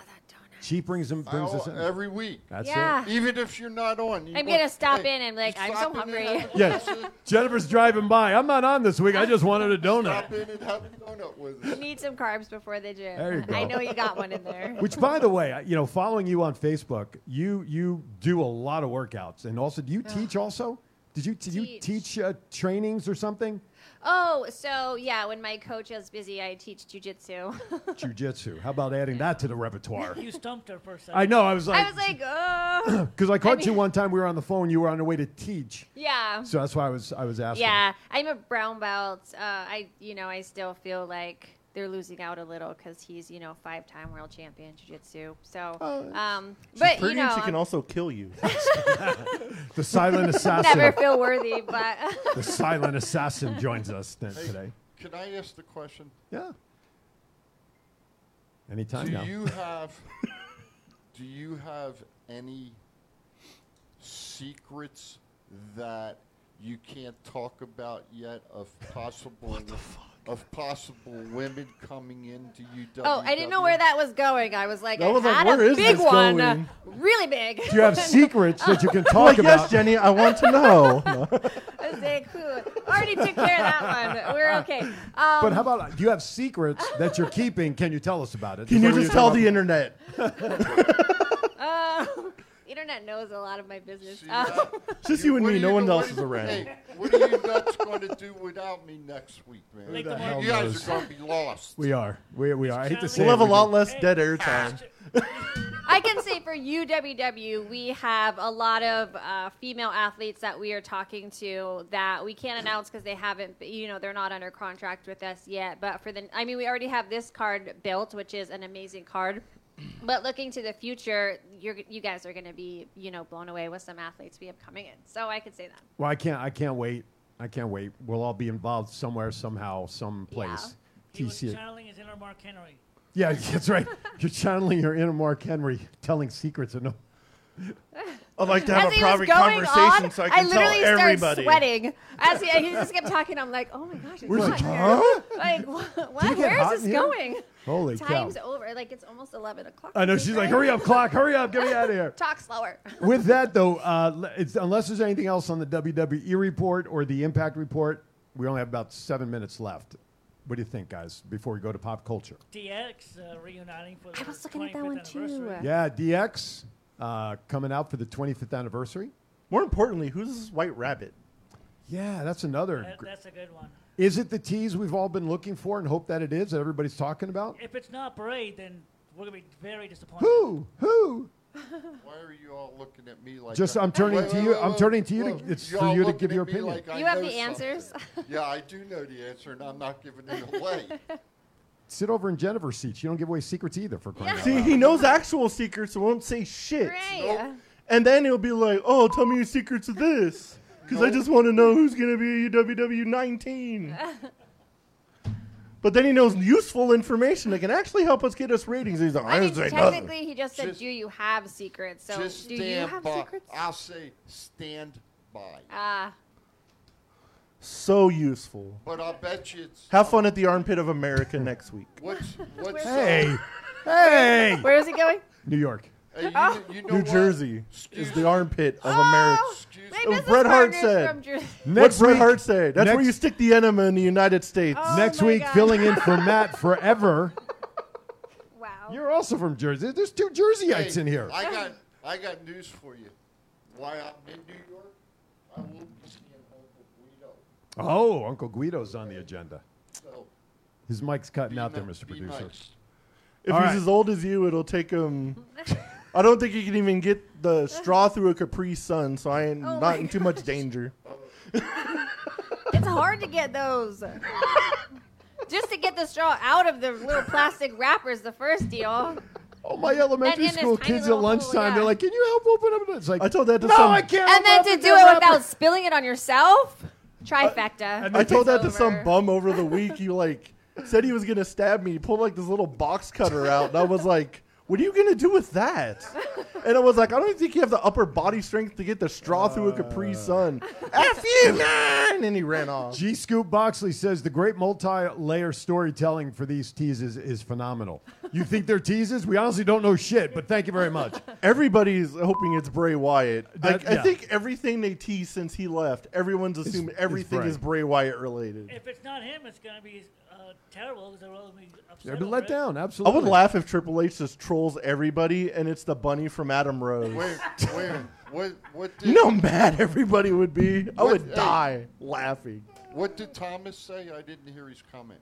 She brings them brings us Oh, in. every week. That's Yeah. it. Even if you're not on, you I'm want- gonna stop hey, in and be like, you I'm so stop in and hungry. have a Yes. Jennifer's driving by. I'm not on this week. I just wanted a donut. Stop in and have a donut with us. Need some carbs before the gym. There you go. I know you got one in there. Which, by the way, I- you know, following you on Facebook, you you do a lot of workouts, and also do you teach? Also, did you did you Teach. teach uh, trainings or something? Oh, so yeah, when my coach is busy, I teach jujitsu. Jiu-jitsu. How about adding that to the repertoire? You stumped her for a second. I know. I was like, I was like, oh, because I caught mean- you one time. We were on the phone. You were on your way to teach. yeah. So that's why I was I was asking. Yeah, I'm a brown belt. Uh, I, you know, I still feel like they're losing out a little because he's, you know, five-time world champion jiu-jitsu. So, Uh, um, but you pretty know, and she I'm- can also kill you. The silent assassin. never feel worthy. But the silent assassin joins us then Hey, today. Can I ask the question? Yeah. Anytime do now. you have do you have any secrets that you can't talk about yet of possible of possible women coming into you? oh, I didn't know where that was going. I was like, That I was like, had where a is big this one, going? really big. Do you have secrets that you can talk Like, about? yes, Jenny, uh, I want to know. I was like, "Ooh, already took care of that one. We're okay. Um, but how about do you have secrets that you're keeping? Can you tell us about it? Can you just tell the internet? internet? Uh, internet knows a lot of my business. Uh, Just you and me. No one else is around. Hey, what are you nuts going to do without me next week, man? Who the hell you guys knows? are going to be lost. We are. We, we are. I hate to say We'll have it, a we lot do. less dead air time. I can say for UWW, we have a lot of uh, female athletes that we are talking to that we can't announce because they haven't, you know, they're not under contract with us yet. But for the, I mean, we already have this card built, which is an amazing card. But looking to the future, you're, you guys are going to be, you know, blown away with some athletes we have coming in. So I can say that. Well, I can't. I can't wait. I can't wait. We'll all be involved somewhere, somehow, someplace. He was TC. channeling his inner Mark Henry. Yeah, that's right. You're channeling your inner Mark Henry, telling secrets. And no. I'd like to As have a he private was going conversation on, so I can literally tell started everybody. sweating. As he, he just kept talking, I'm like, oh my gosh, it's Where's hot it- here. huh? Like, what, Did it get where hot is in this here? going? Holy Time's cow! over. Like, it's almost 11 o'clock. I know she's like, hurry up, clock, hurry up, get me out of here. Talk slower. With that though, uh, le- it's, unless there's anything else on the WWE report or the Impact report, we only have about seven minutes left. What do you think, guys? Before we go to pop culture. DX uh, reuniting for the I was looking at that one too. Yeah, DX uh, coming out for the 25th anniversary. More importantly, who's this White Rabbit? Yeah, that's another. That- gr- that's a good one. Is it the tease we've all been looking for and hope that it is that everybody's talking about? If it's not parade, then we're gonna be very disappointed. Who? Who? Why are you all looking at me like Just that? I'm turning Wait, to wait, you. wait, I'm wait, turning to you. wait. To, it's Y'all for you to looking give at your me opinion. like I You have know the something. answers? Yeah, I do know the answer, and I'm not giving it away. Sit over in Jennifer's seat. She don't give away secrets either for crying out See, loud. he knows actual secrets and won't say shit. Right. And then he'll be like, oh, tell me your secrets of this. Because I Nope. just want to know who's going to be a UWW 19. but then he knows useful information that can actually help us get us ratings. He's like, I, I mean, didn't say nothing. technically, he just said, Just- do you have secrets? So, Just do stand you have by. secrets? I'll say stand by. Ah, So useful. But I'll bet you it's Have fun at the armpit of America next week. what's what's Hey, up? hey! where is he going? Oh. New York. Hey, you, kn- you know New what? Jersey is the armpit of Excuse My America. business Bret Hart partner's said. from Jer- What Next Bret week- Hart said. That's where next- you stick the enema in the United States. Next Oh my week, God. filling in for Matt forever. Wow. You're also from Jersey. There's two Jerseyites Hey, in here. I got I got news for you. Why I'm in New York, I will be seeing Uncle Guido. Oh, Uncle Guido's on the agenda. So His mic's cutting be out there, ni- Mr. be Producer. nice. If All he's right. as old as you, it'll take him. I don't think he can even get the straw through a Capri Sun, so I am Oh my not in too much danger. It's hard to get those. Just to get the straw out of the little plastic wrappers, the first deal. All Oh, my elementary And in school this tiny kids at little hole, lunchtime, yeah. they're like, "Can you help open up?" It's like I told that to no, some- I can't. And then open to up do the it wrapper." without spilling it on yourself? Trifecta. I told that to It's some over. bum over the week. He like said he was gonna stab me. He pulled like this little box cutter out, and I was like, What are you gonna do with that? and I was like, I don't think you have the upper body strength to get the straw through a Capri Sun. F you, man! And he ran off. G Scoop Boxley says the great multi layer storytelling for these teases is phenomenal. You think they're teases? We honestly don't know shit, but thank you very much. Everybody's hoping it's Bray Wyatt. Like, That- yeah. I think everything they tease since he left, everyone's assumed everything Bray. is Bray Wyatt related. If it's not him, it's going to be uh, terrible because they're all going to be upset. They've been over let it. down, I absolutely. would laugh if Triple H just trolls everybody and it's the bunny from Adam Rose. Where, where, what, what did, You know how mad everybody would be? I What- would hey. die laughing. what did Thomas say? I didn't hear his comment.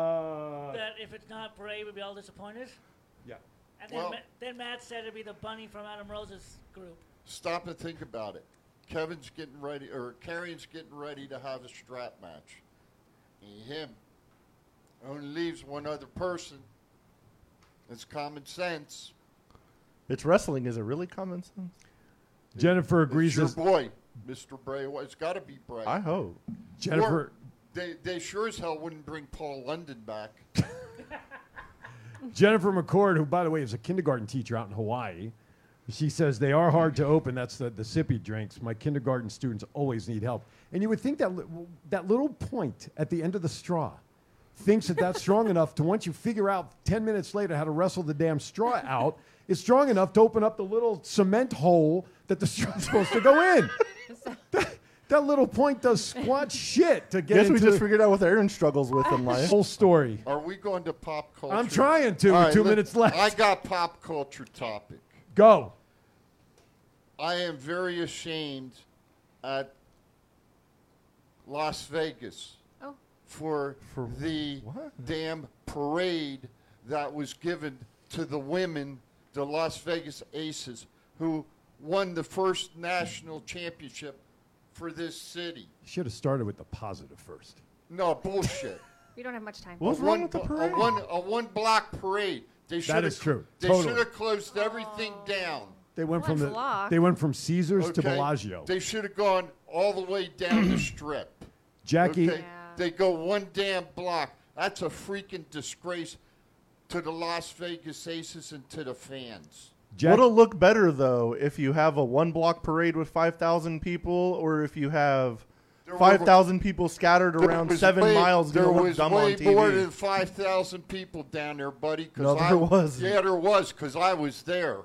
Uh, That if it's not Bray, we'd be all disappointed. Yeah. And then, Well- Ma- then Matt said it'd be the bunny from Adam Rose's group. Stop and think about it. Kevin's getting ready, or Carrion's getting ready to have a strap match. And him only leaves one other person. It's common sense. It's wrestling. Is it really common sense? Jennifer agrees. It's your This, boy, Mr. Bray. Wyatt. It's got to be Bray. I hope. Jennifer- Or they, they sure as hell wouldn't bring Paul London back. Jennifer McCord, who, by the way, is a kindergarten teacher out in Hawaii, she says they are hard to open. That's the, the sippy drinks. My kindergarten students always need help. And you would think that, li- that little point at the end of the straw thinks that that's strong enough to, once you figure out 10 minutes later how to wrestle the damn straw out, it's strong enough to open up the little cement hole that the straw's supposed to go in. That- That little point does squat shit to get Guess we into just figured out what Aaron struggles with in the life. whole story. Are we going to pop culture? I'm trying to, with two minutes left. I got pop culture topic. Go. I am very ashamed at Las Vegas for, the damn parade that was given to the women, the Las Vegas Aces, who won the first national championship for this city. Should have started with the positive first. No bullshit. We don't have much time. What's A wrong one- with the parade? A one, a one block parade. They should is true. They Totally. should have closed everything down. They went Oh. One from the block. they went from Caesars to okay? Bellagio. They should have gone all the way down the strip. Jackie, Okay? They go one damn block. That's a freaking disgrace to the Las Vegas Aces and to the fans. What'll look better though, if you have a one block parade with five thousand people, or if you have There were- five thousand people scattered There around was seven way- miles? There gonna look was dumb way on TV. more than five thousand people down there, buddy. 'cause No, there I, wasn't. Yeah, there was because I was there.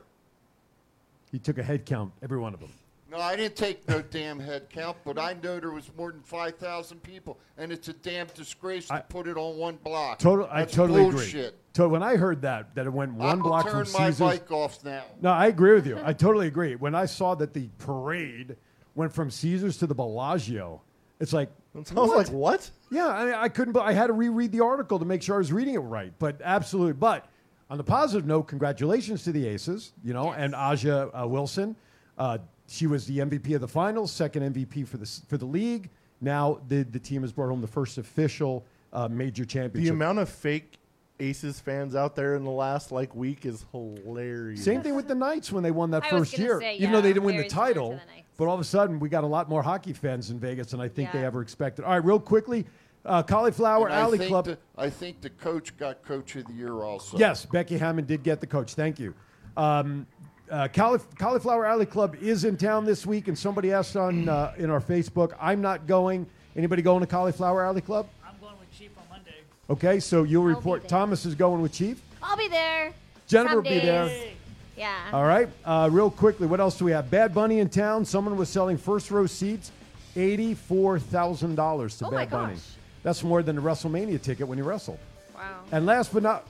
he took a head count, every one of them. No, I didn't take no damn head count, but I know there was more than five thousand people, and it's a damn disgrace to put it on one block. Total, I That's totally agree. bullshit. So when I heard that, that it went one I'll block turn from my Caesars. bike off now. No, I agree with you. I totally agree. When I saw that the parade went from Caesars to the Bellagio, it's like I was like, what? Yeah, I, mean, I couldn't. but I had to reread the article to make sure I was reading it right. But absolutely. But on the positive note, congratulations to the Aces. You know, and Aja uh, Wilson. Uh, she was the MVP of the finals, second MVP for the s- for the league. Now the the team has brought home the first official uh, major The championship. amount of fake Aces fans out there in the last like week is hilarious. Same thing with the Knights when they won that I was first gonna year, say, even though yeah, they didn't win the very similar to title. the but all of a sudden, we got a lot more hockey fans in Vegas than I think they Yeah. ever expected. All right, real quickly, uh, Cauliflower And I Alley think Club. The, I think the coach got coach of the year also. Yes, Becky Hammond did get the coach. Thank you. Um, uh, Caulif- Cauliflower Alley Club is in town this week, and somebody asked on uh, in our Facebook, "I'm not going." Anybody going to Cauliflower Alley Club? I'm going with Chief on Monday. Okay, so you'll report. Thomas is going with Chief. I'll be there. Jennifer Some will be there. days. Yeah. All right, uh, real quickly, what else do we have? Bad Bunny in town. Someone was selling first row seats, eighty-four thousand dollars to Oh my Bad Bunny. gosh. That's more than the WrestleMania ticket when he wrestled. Wow. And last but not,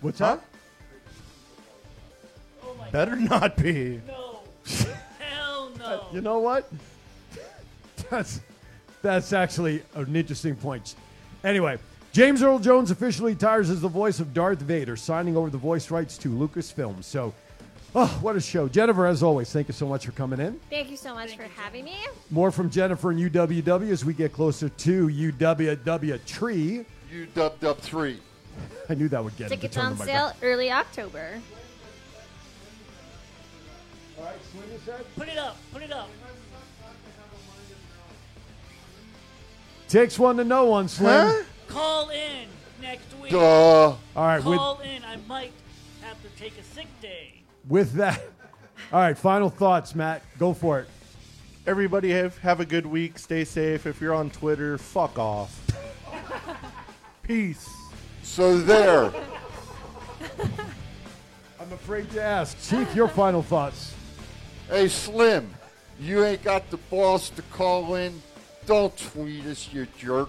what's that? Better not be. Oh. Hell no. You know what? That's that's actually an interesting point. Anyway, James Earl Jones officially retires as the voice of Darth Vader, signing over the voice rights to Lucasfilm. So, oh, what a show. Jennifer, as always, thank you so much for coming in. Thank you so much for having me. More from Jennifer and UWW as we get closer to UWW Tree. You dubbed up three. I knew that would get him to Tickets turn the on mic sale early October. All right, swing this head. Put it up. Put it up. back. Takes one to know one, Slim. Call in next week. Duh. All right, with- Call in. I might have have to take a sick day. With that, all right, final thoughts, Matt. Go for it. Everybody have have a good week. Stay safe. If you're on Twitter, fuck off. Peace. So there. I'm afraid to ask. Chief, your final thoughts. Hey, Slim, you ain't got the balls to call in. Don't tweet us, you jerk.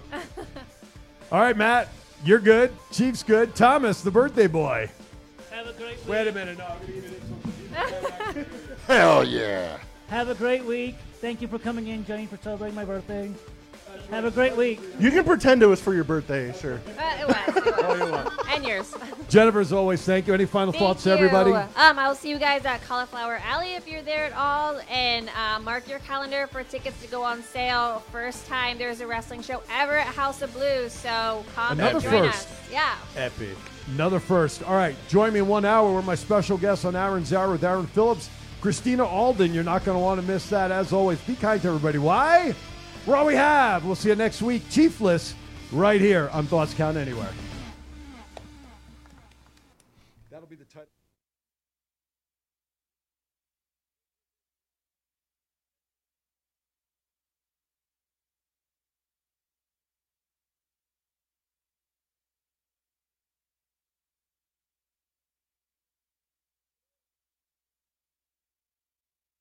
All right, Matt, you're good. Chief's good. Thomas, the birthday boy. Have a great week. Wait a minute. No, Hell yeah. Have a great week. Thank you for coming in, Jane, for celebrating my birthday. Have a great week. You can pretend it was for your birthday, sure. Uh, it was. It was. and yours. Jennifer's always thank you. Any final Thank thoughts, you. everybody? Um, I will see you guys at Cauliflower Alley if you're there at all, and uh, mark your calendar for tickets to go on sale. First time there's a wrestling show ever at House of Blues, so come Another and join first. us. Yeah. Epic. Another first. All right, join me in one hour. We're my special guest on Aaron's Hour with Aaron Phillips, Christina Alden. You're not going to want to miss that. As always, be kind to everybody. Why? We're all we have. We'll see you next week, Chiefless, right here on Thoughts Count Anywhere.